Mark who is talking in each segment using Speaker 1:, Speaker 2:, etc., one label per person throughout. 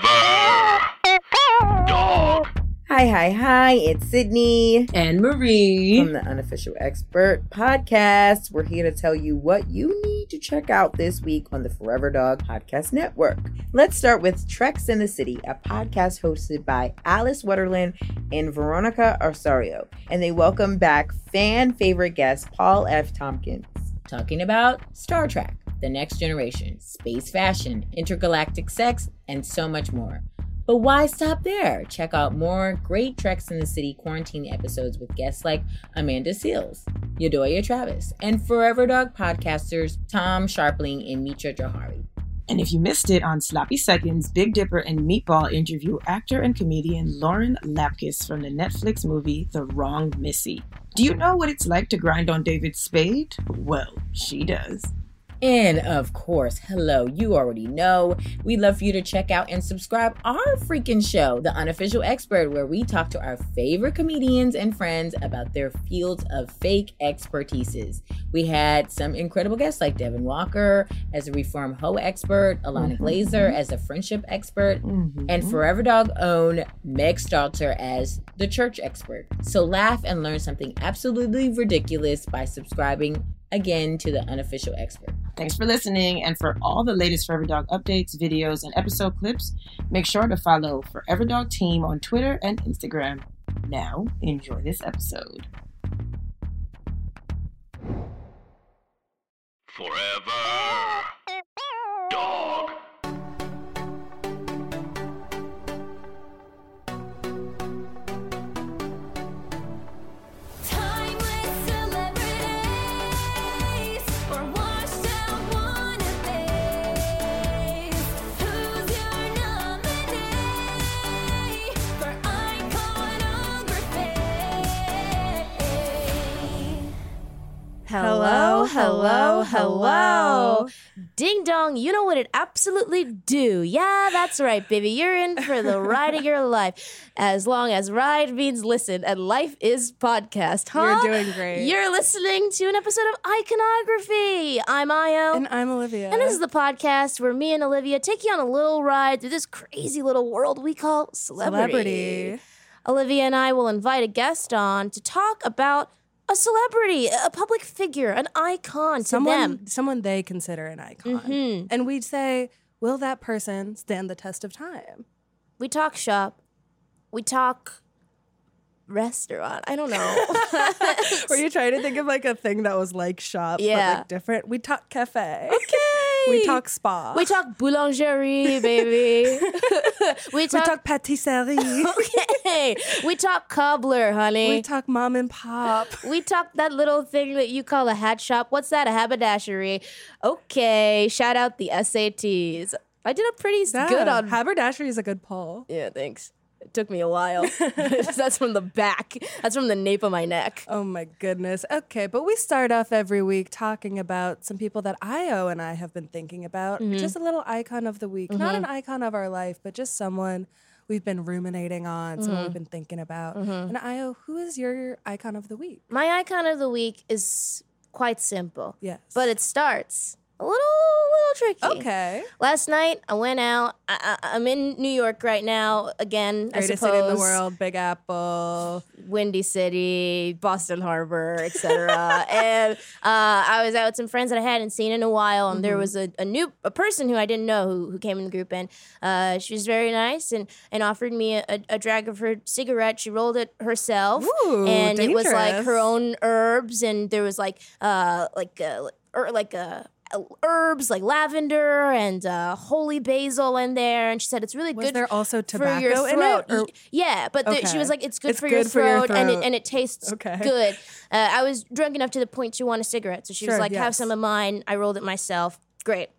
Speaker 1: Forever. Dog.
Speaker 2: Hi, hi, hi. It's Sydney
Speaker 3: and Marie.
Speaker 2: from the Unofficial Expert Podcast. We're here to tell you what you need to check out this week on the Forever Dog Podcast Network. Let's start with Treks in the City, a podcast hosted by Alice Wetterland and Veronica Osorio. And they welcome back fan favorite guest Paul F. Tompkins, talking about Star Trek, The Next Generation, space fashion, intergalactic sex, and so much more. But why stop there? Check out more great Treks in the City quarantine episodes with guests like Amanda Seals, Yodoya Travis, and Forever Dog podcasters Tom Sharpling and Mitra Johari.
Speaker 3: And if you missed it on Sloppy Seconds, Big Dipper and Meatball interview actor and comedian Lauren Lapkus from the Netflix movie The Wrong Missy. Do you know what it's like to grind on David Spade? Well, she does.
Speaker 2: And of course, hello, you already know. We'd love for you to check out and subscribe our freaking show, The Unofficial Expert, where we talk to our favorite comedians and friends about their fields of fake expertises. We had some incredible guests like Devin Walker as a reform hoe expert, Alana
Speaker 3: Mhm.
Speaker 2: Glazer as a friendship expert, and
Speaker 3: Mhm.
Speaker 2: Forever Dog own Meg Stalter as the church expert. So laugh and learn something absolutely ridiculous by subscribing again to the unofficial expert.
Speaker 3: Thanks for listening. And for all the latest Forever Dog updates, videos, and episode clips, make sure to follow Forever Dog Team on Twitter and Instagram. Now, enjoy this episode.
Speaker 1: Forever. Dog.
Speaker 4: Timeless celebrities or washed out wannabes. Who's your nominee for iconography?
Speaker 5: Hello, hello, hello. Ding dong, you know what it absolutely do. Yeah, that's right, baby. You're in for the ride of your life. As long as ride means listen and life is podcast, huh?
Speaker 6: You're doing great.
Speaker 5: You're listening to an episode of Iconography. I'm Io.
Speaker 6: and I'm Olivia.
Speaker 5: And this is the podcast where me and Olivia take you on a little ride through this crazy little world we call
Speaker 6: celebrity.
Speaker 5: Olivia and I will invite a guest on to talk about a celebrity, a public figure, an icon to
Speaker 6: Someone,
Speaker 5: them.
Speaker 6: someone they consider an icon.
Speaker 5: Mhm.
Speaker 6: And we'd say, will that person stand the test of time?
Speaker 5: We talk shop. We talk restaurant. I don't know.
Speaker 6: Were you trying to think of like a thing that was like shop, but
Speaker 5: Yeah.
Speaker 6: like different? We talk cafe. Okay. we talk spa.
Speaker 5: we talk boulangerie, baby. we
Speaker 6: We
Speaker 5: talk.
Speaker 6: talk patisserie.
Speaker 5: okay. We talk cobbler, honey.
Speaker 6: we talk mom and pop.
Speaker 5: We talked that little thing that you call a hat shop. What's that? A haberdashery. Okay. Shout out the SATs. I did a pretty s- good
Speaker 6: Yeah,
Speaker 5: on.
Speaker 6: haberdashery is a good poll.
Speaker 5: yeah, thanks. It took me a while. That's from the back. That's from the nape of my neck.
Speaker 6: Oh my goodness. Okay, but we start off every week talking about some people that Io and I have been thinking about.
Speaker 5: Mm-hmm.
Speaker 6: Just a little icon of the week. Not an icon of our life, but just someone we've been ruminating on, someone
Speaker 5: Mm-hmm.
Speaker 6: we've been thinking about. And Io, who is your icon of the week?
Speaker 5: My icon of the week is quite simple.
Speaker 6: Yes.
Speaker 5: But it starts a little, little tricky.
Speaker 6: Okay.
Speaker 5: Last night I went out. I, I, I'm in New York right now again. I
Speaker 6: Greatest
Speaker 5: suppose.
Speaker 6: city in the world, Big Apple.
Speaker 5: Windy City, Boston Harbor, etc. and uh, I was out with some friends that I hadn't seen in a while, and
Speaker 6: Mm-hmm.
Speaker 5: there was a, a new a person who I didn't know who, who came in the group, and uh, she was very nice and, and offered me a, a, a drag of her cigarette. She rolled it herself,
Speaker 6: Ooh,
Speaker 5: and it was like her
Speaker 6: dangerous.
Speaker 5: own herbs, and there was like uh like uh, or like a. Herbs like lavender and uh, holy basil in there, and she said it's really
Speaker 6: Was
Speaker 5: good
Speaker 6: there also tobacco
Speaker 5: for your
Speaker 6: in it?
Speaker 5: throat.
Speaker 6: Or-
Speaker 5: Y- yeah, but the, she
Speaker 6: Okay.
Speaker 5: was like, "It's good,
Speaker 6: It's
Speaker 5: for, your
Speaker 6: good for your
Speaker 5: throat, and it
Speaker 6: throat.
Speaker 5: and it tastes
Speaker 6: Okay.
Speaker 5: good." Uh, I was drunk enough to the point to want a cigarette, so she
Speaker 6: Sure,
Speaker 5: was like, "Have
Speaker 6: yes.
Speaker 5: some of mine." I rolled it myself. Great.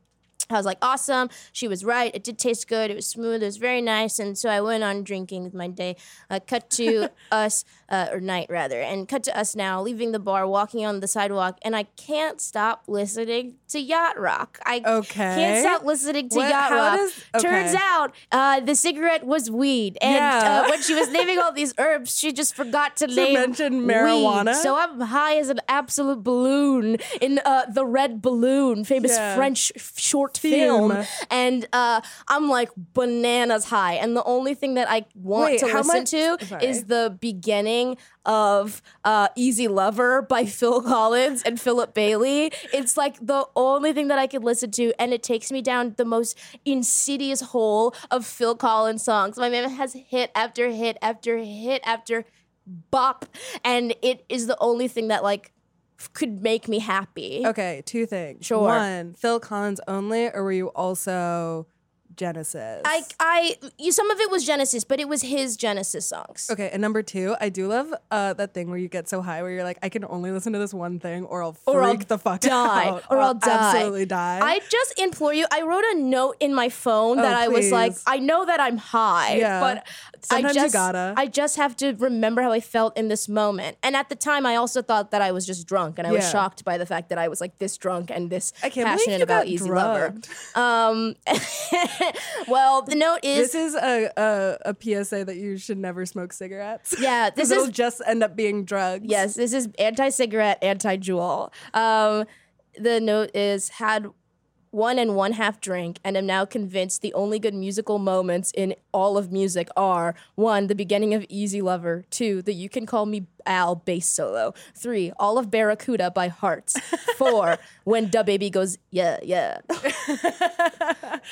Speaker 5: I was like, "Awesome." She was right. It did taste good. It was smooth. It was very nice, and so I went on drinking with my day. Uh, cut to us uh, or night rather, and cut to us now leaving the bar, walking on the sidewalk, and I can't stop listening to yacht rock. I
Speaker 6: Okay.
Speaker 5: can't stop listening to
Speaker 6: What-
Speaker 5: yacht
Speaker 6: how
Speaker 5: rock.
Speaker 6: does-
Speaker 5: Turns
Speaker 6: okay.
Speaker 5: out out, uh, the cigarette was weed. And
Speaker 6: Yeah.
Speaker 5: uh, when she was naming all these herbs, she just forgot to name
Speaker 6: mention
Speaker 5: weed.
Speaker 6: marijuana?
Speaker 5: So I'm high as an absolute balloon in uh, the red balloon, famous
Speaker 6: Yeah.
Speaker 5: French f- short film.
Speaker 6: Film.
Speaker 5: and uh, I'm like bananas high. And the only thing that I want
Speaker 6: Wait,
Speaker 5: to
Speaker 6: how
Speaker 5: listen
Speaker 6: much-
Speaker 5: to
Speaker 6: sorry.
Speaker 5: is the beginning of uh, Easy Lover by Phil Collins and Philip Bailey. It's like the only thing that I could listen to, and it takes me down the most insidious hole of Phil Collins songs. My man has hit after hit after hit after bop, and it is the only thing that like f- could make me happy.
Speaker 6: Okay, two things.
Speaker 5: Sure.
Speaker 6: One, Phil Collins only, or were you also Genesis?
Speaker 5: I, I, you, some of it was Genesis, but it was his Genesis songs.
Speaker 6: Okay, and number two, I do love uh, that thing where you get so high where you're like, I can only listen to this one thing, or I'll freak
Speaker 5: Or I'll
Speaker 6: the fuck
Speaker 5: die,
Speaker 6: out,
Speaker 5: or I'll die.
Speaker 6: absolutely die.
Speaker 5: I just implore you. I wrote a note in my phone
Speaker 6: Oh,
Speaker 5: that I was like,
Speaker 6: please.
Speaker 5: I know that I'm high,
Speaker 6: Yeah.
Speaker 5: but
Speaker 6: Sometimes
Speaker 5: I
Speaker 6: you
Speaker 5: just,
Speaker 6: gotta.
Speaker 5: I just have to remember how I felt in this moment. And at the time, I also thought that I was just drunk, and I was
Speaker 6: Yeah.
Speaker 5: shocked by the fact that I was like this drunk and this
Speaker 6: I can't believe
Speaker 5: passionate
Speaker 6: you
Speaker 5: about
Speaker 6: got
Speaker 5: Easy
Speaker 6: drugged.
Speaker 5: Lover. Um, well, the note is,
Speaker 6: this is a, a a PSA that you should never smoke cigarettes.
Speaker 5: yeah,
Speaker 6: 'Cause
Speaker 5: this
Speaker 6: it'll
Speaker 5: is
Speaker 6: just end up being drugs.
Speaker 5: Yes, this is anti-cigarette, anti-jewel. Um, the note is had one and one half drink, and am now convinced the only good musical moments in all of music are one, the beginning of Easy Lover, two, the You Can Call Me Al bass solo, three, all of Barracuda by Hearts, four, when Da Baby goes yeah yeah.
Speaker 6: that's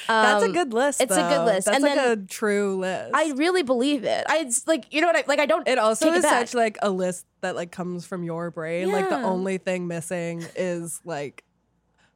Speaker 6: a
Speaker 5: Um,
Speaker 6: good list.
Speaker 5: it's a good
Speaker 6: though.
Speaker 5: list.
Speaker 6: That's
Speaker 5: And
Speaker 6: like
Speaker 5: then-
Speaker 6: a true list.
Speaker 5: I really believe it. I it's like you know what I like. I don't.
Speaker 6: It also
Speaker 5: take
Speaker 6: is
Speaker 5: back.
Speaker 6: such like a list that like comes from your brain. Like the
Speaker 5: Yeah.
Speaker 6: only thing missing is like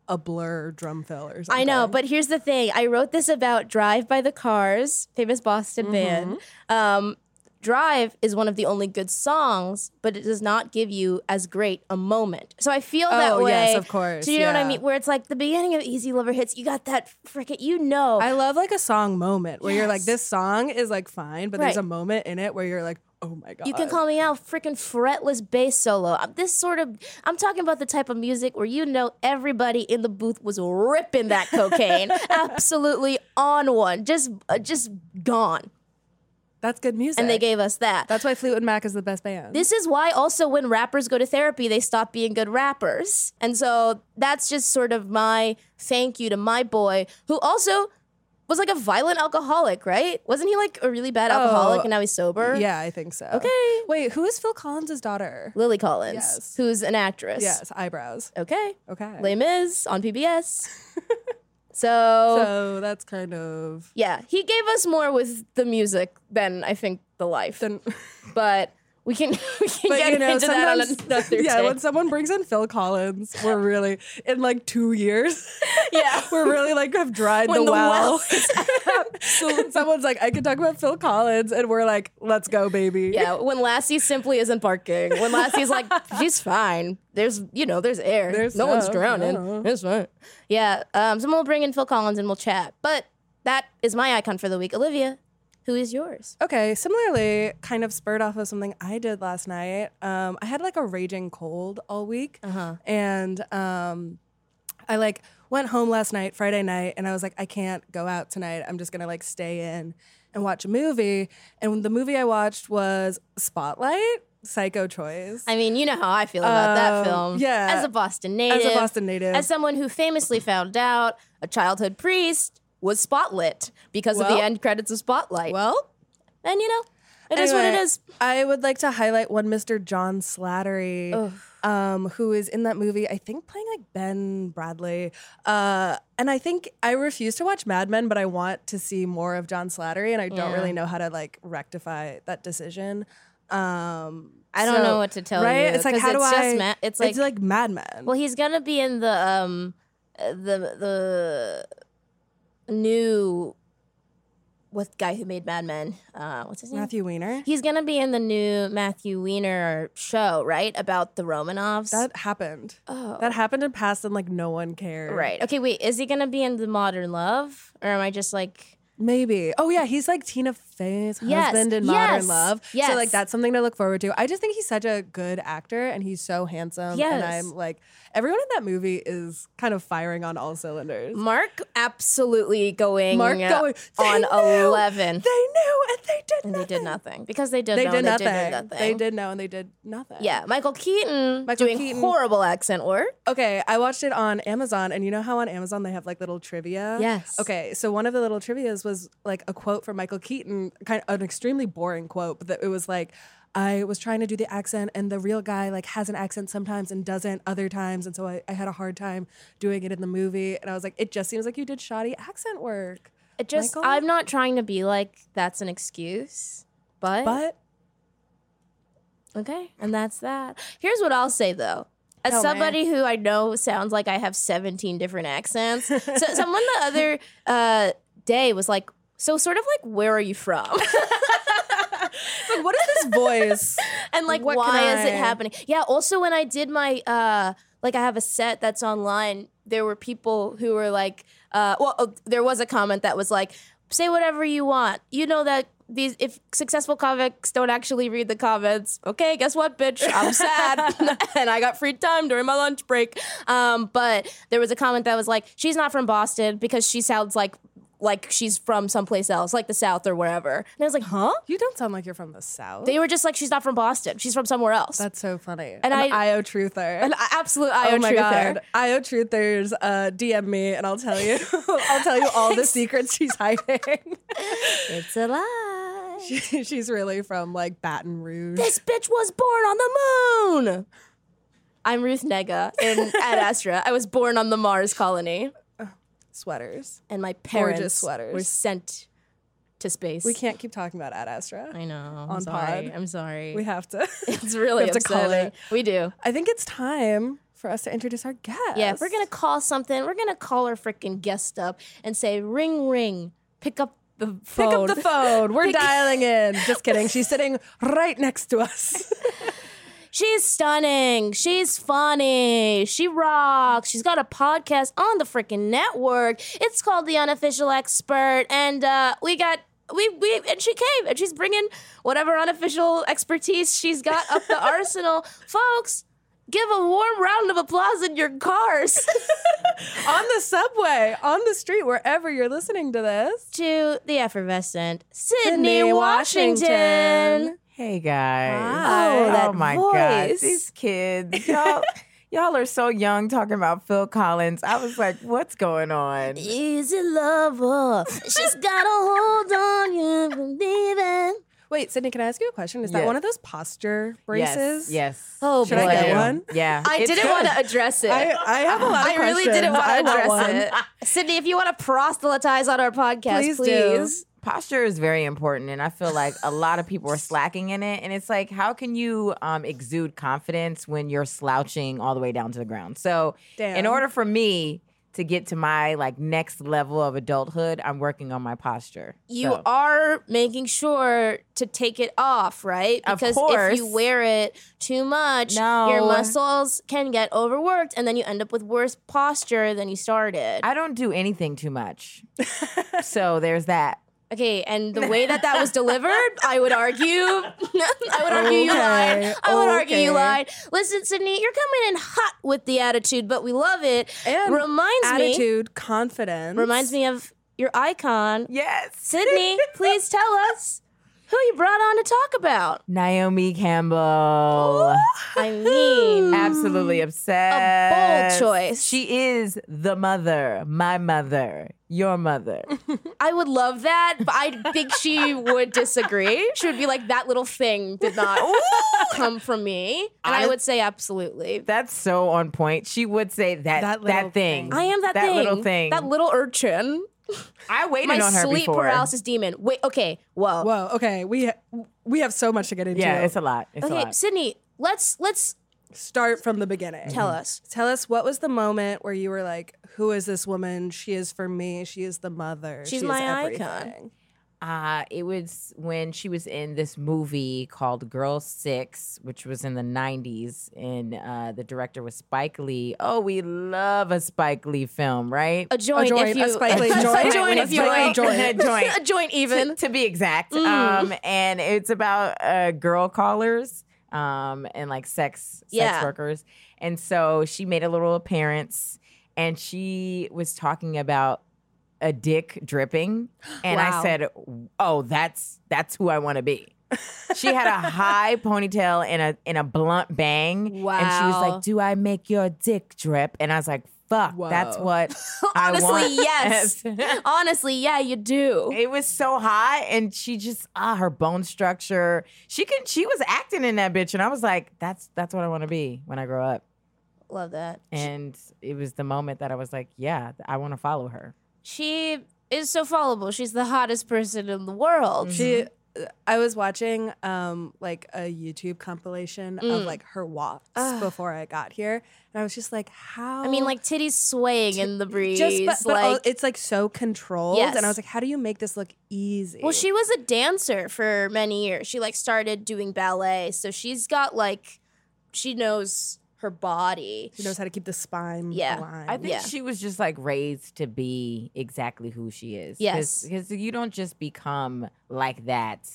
Speaker 6: a blur drum fill or something.
Speaker 5: I know, but here's the thing. I wrote this about Drive by the Cars, famous Boston
Speaker 6: Mm-hmm.
Speaker 5: band. Um, Drive is one of the only good songs, but it does not give you as great a moment. So I feel that
Speaker 6: Oh,
Speaker 5: way.
Speaker 6: yes, of course,
Speaker 5: So you know what I
Speaker 6: yeah.
Speaker 5: mean? Where it's like the beginning of Easy Lover hits, you got that frickin' you know.
Speaker 6: I love like a song moment where you're like,
Speaker 5: Oh. Yes.
Speaker 6: this song is like fine, but there's
Speaker 5: Right.
Speaker 6: a moment in it where you're like, oh my god.
Speaker 5: you can call me out, frickin' fretless bass solo. I'm- This sort of, I'm talking about the type of music where you know everybody in the booth was ripping that cocaine, absolutely on one, just, uh, just gone.
Speaker 6: that's good music.
Speaker 5: And they gave us that.
Speaker 6: that's why Fleetwood Mac is the best band.
Speaker 5: This is why also when rappers go to therapy, they stop being good rappers. And so that's just sort of my thank you to my boy, who also was like a violent alcoholic, right? Wasn't he like a really bad alcoholic
Speaker 6: Oh,
Speaker 5: and now he's sober?
Speaker 6: yeah, I think so.
Speaker 5: Okay.
Speaker 6: Wait, who is Phil Collins' daughter?
Speaker 5: Lily Collins,
Speaker 6: Yes.
Speaker 5: who's an actress.
Speaker 6: Yes, eyebrows.
Speaker 5: Okay.
Speaker 6: Okay.
Speaker 5: Les Mis on PBS. so
Speaker 6: So that's kind of
Speaker 5: yeah, he gave us more with the music than I think the life.
Speaker 6: then
Speaker 5: but we can we can
Speaker 6: But
Speaker 5: get
Speaker 6: you know,
Speaker 5: into that on
Speaker 6: sometimes-
Speaker 5: another
Speaker 6: yeah,
Speaker 5: day.
Speaker 6: when someone brings in Phil Collins, we're really in like two years.
Speaker 5: yeah.
Speaker 6: we're really like have dried
Speaker 5: When
Speaker 6: the,
Speaker 5: the
Speaker 6: well.
Speaker 5: well
Speaker 6: so someone's like, I could talk about Phil Collins, and we're like, let's go, baby.
Speaker 5: Yeah, when Lassie simply isn't barking. When Lassie's like, she's fine. There's, you know, there's air.
Speaker 6: There's
Speaker 5: no one's
Speaker 6: stuff,
Speaker 5: drowning.
Speaker 6: yeah.
Speaker 5: It's fine. Yeah. Um, so we'll bring in Phil Collins and we'll chat. But that is my icon for the week. Olivia, who is yours?
Speaker 6: Okay. Similarly, kind of spurred off of something I did last night. Um, I had like a raging cold all week,
Speaker 5: Uh-huh.
Speaker 6: and um, I like went home last night, Friday night, and I was like, I can't go out tonight. I'm just gonna like stay in and watch a movie. And the movie I watched was Spotlight, Psycho Choice.
Speaker 5: I mean, you know how I feel about that
Speaker 6: Um,
Speaker 5: film.
Speaker 6: yeah.
Speaker 5: As a Boston native.
Speaker 6: as a Boston native,
Speaker 5: As someone who famously found out a childhood priest was spotlit because of
Speaker 6: Well-
Speaker 5: the end credits of Spotlight.
Speaker 6: well,
Speaker 5: and you know, it is what it
Speaker 6: Anyway,
Speaker 5: is.
Speaker 6: I would like to highlight one Mr. John Slattery, um, who is in that movie, I think playing like Ben Bradley. Uh, and I think I refuse to watch Mad Men, but I want to see more of John Slattery, and I don't
Speaker 5: Yeah.
Speaker 6: really know how to like rectify that decision. Um,
Speaker 5: I don't
Speaker 6: so-
Speaker 5: know what to tell
Speaker 6: right?
Speaker 5: you.
Speaker 6: It's like
Speaker 5: 'cause
Speaker 6: how do
Speaker 5: it's just
Speaker 6: I?
Speaker 5: ma- it's
Speaker 6: it's
Speaker 5: like
Speaker 6: like Mad Men.
Speaker 5: Well, he's gonna be in the um, uh, the the new what guy who made Mad Men? Uh, what's his name?
Speaker 6: Matthew Weiner.
Speaker 5: He's gonna be in the new Matthew Weiner show, right? About the Romanovs.
Speaker 6: That happened.
Speaker 5: oh,
Speaker 6: That happened in past, and like no one cared.
Speaker 5: right. Okay, wait. Is he gonna be in the Modern Love, or am I just like?
Speaker 6: Maybe. Oh yeah, he's like Tina Fey's
Speaker 5: Yes,
Speaker 6: husband in
Speaker 5: yes,
Speaker 6: Modern Love. So
Speaker 5: yes.
Speaker 6: like that's something to look forward to. I just think he's such a good actor and he's so handsome.
Speaker 5: Yes.
Speaker 6: And I'm like everyone in that movie is kind of firing on all cylinders.
Speaker 5: Mark absolutely going
Speaker 6: Mark going "They
Speaker 5: on
Speaker 6: knew!
Speaker 5: 11.
Speaker 6: They knew and they did
Speaker 5: and they
Speaker 6: nothing.
Speaker 5: did nothing because they did
Speaker 6: They
Speaker 5: know
Speaker 6: did
Speaker 5: and
Speaker 6: nothing.
Speaker 5: They did nothing.
Speaker 6: They did know and they did nothing.
Speaker 5: Yeah, Michael Keaton
Speaker 6: Michael
Speaker 5: Mm, doing
Speaker 6: Keaton.
Speaker 5: horrible accent work.
Speaker 6: Okay, I watched it on Amazon, and you know how on Amazon they have like little trivia?
Speaker 5: Yes.
Speaker 6: Uh, Okay, so one of the little trivias was like a quote from Michael Keaton, kind of an extremely boring quote, but that it was like, I was trying to do the accent, and the real guy like has an accent sometimes and doesn't other times, and so I, I had a hard time doing it in the movie, and I was like, it just seems like you did shoddy accent work,
Speaker 5: It just
Speaker 6: Michael?
Speaker 5: I'm not trying to be like that's an excuse, but,
Speaker 6: but
Speaker 5: okay, and that's that. Here's what I'll say though. As
Speaker 6: Tell me.
Speaker 5: somebody who I know sounds like I have 17 different accents, so someone the other uh, day was like, "So sort of like, where are you from?"
Speaker 6: like, what is this voice?
Speaker 5: and like
Speaker 6: What
Speaker 5: why
Speaker 6: can
Speaker 5: is it
Speaker 6: I-
Speaker 5: happening yeah also when i did my uh like i have a set that's online there were people who were like uh well oh, there was a comment that was like say whatever you want you know that these if successful comics don't actually read the comments okay guess what bitch i'm sad and i got free time during my lunch break um but there was a comment that was like she's not from boston because she sounds like like she's from someplace else like the south or wherever and i was like huh
Speaker 6: you don't sound like you're from the south.
Speaker 5: they were just like, she's not from Boston. She's from somewhere else.
Speaker 6: That's so funny.
Speaker 5: And
Speaker 6: An
Speaker 5: I-
Speaker 6: IO truther.
Speaker 5: an absolute IO
Speaker 6: oh my
Speaker 5: truther.
Speaker 6: god io truthers uh dm me and i'll tell you i'll tell you all the secrets she's hiding
Speaker 5: It's a lie.
Speaker 6: She- she's really from like baton rouge
Speaker 5: This bitch was born on the moon. I'm Ruth Nega in at Astra. I was born on the Mars colony,
Speaker 6: sweaters
Speaker 5: and my parents
Speaker 6: sweaters.
Speaker 5: were sent to space.
Speaker 6: we can't keep talking about ad astra
Speaker 5: I know. I'm
Speaker 6: On
Speaker 5: sorry.
Speaker 6: pod.
Speaker 5: I'm sorry.
Speaker 6: we have to
Speaker 5: it's really
Speaker 6: we have to call
Speaker 5: upsetting.
Speaker 6: it.
Speaker 5: We do.
Speaker 6: i think it's time for us to introduce our guest
Speaker 5: Yeah, if we're gonna call something, we're gonna call our freaking guest up and say, "Ring, ring, pick up the
Speaker 6: pick
Speaker 5: phone."
Speaker 6: up the phone we're
Speaker 5: Pick-
Speaker 6: dialing in just kidding she's sitting right next to us
Speaker 5: She's stunning. She's funny. She rocks. She's got a podcast on the freaking network. It's called The Unofficial Expert, and uh, we got. We, we and she came and she's bringing whatever unofficial expertise she's got up the arsenal, folks. Give a warm round of applause in your cars
Speaker 6: on the subway on the street wherever you're listening to this
Speaker 5: to the effervescent Sydney, Washington.
Speaker 7: Hey guys.
Speaker 5: Oh, that
Speaker 7: my god.
Speaker 5: voice.
Speaker 7: These kids. Y'all y'all are so young talking about Phil Collins. I was like, what's going on?
Speaker 5: Easy lover, she's got a hold on you, believe it.
Speaker 6: wait sydney can i ask you a question is that
Speaker 7: Yes.
Speaker 6: one of those posture braces
Speaker 7: Yes. yes.
Speaker 5: Oh
Speaker 6: Should I get
Speaker 5: boy.
Speaker 6: one?
Speaker 7: Yeah.
Speaker 5: I
Speaker 7: It's
Speaker 5: didn't
Speaker 7: good.
Speaker 5: want to address it. Oh,
Speaker 6: I,
Speaker 5: I,
Speaker 6: I have a lot of
Speaker 5: really didn't want
Speaker 6: questions. I
Speaker 5: to address
Speaker 6: one.
Speaker 5: it. Sydney, if you want to proselytize on our podcast, please.
Speaker 6: Please do.
Speaker 7: posture is very important and i feel like a lot of people are slacking in it and it's like how can you um, exude confidence when you're slouching all the way down to the ground so in
Speaker 6: Damn.
Speaker 7: order for me to get to my like next level of adulthood i'm working on my posture
Speaker 5: You
Speaker 7: So,
Speaker 5: are making sure to take it off, right?
Speaker 7: Of
Speaker 5: Because if
Speaker 7: course.
Speaker 5: you wear it too much,
Speaker 7: No.
Speaker 5: your muscles can get overworked and then you end up with worse posture than you started.
Speaker 7: i don't do anything too much so there's that
Speaker 5: okay, and the way that that was delivered, I would argue I would argue you lied.
Speaker 6: Okay,
Speaker 5: I would argue you
Speaker 6: okay.
Speaker 5: lied. Listen, Sydney, you're coming in hot with the attitude, but we love it.
Speaker 6: And
Speaker 5: reminds me
Speaker 6: attitude, confidence.
Speaker 5: reminds me of your icon.
Speaker 7: yes
Speaker 5: Sydney, please tell us who you brought on to talk about.
Speaker 7: naomi campbell
Speaker 5: I mean,
Speaker 7: Absolutely obsessed.
Speaker 5: Mm, choice.
Speaker 7: She is the mother, my mother, your mother.
Speaker 5: I would love that, but I think she would disagree. She would be like, that little thing did not come from me. And I,
Speaker 7: I-
Speaker 5: would say, absolutely.
Speaker 7: That's so on point. She would say that
Speaker 6: That
Speaker 7: that,
Speaker 6: little
Speaker 7: thing.
Speaker 6: thing.
Speaker 5: I am that,
Speaker 7: That
Speaker 5: thing.
Speaker 7: little thing.
Speaker 5: That little urchin.
Speaker 7: I waited
Speaker 5: My
Speaker 7: on her
Speaker 5: sleep
Speaker 7: before.
Speaker 5: paralysis demon. Wait, okay. Whoa.
Speaker 6: Whoa. Okay. We ha- we have so much to get into.
Speaker 7: Yeah, it's a lot. It's a
Speaker 5: Okay,
Speaker 7: lot.
Speaker 5: Sydney, let's let's
Speaker 6: Start from the beginning.
Speaker 5: tell
Speaker 7: Mm.
Speaker 5: us.
Speaker 6: Tell us what was the moment where you were like, "Who is this woman? She is for me. She is the mother.
Speaker 5: She's
Speaker 6: she
Speaker 5: my
Speaker 6: is
Speaker 5: icon."
Speaker 6: everything."
Speaker 7: Uh, it was when she was in this movie called Girl Six, which was in the 90s. And uh, the director was Spike Lee. Oh, we love a Spike Lee film, right?
Speaker 5: A joint,
Speaker 6: joint,
Speaker 5: if
Speaker 6: a
Speaker 5: you
Speaker 6: Spike Lee
Speaker 5: a
Speaker 6: joint.
Speaker 5: joint,
Speaker 6: Right,
Speaker 5: if you
Speaker 6: Spike Lee
Speaker 5: like.
Speaker 6: joint.
Speaker 7: A joint.
Speaker 5: a joint even.
Speaker 7: to, to be exact.
Speaker 5: Mm.
Speaker 7: Um, and it's about uh, girl callers um, and like sex sex
Speaker 5: Yeah.
Speaker 7: workers. And so she made a little appearance, and she was talking about a dick dripping, and I
Speaker 6: Wow.
Speaker 7: said, "Oh, that's that's who I want to be." she had a high ponytail and a and a blunt bang, and she was
Speaker 5: Wow.
Speaker 7: like, "Do I make your dick drip?" And I was like, "Fuck, that's
Speaker 6: Whoa.
Speaker 7: what I want."
Speaker 5: Honestly, yes. Honestly, yeah, you do.
Speaker 7: It was so hot, and she just ah, her bone structure. She can. She was acting in that bitch, and I was like, that's that's what I want to be when I grow up.
Speaker 5: Love that.
Speaker 7: And it was the moment that I was like, yeah, I want to follow her.
Speaker 5: She is so followable. She's the hottest person in the world.
Speaker 6: She, I was watching um like a YouTube compilation
Speaker 5: Mm.
Speaker 6: of like her walks before I got here, and I was just like, how?
Speaker 5: I mean, like titties swaying in the breeze.
Speaker 6: just but, but
Speaker 7: oh,
Speaker 6: all-
Speaker 5: like,
Speaker 6: it's like so controlled, and
Speaker 5: Yes.
Speaker 6: I was like, how do you make this look easy?
Speaker 5: well, she was a dancer for many years. She like started doing ballet, so she's got like, she knows her body.
Speaker 6: She knows how to keep the spine.
Speaker 5: Yeah.
Speaker 6: aligned.
Speaker 7: I think
Speaker 5: Yeah.
Speaker 7: she was just like raised to be exactly who she is.
Speaker 5: Yes.
Speaker 7: because you don't just become like that.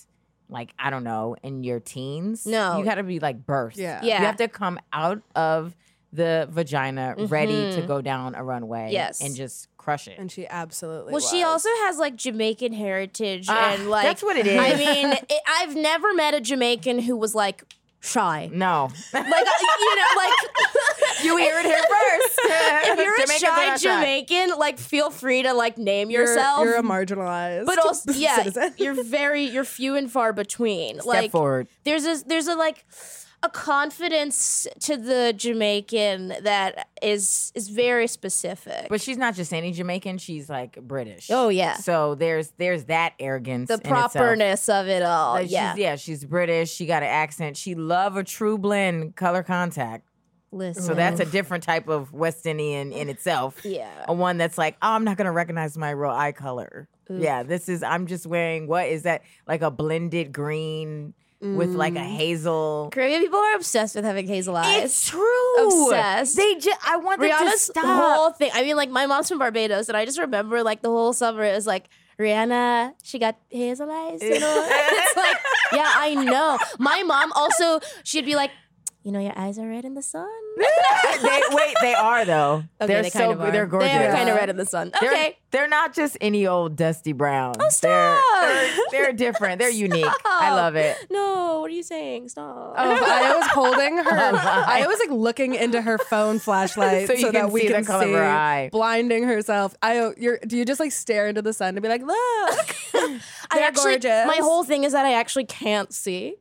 Speaker 7: Like I don't know, in your teens,
Speaker 5: No.
Speaker 7: you got to be like birth.
Speaker 6: Yeah.
Speaker 5: Yeah.
Speaker 7: you have to come out of the vagina ready to
Speaker 5: Mhm.
Speaker 7: go down a runway.
Speaker 5: Yes.
Speaker 7: and just crush it.
Speaker 6: and she absolutely.
Speaker 5: Well, she
Speaker 6: was.
Speaker 5: also has like Jamaican heritage
Speaker 7: Ah,
Speaker 5: and like
Speaker 7: that's what it is.
Speaker 5: I mean, it, I've never met a Jamaican who was like shy.
Speaker 7: no,
Speaker 5: Like uh, you know, like
Speaker 7: you hear it here first.
Speaker 5: if you're
Speaker 7: Jamaicans are
Speaker 5: a shy
Speaker 7: not shy.
Speaker 5: Jamaican, like feel free to like name
Speaker 6: You're-
Speaker 5: yourself.
Speaker 6: You're, a marginalized.
Speaker 5: but also, yeah,
Speaker 6: citizen.
Speaker 5: you're very, you're few and far between.
Speaker 7: step
Speaker 5: like,
Speaker 7: forward.
Speaker 5: there's a there's a like a confidence to the Jamaican that is is very specific.
Speaker 7: But she's not just any Jamaican; she's like British.
Speaker 5: uh, Oh, yeah.
Speaker 7: So there's there's that arrogance,
Speaker 5: the
Speaker 7: in itself.
Speaker 5: properness of it all,
Speaker 7: Like,
Speaker 5: Uh, yeah.
Speaker 7: She's, yeah, she's British. She got an accent. She love a true blend color contact.
Speaker 5: Listen,
Speaker 7: So that's a different type of West Indian in itself.
Speaker 5: yeah.
Speaker 7: A one that's like, oh, I'm not gonna recognize my real eye color. Yeah, this is. I'm just wearing what is that? Like a blended green with like a
Speaker 5: Mm.
Speaker 7: hazel.
Speaker 5: Caribbean people are obsessed with having hazel eyes.
Speaker 7: It's true.
Speaker 5: Obsessed.
Speaker 7: They just. I want them to
Speaker 5: Rihanna's whole
Speaker 7: stop.
Speaker 5: thing. I mean, like my mom's from Barbados, and I just remember like the whole summer it was like Rihanna, she got hazel eyes, you know. it's like, yeah, I know. My mom also, she'd be like, you know, your eyes are red in the sun.
Speaker 7: they, wait, they are though.
Speaker 5: Okay,
Speaker 7: they're
Speaker 5: they
Speaker 7: so
Speaker 5: kind of are.
Speaker 7: they're gorgeous.
Speaker 5: They are
Speaker 6: Yeah.
Speaker 5: kind of red in the sun.
Speaker 7: They're,
Speaker 5: Okay.
Speaker 7: they're not just any old dusty brown. Oh, stop. They're, they're different. They're unique. I love it.
Speaker 5: No, what are you saying? Stop.
Speaker 6: Oh, but I was holding her.
Speaker 7: my.
Speaker 6: I was like looking into her phone flashlight
Speaker 7: So
Speaker 6: so,
Speaker 7: you can
Speaker 6: that we
Speaker 7: see the
Speaker 6: can
Speaker 7: color of
Speaker 6: see,
Speaker 7: her eye.
Speaker 6: blinding herself. I you're, do you just like stare into the sun and be like, look?
Speaker 5: I
Speaker 6: they're
Speaker 5: actually,
Speaker 6: gorgeous.
Speaker 5: my whole thing is that I actually can't see,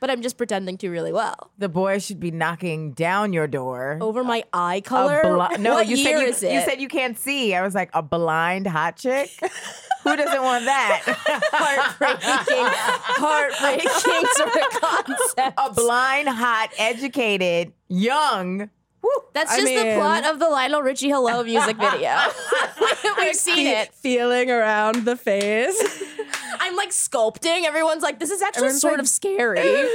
Speaker 5: but I'm just pretending to really well
Speaker 7: The boy should be knocking down your door.
Speaker 5: over my eye
Speaker 7: A
Speaker 5: color.
Speaker 7: bli- no,
Speaker 5: Oh, what
Speaker 7: you
Speaker 5: year
Speaker 7: said you,
Speaker 5: is it?
Speaker 7: you said you can't see. I was like a blind hot chick. Who doesn't want that?
Speaker 5: heartbreaking, heartbreaking sort of concept.
Speaker 7: a blind, hot, educated, young. Woo.
Speaker 5: That's
Speaker 6: I
Speaker 5: just the
Speaker 6: mean-
Speaker 5: plot of the Lionel Richie "Hello" music video. We've seen
Speaker 6: Fe-
Speaker 5: it.
Speaker 6: Feeling around the face.
Speaker 5: I'm like sculpting. Everyone's like, "This is actually
Speaker 6: Everyone's
Speaker 5: sort
Speaker 6: like-
Speaker 5: of scary."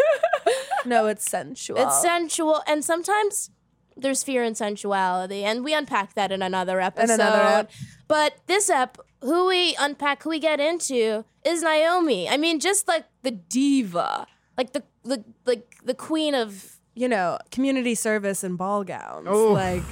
Speaker 6: no, it's sensual.
Speaker 5: It's sensual, and sometimes there's fear and sensuality, and we unpack that in another episode.
Speaker 6: another ep.
Speaker 5: But this ep, who we unpack, who we get into, is Naomi. I mean, just like the diva, like the the like the queen of
Speaker 6: you know, community service and ball gowns.
Speaker 7: Ooh.
Speaker 6: Like,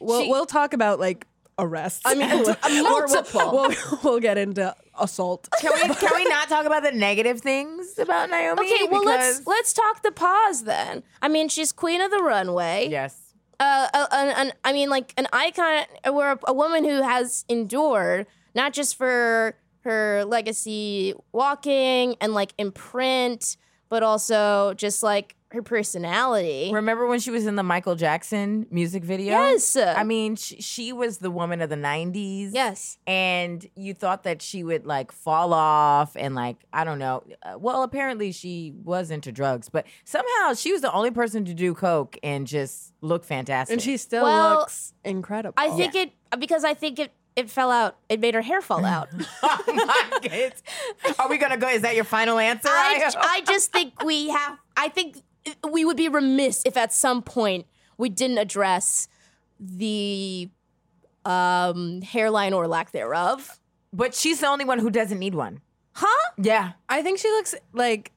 Speaker 6: we'll,
Speaker 7: She-
Speaker 6: we'll talk about like arrests. I
Speaker 5: mean, a- a multiple.
Speaker 6: We'll, we'll, we'll get into assault.
Speaker 7: Can we can we not talk about the negative things about Naomi?
Speaker 5: Okay, well let's
Speaker 7: Because-
Speaker 5: let's talk the pause then. I mean, she's queen of the runway.
Speaker 7: Yes.
Speaker 5: Uh, uh, an, an, I mean, like an icon or a, a woman who has endured not just for her legacy walking and like imprint, but also just like her personality.
Speaker 7: Remember when she was in the Michael Jackson music video?
Speaker 5: Yes.
Speaker 7: I mean, she, she was the woman of the 90s.
Speaker 5: yes.
Speaker 7: And you thought that she would like fall off and like, I don't know. Uh, well, apparently she was into drugs, but somehow she was the only person to do Coke and just look fantastic.
Speaker 6: And she still
Speaker 5: Well,
Speaker 7: oh.
Speaker 6: looks incredible.
Speaker 5: I think it because I think it it fell out. It made her hair fall out.
Speaker 7: Oh my goodness. Are we gonna go? Is that your final answer?
Speaker 5: I,
Speaker 7: Io?
Speaker 5: I just think we have. I think we would be remiss if at some point we didn't address the um, hairline or lack thereof.
Speaker 7: but she's the only one who doesn't need one.
Speaker 5: Huh?
Speaker 7: Yeah.
Speaker 6: I think she looks like.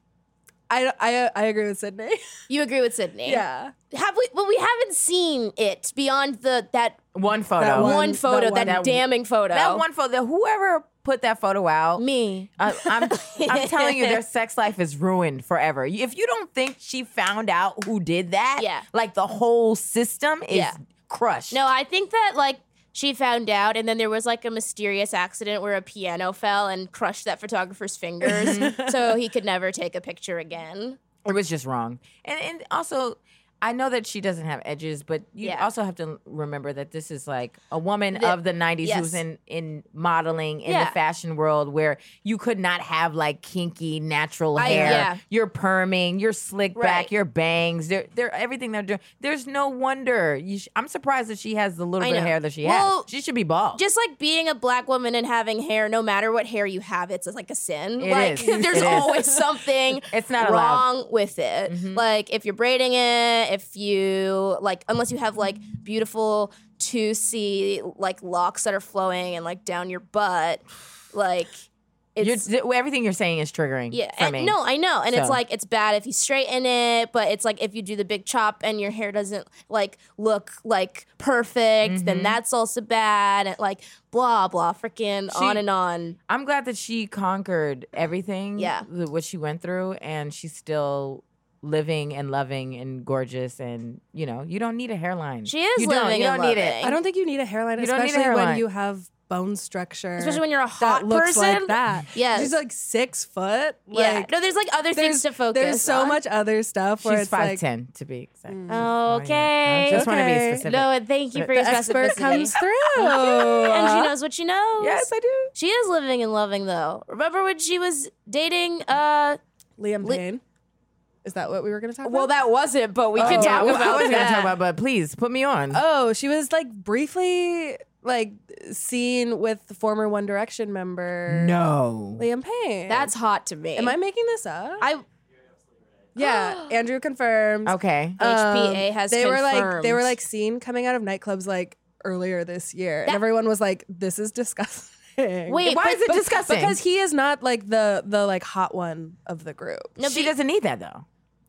Speaker 6: I, I, I agree with Sydney.
Speaker 5: You agree with Sydney?
Speaker 6: yeah.
Speaker 5: Have we? Well, we haven't seen it beyond the that
Speaker 7: One photo.
Speaker 6: That
Speaker 5: one,
Speaker 6: One-
Speaker 5: photo,
Speaker 6: that
Speaker 5: that,
Speaker 6: one-
Speaker 5: damning photo.
Speaker 7: That one photo. Whoever put that photo out.
Speaker 5: Me.
Speaker 7: I, I'm, I'm telling you, their sex life is ruined forever. If you don't think she found out who did that,
Speaker 5: Yeah.
Speaker 7: like the whole system is
Speaker 5: Yeah.
Speaker 7: crushed.
Speaker 5: No, I think that like she found out, and then there was like a mysterious accident where a piano fell and crushed that photographer's fingers, so he could never take a picture again.
Speaker 7: it was just wrong. And and also, I know that she doesn't have edges, but you
Speaker 5: Yeah.
Speaker 7: also have to remember that this is like a woman
Speaker 5: The-
Speaker 7: of the '90s
Speaker 5: yes.
Speaker 7: who's in in modeling in
Speaker 5: Yeah.
Speaker 7: the fashion world, where you could not have like kinky natural
Speaker 5: I-
Speaker 7: hair.
Speaker 5: yeah.
Speaker 7: You're perming, your slick back,
Speaker 5: Right.
Speaker 7: your bangs, they're they're everything they're doing. There's no wonder. You sh- I'm surprised that she has the little
Speaker 5: I
Speaker 7: bit of
Speaker 5: know.
Speaker 7: hair that she
Speaker 5: Well,
Speaker 7: has. She should be bald.
Speaker 5: Just like being a black woman and having hair, no matter what hair you have, it's like a sin.
Speaker 7: It
Speaker 5: like
Speaker 7: is.
Speaker 5: there's
Speaker 7: It is.
Speaker 5: always something
Speaker 7: it's not allowed. Mm-hmm.
Speaker 5: wrong with it. Like if you're braiding it, if you like, unless you have like beautiful two C like locks that are flowing and like down your butt, like
Speaker 7: You're,
Speaker 5: it's.
Speaker 7: th- everything you're saying is triggering.
Speaker 5: yeah,
Speaker 7: for
Speaker 5: and-
Speaker 7: me.
Speaker 5: no, I know, and it's
Speaker 7: So.
Speaker 5: like it's bad if you straighten it, but it's like if you do the big chop and your hair doesn't like look like perfect, then that's also bad. And, like blah blah, freaking
Speaker 7: She-
Speaker 5: on and on.
Speaker 7: I'm glad that she conquered everything.
Speaker 5: Yeah.
Speaker 7: th- what she went through, and she's still living and loving and gorgeous. And you know, you don't need a hairline.
Speaker 5: She is
Speaker 7: you
Speaker 5: living
Speaker 7: Don't, you
Speaker 5: and
Speaker 7: don't need
Speaker 5: loving.
Speaker 7: it.
Speaker 6: I don't think you need a hairline,
Speaker 7: You don't need a
Speaker 6: especially
Speaker 7: hairline.
Speaker 6: when you have bone structure.
Speaker 5: Especially when you're a
Speaker 6: that
Speaker 5: hot
Speaker 6: looks
Speaker 5: person.
Speaker 6: like that.
Speaker 5: Yes.
Speaker 6: She's like six foot.
Speaker 5: yeah.
Speaker 6: Like,
Speaker 5: No, there's like other things
Speaker 6: there's,
Speaker 5: to focus.
Speaker 6: there's so
Speaker 5: on.
Speaker 6: much other stuff where
Speaker 7: She's
Speaker 6: it's
Speaker 7: five
Speaker 6: like
Speaker 7: ten to be exact.
Speaker 5: Okay.
Speaker 7: I just want to be
Speaker 6: Okay.
Speaker 7: specific.
Speaker 5: No, and thank you for
Speaker 6: the
Speaker 5: your
Speaker 6: expert
Speaker 5: specificity.
Speaker 6: comes through.
Speaker 5: and she knows what she knows.
Speaker 7: yes, I do.
Speaker 5: She is living and loving though. Remember when she was dating uh
Speaker 6: Liam
Speaker 5: Li-
Speaker 6: Payne. Is that what we were going to talk about?
Speaker 5: that wasn't, but we
Speaker 6: could talk
Speaker 7: Oh. I was going to talk about, but please put me on.
Speaker 6: Oh, she was like briefly like seen with the former One Direction member
Speaker 7: no.
Speaker 6: Liam Payne.
Speaker 5: That's hot to me.
Speaker 6: Am I making this up?
Speaker 5: I
Speaker 6: yeah, Andrew confirms.
Speaker 7: Okay.
Speaker 5: HPA has
Speaker 6: they were like they were
Speaker 5: confirmed.
Speaker 6: like seen coming out of nightclubs like earlier this year,
Speaker 5: That-
Speaker 6: and everyone was like, "This is disgusting."
Speaker 5: Wait,
Speaker 7: Why
Speaker 5: but-
Speaker 7: is it
Speaker 5: but-
Speaker 7: disgusting?
Speaker 6: because he is not like the the like hot one of the group.
Speaker 5: no,
Speaker 7: she
Speaker 5: be-
Speaker 7: doesn't need that though.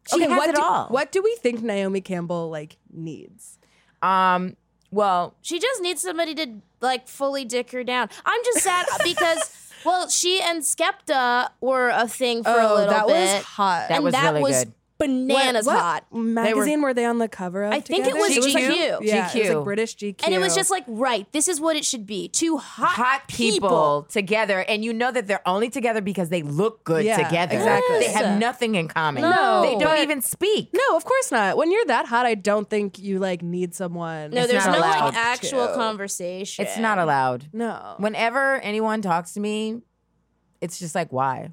Speaker 7: She
Speaker 6: Okay,
Speaker 7: has
Speaker 6: what
Speaker 7: it
Speaker 6: do,
Speaker 7: all.
Speaker 6: What do we think Naomi Campbell like needs?
Speaker 7: Um. Well,
Speaker 5: She just needs somebody to like fully dick her down. I'm just sad because well, she and Skepta were a thing for a
Speaker 6: oh,
Speaker 5: little
Speaker 6: that
Speaker 5: bit.
Speaker 6: was hot.
Speaker 7: That
Speaker 5: and
Speaker 7: was
Speaker 5: that
Speaker 7: really
Speaker 5: was
Speaker 7: good.
Speaker 5: bananas
Speaker 6: what, what
Speaker 5: hot.
Speaker 6: Magazine were, they on the cover of?
Speaker 5: I think it
Speaker 6: together?
Speaker 5: was
Speaker 7: It was like-
Speaker 5: GQ.
Speaker 6: Yeah, It was
Speaker 7: GQ.
Speaker 6: like British GQ.
Speaker 5: And it was just like, right, this is what it should be. Two hot,
Speaker 7: hot people, together, and you know that they're only together because they look good
Speaker 6: Yeah,
Speaker 7: together.
Speaker 6: exactly.
Speaker 7: They have
Speaker 5: Yes.
Speaker 7: nothing in common.
Speaker 5: No.
Speaker 7: they don't
Speaker 5: But-
Speaker 7: even speak.
Speaker 6: no, of course not. When you're that hot, I don't think you like need someone.
Speaker 5: No,
Speaker 7: It's
Speaker 5: there's
Speaker 7: not
Speaker 5: no
Speaker 7: allowed
Speaker 5: like
Speaker 7: to.
Speaker 5: actual conversation.
Speaker 7: It's not allowed.
Speaker 6: no.
Speaker 7: Whenever anyone talks to me, it's just like, why?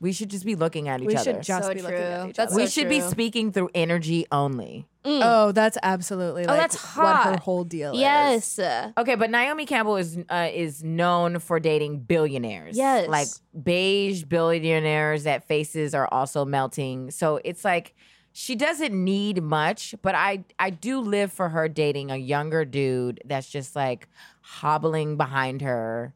Speaker 7: we should just be looking at each
Speaker 6: we
Speaker 7: other.
Speaker 6: should just
Speaker 5: So
Speaker 6: be looking at
Speaker 5: true.
Speaker 6: each
Speaker 5: That's
Speaker 6: other.
Speaker 7: we
Speaker 5: so
Speaker 7: should be
Speaker 5: true. Mm.
Speaker 7: speaking through energy only.
Speaker 6: oh, that's absolutely. Like,
Speaker 5: that's
Speaker 6: What her
Speaker 5: hot.
Speaker 6: whole deal is.
Speaker 5: Yes. Uh,
Speaker 7: Okay, but Naomi Campbell is uh, is known for dating billionaires.
Speaker 5: Yes.
Speaker 7: like beige billionaires that faces are also melting. So it's like she doesn't need much, but I I do live for her dating a younger dude that's just like hobbling behind her.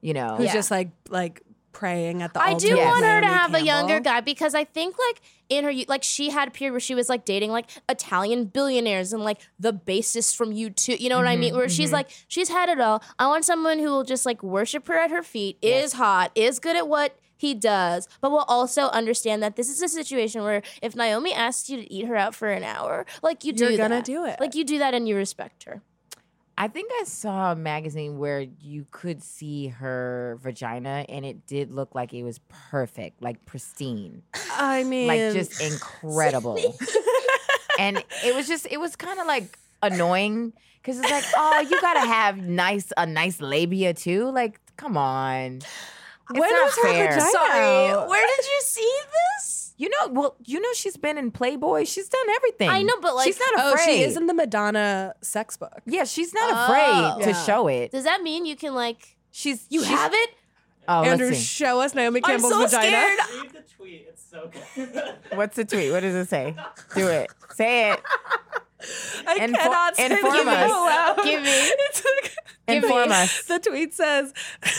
Speaker 7: You know,
Speaker 6: Who's
Speaker 5: Yeah.
Speaker 6: just like like praying at the
Speaker 5: I
Speaker 6: altar.
Speaker 5: do
Speaker 6: of
Speaker 5: want her to
Speaker 6: Naomi
Speaker 5: have a younger
Speaker 6: Campbell.
Speaker 5: guy because I think like in her like she had a period where she was like dating like Italian billionaires and like the bassist from U two. You know what I mean?
Speaker 6: Mm-hmm,
Speaker 5: Where she's like she's had it all. I want someone who will just like worship her at her feet. Is hot. Is good at what. He does, but will also understand that this is a situation where if Naomi asks you to eat her out for an hour, like you do,
Speaker 6: You're gonna
Speaker 5: that.
Speaker 6: do it.
Speaker 5: Like you do that, and you respect her.
Speaker 7: I think I saw a magazine where you could see her vagina, and it did look like it was perfect, like pristine.
Speaker 6: I mean,
Speaker 7: like just incredible. and it was just it was kind of like annoying because it's like, oh, you gotta have nice a nice labia too. Like, come on. It's
Speaker 6: When
Speaker 7: not
Speaker 6: was her
Speaker 7: fair.
Speaker 6: vagina- I know.
Speaker 5: where did you see this?
Speaker 7: You know, well, you know, she's been in Playboy. She's done everything.
Speaker 5: I know, but, like-
Speaker 7: she's not
Speaker 6: Oh,
Speaker 7: afraid.
Speaker 6: she is in the Madonna sex book.
Speaker 7: Yeah, she's not afraid
Speaker 5: Oh.
Speaker 7: to
Speaker 6: Yeah.
Speaker 7: show it.
Speaker 5: Does that mean you can like
Speaker 7: She's
Speaker 5: you
Speaker 7: she's-
Speaker 5: have it?
Speaker 7: Oh, let's
Speaker 6: Andrew,
Speaker 7: see.
Speaker 6: show us Naomi
Speaker 5: I'm
Speaker 6: Campbell's
Speaker 5: so
Speaker 6: vagina.
Speaker 5: scared.
Speaker 8: Read the tweet. It's so good.
Speaker 7: What's the tweet? What does it say? Do it. Say it.
Speaker 6: I
Speaker 7: Info-
Speaker 6: cannot say
Speaker 7: inform
Speaker 6: that
Speaker 7: us.
Speaker 6: out loud.
Speaker 5: Give me.
Speaker 6: It's like-
Speaker 7: Inform us.
Speaker 6: The tweet says,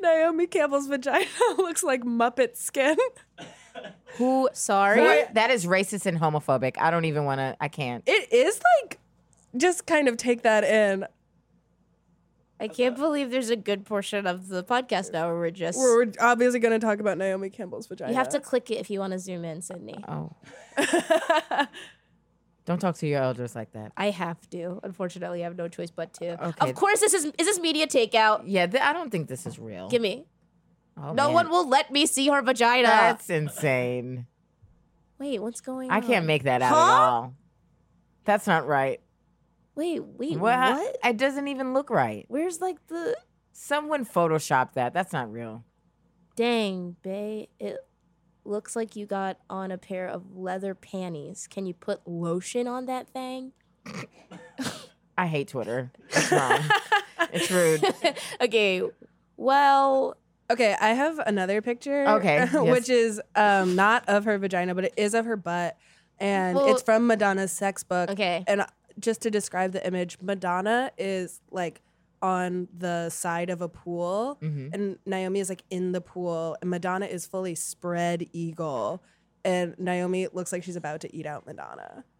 Speaker 6: "Naomi Campbell's vagina looks like Muppet skin."
Speaker 5: Who? Sorry.
Speaker 7: Sorry, that is racist and homophobic. I don't even want to. I can't.
Speaker 6: It is like, just kind of take that in.
Speaker 5: I can't believe there's a good portion of the podcast now where we're just.
Speaker 6: We're we're obviously going to talk about Naomi Campbell's vagina.
Speaker 5: you have to click it if you want to zoom in, Sydney.
Speaker 7: Oh, don't talk to your elders like that.
Speaker 5: I have to. Unfortunately, I have no choice but to.
Speaker 7: Okay.
Speaker 5: Of course, this is is this media takeout.
Speaker 7: Yeah, th- I don't think this is real.
Speaker 5: Give me.
Speaker 7: Oh,
Speaker 5: no
Speaker 7: man.
Speaker 5: one will let me see her vagina.
Speaker 7: That's insane.
Speaker 5: Wait, what's going on?
Speaker 7: I can't make that out
Speaker 5: Huh?
Speaker 7: at all. That's not right.
Speaker 5: Wait, wait,
Speaker 7: What?
Speaker 5: what?
Speaker 7: It doesn't even look right.
Speaker 5: Where's like the
Speaker 7: Someone photoshopped that. That's not real.
Speaker 5: dang, bae? It looks like you got on a pair of leather panties. Can you put lotion on that thing?
Speaker 7: I hate Twitter. It's wrong. it's rude.
Speaker 5: okay. Well,
Speaker 6: Okay, I have another picture.
Speaker 7: Okay, yes.
Speaker 6: which is um, not of her vagina, but it is of her butt, and
Speaker 5: Well-
Speaker 6: it's from Madonna's sex book.
Speaker 5: okay.
Speaker 6: And just to describe the image, Madonna is like on the side of a pool,
Speaker 7: hmm
Speaker 6: and Naomi is like in the pool, and Madonna is fully spread eagle, and Naomi looks like she's about to eat out Madonna.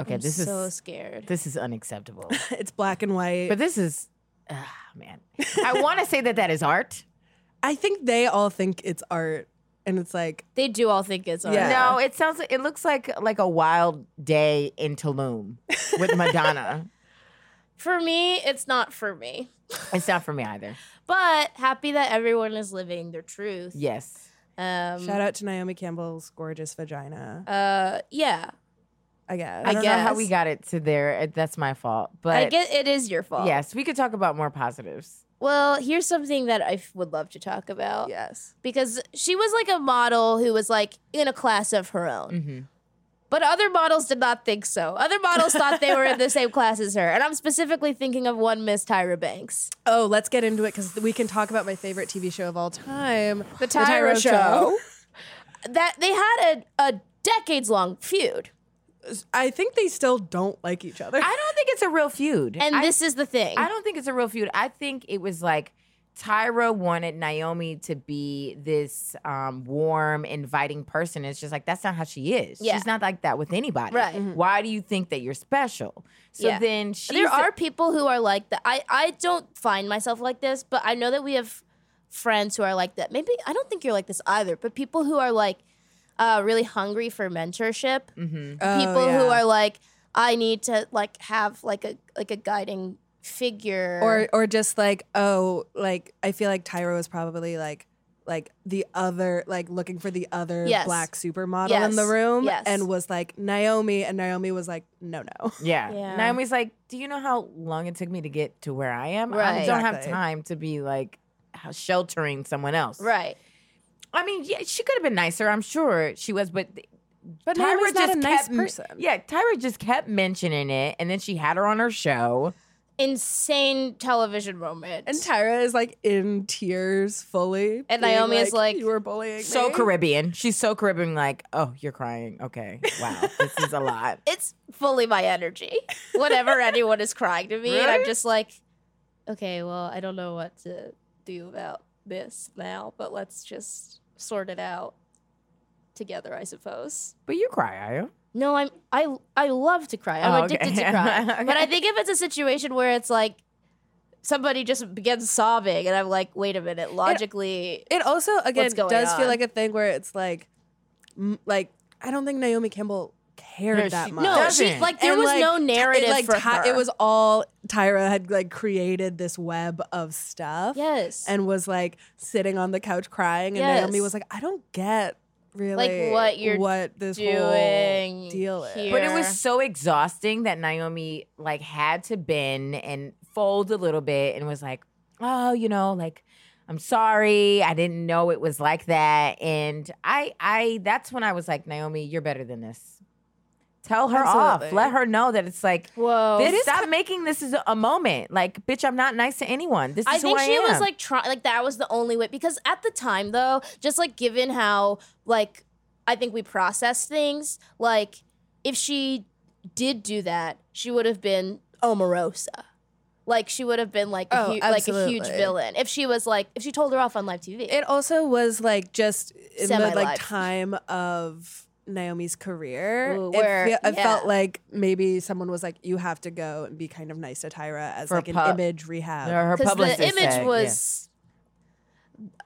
Speaker 7: Okay,
Speaker 5: I'm
Speaker 7: this
Speaker 5: so
Speaker 7: is
Speaker 5: scared.
Speaker 7: this is unacceptable.
Speaker 6: It's black and white.
Speaker 7: But this is, ah, man. I want to say that that is art.
Speaker 6: I think they all think it's art, and it's like
Speaker 5: they do all think it's on.
Speaker 6: Yeah.
Speaker 7: No, it sounds. like- It looks like like a wild day in Tulum with Madonna.
Speaker 5: For me, it's not for me.
Speaker 7: it's not for me either.
Speaker 5: But happy that everyone is living their truth.
Speaker 7: Yes.
Speaker 5: Um,
Speaker 6: shout out to Naomi Campbell's gorgeous vagina.
Speaker 5: Uh, yeah.
Speaker 6: I guess.
Speaker 7: I,
Speaker 5: I
Speaker 7: don't know how we
Speaker 5: guess.
Speaker 7: got it to there. It- That's my fault. But
Speaker 5: I get it is your fault.
Speaker 7: yes, we could talk about more positives.
Speaker 5: Well, here's something that I f- would love to talk about.
Speaker 6: yes.
Speaker 5: Because she was like a model who was like in a class of her own.
Speaker 7: Mm-hmm.
Speaker 5: But other models did not think so. Other models thought they were in the same class as her. And I'm specifically thinking of one Miss Tyra Banks.
Speaker 6: Oh, let's get into it because we can talk about my favorite TV show of all time,
Speaker 5: The Tyra, Show. that they had a, a decades long feud.
Speaker 6: I think they still don't like each other.
Speaker 7: I don't think it's a real feud.
Speaker 5: And
Speaker 7: I,
Speaker 5: this is the thing.
Speaker 7: I don't think it's a real feud. I think it was like Tyra wanted Naomi to be this um, warm, inviting person. It's just like that's not how she is.
Speaker 5: Yeah.
Speaker 7: She's not like that with anybody.
Speaker 5: Right.
Speaker 7: Why do you think that you're special? So
Speaker 5: Yeah.
Speaker 7: then she
Speaker 5: there are people who are like that. I, I don't find myself like this, but I know that we have friends who are like that. Maybe I don't think you're like this either, but people who are like uh, really hungry for mentorship,
Speaker 7: hmm
Speaker 6: Oh,
Speaker 5: people who are like, I need to like have like a like a guiding figure.
Speaker 6: or or just like oh like I feel like Tyra was probably like like the other like looking for the other
Speaker 5: Yes.
Speaker 6: black supermodel in
Speaker 5: Yes.
Speaker 6: the room
Speaker 5: Yes.
Speaker 6: and was like Naomi and Naomi was like no no
Speaker 7: Yeah.
Speaker 5: Yeah.
Speaker 7: Naomi's like, do you know how long it took me to get to where I am? I
Speaker 5: Right.
Speaker 7: don't have
Speaker 6: Exactly.
Speaker 7: time to be like h- sheltering someone else.
Speaker 5: right.
Speaker 7: I mean, yeah, she could have been nicer. I'm sure she was, but
Speaker 6: but
Speaker 7: Tyra
Speaker 6: Naomi's not
Speaker 7: just
Speaker 6: a nice
Speaker 7: kept m-
Speaker 6: person
Speaker 7: yeah, Tyra just kept mentioning it, and then she had her on her show.
Speaker 5: Insane television moment.
Speaker 6: and Tyra is like in tears fully
Speaker 5: And
Speaker 6: being
Speaker 5: Naomi is like,
Speaker 6: you were bullying
Speaker 7: So
Speaker 6: me.
Speaker 7: Caribbean. She's so Caribbean. Like, oh, you're crying. Okay, wow, this is a lot.
Speaker 5: it's fully my energy whenever anyone is crying to me and i'm
Speaker 7: Really?
Speaker 5: just like okay well i don't know what to do about this now but let's just sort it out together i suppose
Speaker 7: But you cry, are you?
Speaker 5: no i'm i i love to cry i'm
Speaker 7: Oh, okay.
Speaker 5: addicted to cry but i
Speaker 7: Okay.
Speaker 5: think if it's a situation where it's like somebody just begins sobbing and i'm like wait a minute logically
Speaker 6: it also again
Speaker 5: What's going
Speaker 6: does feel
Speaker 5: on?
Speaker 6: like a thing where it's like m- like I don't think Naomi Campbell cared
Speaker 7: No,
Speaker 6: that
Speaker 7: she
Speaker 6: much.
Speaker 5: no she
Speaker 7: doesn't.
Speaker 5: like there
Speaker 6: And,
Speaker 5: was
Speaker 6: like,
Speaker 5: no
Speaker 6: Ty-
Speaker 5: narrative
Speaker 6: It, like,
Speaker 5: for
Speaker 6: Ty-
Speaker 5: her
Speaker 6: It was all Tyra had like created this web of stuff
Speaker 5: yes
Speaker 6: and was like sitting on the couch crying, and
Speaker 5: Yes.
Speaker 6: Naomi was like, "I don't get really
Speaker 5: what you're
Speaker 6: what this
Speaker 5: doing
Speaker 6: whole deal is."
Speaker 5: here.
Speaker 7: But it was
Speaker 5: Sure.
Speaker 7: so exhausting that Naomi like had to bend and fold a little bit and was like, oh, you know, like I'm sorry, I didn't know it was like that. And I I that's when I was like, Naomi, you're better than this. Tell her off.
Speaker 6: Absolutely.
Speaker 7: Let her know that it's like
Speaker 5: Whoa.
Speaker 7: this, stop making this is a moment. Like, bitch, I'm not nice to anyone. This is
Speaker 5: I
Speaker 7: who
Speaker 5: think
Speaker 7: I
Speaker 5: she
Speaker 7: am.
Speaker 5: was like trying, like that was the only way. Because at the time, though, just like given how like I think we process things, like if she did do that, she would have been Omarosa. Like she would have been like a
Speaker 6: Oh,
Speaker 5: hu- like a huge
Speaker 6: absolutely.
Speaker 5: villain if she was like if she told her off on live TV.
Speaker 6: It also was like just in the
Speaker 5: Semi-live.
Speaker 6: like time of Naomi's career.
Speaker 5: Ooh,
Speaker 6: it
Speaker 5: where-
Speaker 6: fe- it
Speaker 5: yeah.
Speaker 6: felt like maybe someone was like, "You have to go and be kind of nice to Tyra as
Speaker 7: For
Speaker 6: like an
Speaker 7: pub-
Speaker 6: image rehab."
Speaker 7: Or her
Speaker 5: Because
Speaker 7: publicist
Speaker 5: the image
Speaker 7: said,
Speaker 5: was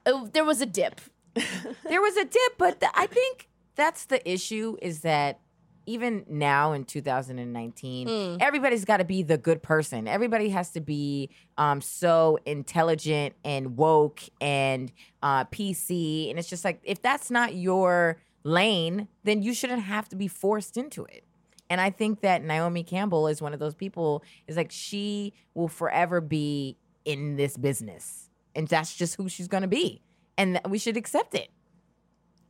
Speaker 5: oh, there was a dip.
Speaker 7: yeah. there was a dip, but the, I think that's the issue is that even now in 2019,
Speaker 5: Mm.
Speaker 7: everybody's got to be the good person. Everybody has to be um, so intelligent and woke and uh, PC, and it's just like if that's not your lane, then you shouldn't have to be forced into it. And I think that Naomi Campbell is one of those people. Is like she will forever be in this business, and that's just who she's going to be, and th- we should accept it.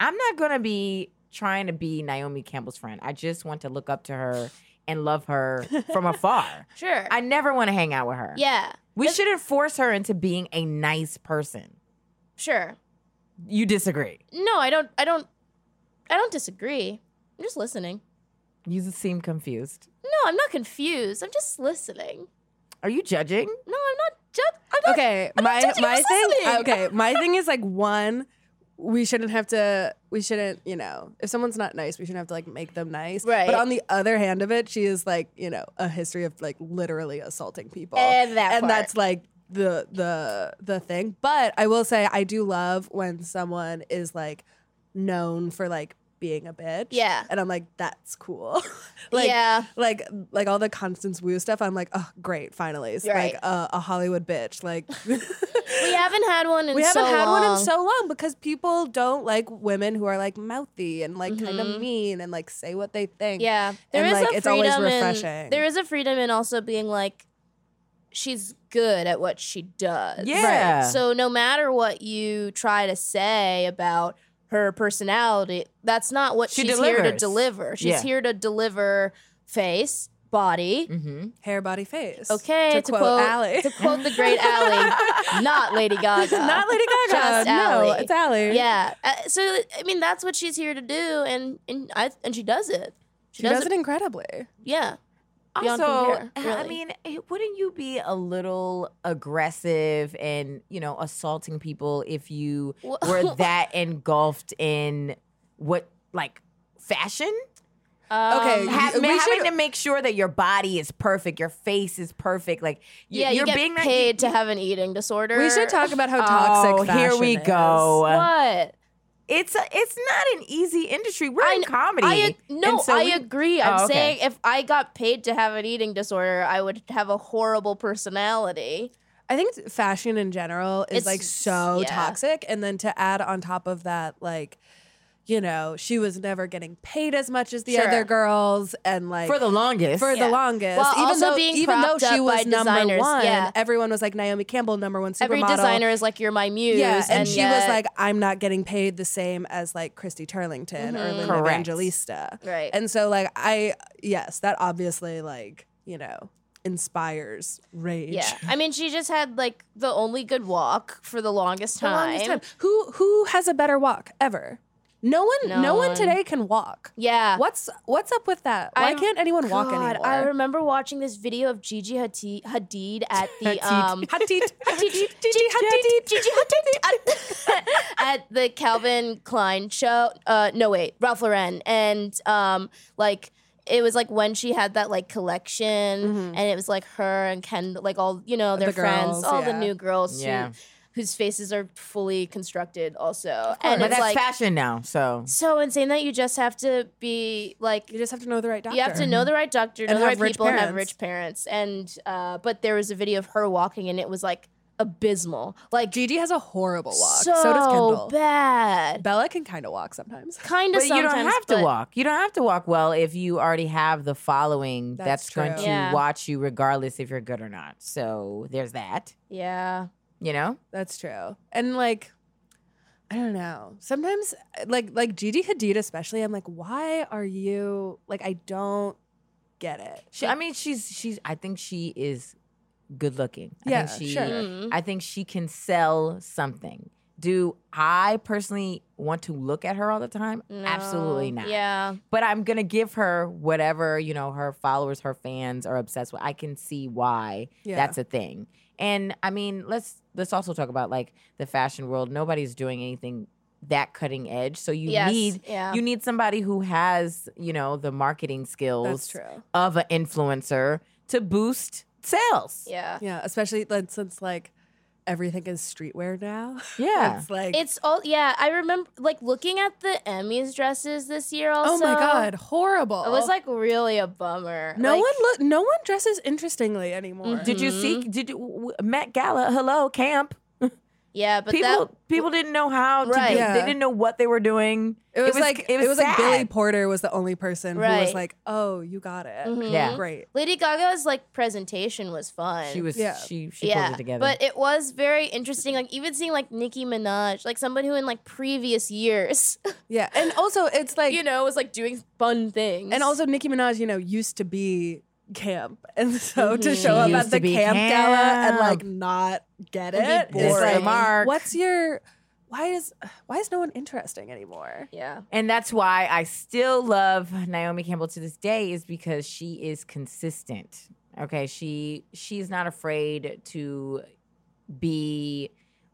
Speaker 7: I'm not going to be trying to be Naomi Campbell's friend. I just want to look up to her and love her from afar.
Speaker 5: Sure.
Speaker 7: I never want to hang out with her.
Speaker 5: yeah.
Speaker 7: We shouldn't force her into being a nice person.
Speaker 5: Sure.
Speaker 7: You disagree.
Speaker 5: No, I don't. I don't. I don't disagree. I'm just listening.
Speaker 7: You seem confused.
Speaker 5: No, I'm not confused. I'm just listening.
Speaker 7: Are you judging?
Speaker 5: No, I'm not. Ju- I'm not
Speaker 6: okay,
Speaker 5: I'm not
Speaker 6: my
Speaker 5: judging, I'm
Speaker 6: my
Speaker 5: just
Speaker 6: thing.
Speaker 5: listening.
Speaker 6: Okay, my thing is like one. We shouldn't have to. We shouldn't. You know, if someone's not nice, we shouldn't have to like make them nice.
Speaker 5: Right.
Speaker 6: But on the other hand of it, she is like you know a history of like literally assaulting people.
Speaker 5: And that
Speaker 6: and
Speaker 5: part.
Speaker 6: that's like the the the thing. But I will say I do love when someone is like known for like being a bitch.
Speaker 5: Yeah.
Speaker 6: And I'm like, that's cool. like
Speaker 5: yeah.
Speaker 6: like like all the Constance Wu stuff. I'm like, oh great, finally, it's
Speaker 5: Right.
Speaker 6: like a, a Hollywood bitch. Like
Speaker 5: We haven't had one in
Speaker 6: we haven't
Speaker 5: so
Speaker 6: had one in
Speaker 5: long.
Speaker 6: so long because people don't like women who are like mouthy and like kind of mean and like say what they think.
Speaker 5: Mm-hmm. Yeah. there is
Speaker 6: and, like,
Speaker 5: a
Speaker 6: it's
Speaker 5: freedom
Speaker 6: always
Speaker 5: In,
Speaker 6: refreshing.
Speaker 5: there is a freedom in also being like she's good at what she does.
Speaker 7: Yeah.
Speaker 5: So no matter what you try to say about her personality, that's not what
Speaker 7: She
Speaker 5: she's here to
Speaker 7: delivers.
Speaker 5: deliver. She's
Speaker 7: Yeah.
Speaker 5: here to deliver face, body.
Speaker 7: Mm-hmm.
Speaker 6: hair, body, face.
Speaker 5: Okay,
Speaker 6: Mm. to,
Speaker 5: to
Speaker 6: quote,
Speaker 5: quote-
Speaker 6: Allie.
Speaker 5: To quote the great Ally, not Lady Gaga.
Speaker 6: Not Lady Gaga.
Speaker 5: Just
Speaker 6: no,
Speaker 5: Ally.
Speaker 6: it's Allie.
Speaker 5: Yeah. Uh, so I mean, that's what she's here to do, and and I and she does it.
Speaker 6: she does it incredibly.
Speaker 5: Yeah. Beyond
Speaker 7: Also,
Speaker 5: compare,
Speaker 7: I
Speaker 5: really.
Speaker 7: mean, it- wouldn't you be a little aggressive and you know assaulting people if you
Speaker 5: Wha-
Speaker 7: were that engulfed in what like fashion?
Speaker 5: Um,
Speaker 6: Okay,
Speaker 7: Have,
Speaker 6: we
Speaker 7: having
Speaker 6: should-
Speaker 7: to make sure that your body is perfect, your face is perfect. Like you,
Speaker 5: yeah, you
Speaker 7: you're
Speaker 5: get
Speaker 7: being like-
Speaker 5: paid to have an eating disorder.
Speaker 6: We should talk about how toxic.
Speaker 7: Oh, here
Speaker 6: fashion
Speaker 7: we
Speaker 6: is.
Speaker 7: go.
Speaker 5: What?
Speaker 7: It's a, it's not an easy industry. We're
Speaker 5: I
Speaker 7: in
Speaker 5: kn-
Speaker 7: comedy.
Speaker 5: I ag- no,
Speaker 7: And so
Speaker 5: I
Speaker 7: we-
Speaker 5: agree.
Speaker 7: Oh,
Speaker 5: I'm
Speaker 7: okay.
Speaker 5: saying if I got paid to have an eating disorder, I would have a horrible personality.
Speaker 6: I think fashion in general is
Speaker 5: It's-
Speaker 6: like so
Speaker 5: yeah.
Speaker 6: toxic. And then to add on top of that, like, you know, she was never getting paid as much as the
Speaker 5: Sure.
Speaker 6: other girls and like
Speaker 7: for the longest.
Speaker 6: for
Speaker 5: Yeah.
Speaker 6: the longest.
Speaker 5: While
Speaker 6: even
Speaker 5: also
Speaker 6: though
Speaker 5: being
Speaker 6: even though
Speaker 5: propped up
Speaker 6: she
Speaker 5: by
Speaker 6: was number
Speaker 5: designers,
Speaker 6: one,
Speaker 5: yeah.
Speaker 6: everyone was like Naomi Campbell, number one supermodel.
Speaker 5: Every designer is like, "You're my muse,"
Speaker 6: yeah, and, she was
Speaker 5: yet-
Speaker 6: like, I'm not getting paid the same as like Christy Turlington or Linda
Speaker 5: Mm-hmm.
Speaker 7: Correct.
Speaker 6: Evangelista.
Speaker 5: Right.
Speaker 6: And so like I yes, that obviously like, you know, inspires rage.
Speaker 5: "Yeah." I mean, she just had like the only good walk for the longest
Speaker 6: the
Speaker 5: time.
Speaker 6: longest time. Who who has a better walk ever? No one, no,
Speaker 5: No
Speaker 6: one,
Speaker 5: one.
Speaker 6: today can walk.
Speaker 5: Yeah.
Speaker 6: What's what's up with that? Why
Speaker 5: I-
Speaker 6: can't anyone walk
Speaker 5: God,
Speaker 6: anymore?
Speaker 5: I remember watching this video of Gigi Hadid, Hadid at the um
Speaker 6: Hadid.
Speaker 5: Gigi
Speaker 6: Gigi Hadid.
Speaker 5: Gigi Hadid at- at the Calvin Klein show. Uh, no wait, Ralph Lauren, and um, like it was like when she had that like collection, and it was like her and Ken, like all you know their
Speaker 6: Mm-hmm. The
Speaker 5: friends,
Speaker 6: girls,
Speaker 5: all the
Speaker 6: yeah.
Speaker 5: new girls, who-
Speaker 7: Yeah.
Speaker 5: whose faces are fully constructed also, and
Speaker 7: but
Speaker 5: it's
Speaker 7: that's
Speaker 5: like
Speaker 7: fashion now. So
Speaker 5: so insane that you just have to be like
Speaker 6: You just have to know the right doctor.
Speaker 5: you have to know the right doctor, know
Speaker 6: And
Speaker 5: the right
Speaker 6: have rich
Speaker 5: people, and have
Speaker 6: parents.
Speaker 5: rich parents. And uh, but there was a video of her walking, and it was like abysmal, like
Speaker 6: Gigi has a horrible walk.
Speaker 5: so,
Speaker 6: So, does Kendall.
Speaker 5: bad.
Speaker 6: Bella can kind of walk sometimes.
Speaker 5: Kind of,
Speaker 7: but you don't have to
Speaker 5: but
Speaker 7: walk. You don't have to walk well if you already have the following
Speaker 6: That's
Speaker 7: that's, going
Speaker 6: true.
Speaker 7: to
Speaker 5: Yeah.
Speaker 7: watch you regardless if you're good or not. So there's that.
Speaker 5: Yeah,
Speaker 7: You know?
Speaker 6: That's true. And like, I don't know. Sometimes, like like Gigi Hadid especially, I'm like, why are you like? I don't get it.
Speaker 7: She, I mean, she's she's. I think she is good looking. I
Speaker 6: Yeah,
Speaker 7: think she,
Speaker 6: sure.
Speaker 5: Mm.
Speaker 7: I think she can sell something. Do I personally want to look at her all the time? Absolutely
Speaker 5: No.
Speaker 7: not.
Speaker 5: Yeah.
Speaker 7: But I'm gonna give her whatever you know her followers, her fans are obsessed with. I can see why
Speaker 6: Yeah.
Speaker 7: that's a thing. And I mean, let's let's also talk about like the fashion world. Nobody's doing anything that cutting edge, so you
Speaker 5: yes.
Speaker 7: need
Speaker 5: yeah.
Speaker 7: you need somebody who has you know the marketing skills
Speaker 6: That's true.
Speaker 7: of an influencer to boost sales.
Speaker 5: yeah.
Speaker 6: Yeah, especially like, since like everything is streetwear now.
Speaker 7: Yeah.
Speaker 6: it's like
Speaker 5: It's all yeah. I remember like looking at the Emmys dresses this year.
Speaker 6: oh
Speaker 5: Also,
Speaker 6: my god, horrible.
Speaker 5: it was like really a bummer.
Speaker 6: no
Speaker 5: Like,
Speaker 6: one look, no one dresses interestingly anymore.
Speaker 7: Did you see?
Speaker 5: mm-hmm.
Speaker 7: Did you w- Met Gala? Hello, camp.
Speaker 5: Yeah, but
Speaker 7: people
Speaker 5: that
Speaker 7: people didn't know how. To
Speaker 5: Right.
Speaker 7: do,
Speaker 6: Yeah.
Speaker 7: They didn't know what they were doing.
Speaker 6: It was,
Speaker 7: was-
Speaker 6: like
Speaker 7: it
Speaker 6: it
Speaker 7: was
Speaker 6: was, like Billy
Speaker 7: sad.
Speaker 6: Porter was the only person who
Speaker 5: Right.
Speaker 6: was like, "Oh, you got it,
Speaker 5: Mhm.
Speaker 7: Mm-hmm. Yeah.
Speaker 6: great."
Speaker 5: Lady Gaga's like presentation was fun.
Speaker 7: She was.
Speaker 6: Yeah.
Speaker 7: She she
Speaker 5: yeah,
Speaker 7: pulled it together.
Speaker 5: but it was very interesting. Like even seeing like Nicki Minaj, like somebody who in like previous years,
Speaker 6: Yeah, and also it's like
Speaker 5: you know, was like doing fun things.
Speaker 6: And also, Nicki Minaj, you know, used to be camp, and so to
Speaker 5: Mhm.
Speaker 6: show up
Speaker 7: She used
Speaker 6: at the
Speaker 7: to be
Speaker 6: camp, gala and
Speaker 7: camp.
Speaker 6: like not get
Speaker 5: Would be
Speaker 6: it,
Speaker 5: This is the boring.
Speaker 7: mark.
Speaker 6: What's your why is why is no one interesting anymore?
Speaker 5: yeah,
Speaker 7: and that's why I still love Naomi Campbell to this day is because she is consistent. Okay, she she's not afraid to be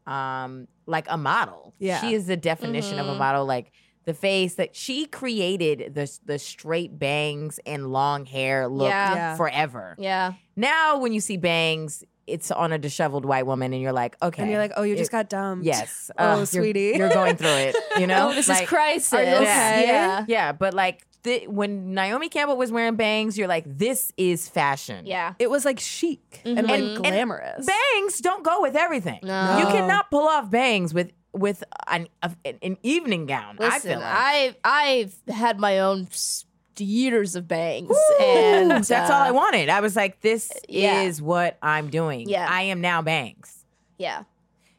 Speaker 7: um like a model.
Speaker 6: Yeah.
Speaker 7: She is the definition of
Speaker 5: Mhm.
Speaker 7: a model like the face that she created the the straight bangs and long hair look
Speaker 5: Yeah.
Speaker 6: Yeah.
Speaker 7: forever.
Speaker 5: yeah,
Speaker 7: Now when you see bangs, it's on a disheveled white woman and you're like, okay.
Speaker 6: And you're like, oh, you just
Speaker 7: It-
Speaker 6: got dumped.
Speaker 7: yes. Uh,
Speaker 6: Oh,
Speaker 7: you're-
Speaker 6: sweetie.
Speaker 7: You're going through it, you know?
Speaker 5: Oh, this
Speaker 7: Like,
Speaker 5: is crisis.
Speaker 6: Are you okay?
Speaker 5: Yeah,
Speaker 7: yeah, but like th- when Naomi Campbell was wearing bangs, you're like, this is fashion.
Speaker 5: yeah.
Speaker 6: it was like chic and
Speaker 5: Mhm.
Speaker 6: like
Speaker 5: And- and
Speaker 6: glamorous.
Speaker 7: bangs don't go with everything.
Speaker 5: No.
Speaker 7: You cannot pull off bangs with with an a, an evening gown. I feel
Speaker 5: Listen,
Speaker 7: like.
Speaker 5: I I've had my own s- years of bangs,
Speaker 7: Ooh,
Speaker 5: and
Speaker 7: that's all I
Speaker 5: uh,
Speaker 7: wanted. I was like, this
Speaker 5: yeah.
Speaker 7: is what I'm doing.
Speaker 5: Yeah.
Speaker 7: I am now bangs.
Speaker 5: Yeah,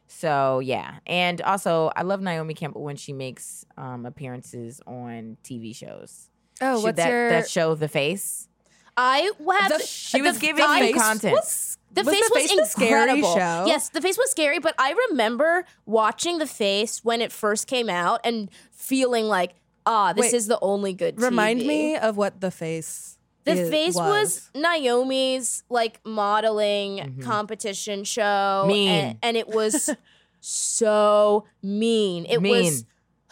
Speaker 7: So yeah, and also I love Naomi Campbell when she makes um, appearances on TV shows.
Speaker 6: oh,
Speaker 7: She-
Speaker 6: what's
Speaker 7: that,
Speaker 6: your
Speaker 7: that show, The Face?
Speaker 5: I have.
Speaker 7: The- she was giving
Speaker 5: I-
Speaker 7: you content.
Speaker 5: The
Speaker 6: Was
Speaker 5: face
Speaker 6: The
Speaker 5: was
Speaker 6: Face the scary
Speaker 5: incredible.
Speaker 6: show?
Speaker 5: Yes, the face was scary, but I remember watching the face when it first came out and feeling like, ah, this
Speaker 6: Wait.
Speaker 5: is the only good.
Speaker 6: remind
Speaker 5: TV.
Speaker 6: me of what the face.
Speaker 5: The
Speaker 6: is-
Speaker 5: face was. Naomi's like modeling
Speaker 6: Mm-hmm.
Speaker 5: competition show,
Speaker 7: Mean.
Speaker 5: and, and it was so mean. It was
Speaker 7: Mean.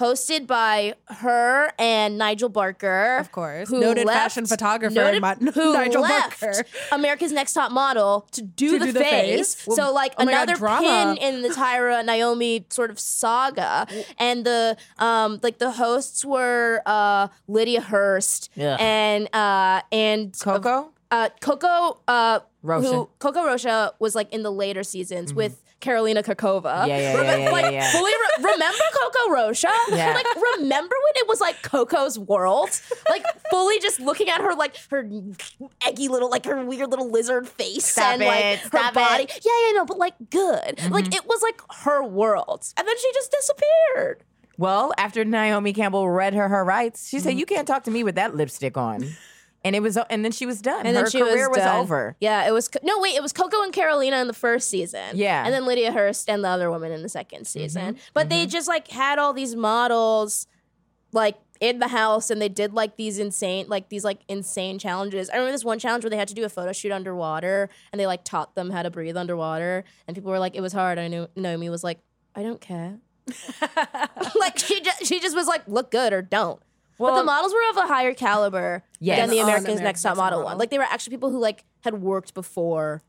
Speaker 5: hosted by her and Nigel Barker,
Speaker 6: Of course.
Speaker 5: who
Speaker 6: Noted
Speaker 5: left-
Speaker 6: fashion photographer
Speaker 5: noted-
Speaker 6: Ma-
Speaker 5: who
Speaker 6: Nigel
Speaker 5: left
Speaker 6: Barker.
Speaker 5: America's Next Top Model to do,
Speaker 6: To
Speaker 5: the,
Speaker 6: do the
Speaker 5: face.
Speaker 6: face?
Speaker 5: so
Speaker 6: Well,
Speaker 5: like
Speaker 6: oh my God,
Speaker 5: another
Speaker 6: drama.
Speaker 5: pin in the Tyra Naomi sort of saga, and the um like the hosts were uh Lydia Hurst
Speaker 7: Yeah.
Speaker 5: and uh and
Speaker 7: Coco?
Speaker 5: uh, Coco uh
Speaker 7: Rocha. Mm-hmm.
Speaker 5: who Coco Rocha was like in the later seasons with Carolina Kakova.
Speaker 7: Yeah, yeah, yeah, yeah,
Speaker 5: like
Speaker 7: yeah, yeah.
Speaker 5: fully re- remember Coco Rocha?
Speaker 7: Yeah.
Speaker 5: Like remember when it was like Coco's world? Like fully just looking at her like her eggy little like her weird little lizard face
Speaker 7: Stop
Speaker 5: and like
Speaker 7: it, Mm-hmm.
Speaker 5: her
Speaker 7: stop
Speaker 5: body. Yeah, yeah, no, but like good. Like it was like her world. And then she just disappeared.
Speaker 7: Well, after Naomi Campbell read her her rights, she
Speaker 5: Mm-hmm.
Speaker 7: said, "You can't talk to me with that lipstick on." And it was, and then she was done.
Speaker 5: And
Speaker 7: her
Speaker 5: then she
Speaker 7: career was,
Speaker 5: done.
Speaker 7: over.
Speaker 5: Yeah, it was Co- no wait. It was Coco and Carolina in the first season.
Speaker 7: Yeah. Mm-hmm,
Speaker 5: and then Lydia Hurst and the other woman in the second season. But they just like had all these models, like in the house, and they did like these insane, like these like insane challenges. I remember this one challenge where they had to do a photo shoot underwater, and they like taught them how to breathe underwater, and people were like, "It was hard." I knew Naomi was like, "I don't care." like she just, she just was like, "Look good or don't." but the
Speaker 7: Well-
Speaker 5: models were of a higher caliber
Speaker 7: Yes.
Speaker 5: than the
Speaker 6: On
Speaker 5: Americans
Speaker 6: America's
Speaker 5: Next Top
Speaker 6: Next
Speaker 5: Model,
Speaker 6: Model.
Speaker 5: one. Like they were actually people who like had worked before.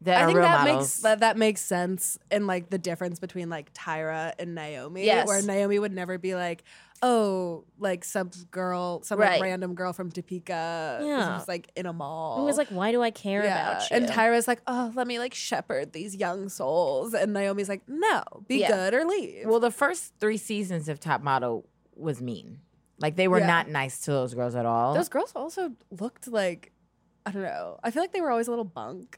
Speaker 7: That
Speaker 6: I
Speaker 7: are
Speaker 6: think
Speaker 7: real
Speaker 6: that
Speaker 7: models.
Speaker 6: makes that, that makes sense in like the difference between like Tyra and Naomi.
Speaker 5: Yes.
Speaker 6: Where Naomi would never be like, oh, like some girl, some
Speaker 5: Right.
Speaker 6: like random girl from Topeka who's
Speaker 5: Yeah.
Speaker 6: just, like in a mall.
Speaker 5: I was like, why do I care
Speaker 6: yeah.
Speaker 5: about you?
Speaker 6: And Tyra's like, oh, let me like shepherd these young souls. And Naomi's like, no, be
Speaker 5: Yeah.
Speaker 6: good or leave.
Speaker 7: well, the first three seasons of Top Model was mean. Like they were
Speaker 6: Yeah.
Speaker 7: not nice to those girls at all.
Speaker 6: those girls also looked like I don't know. I feel like they were always a little bunk.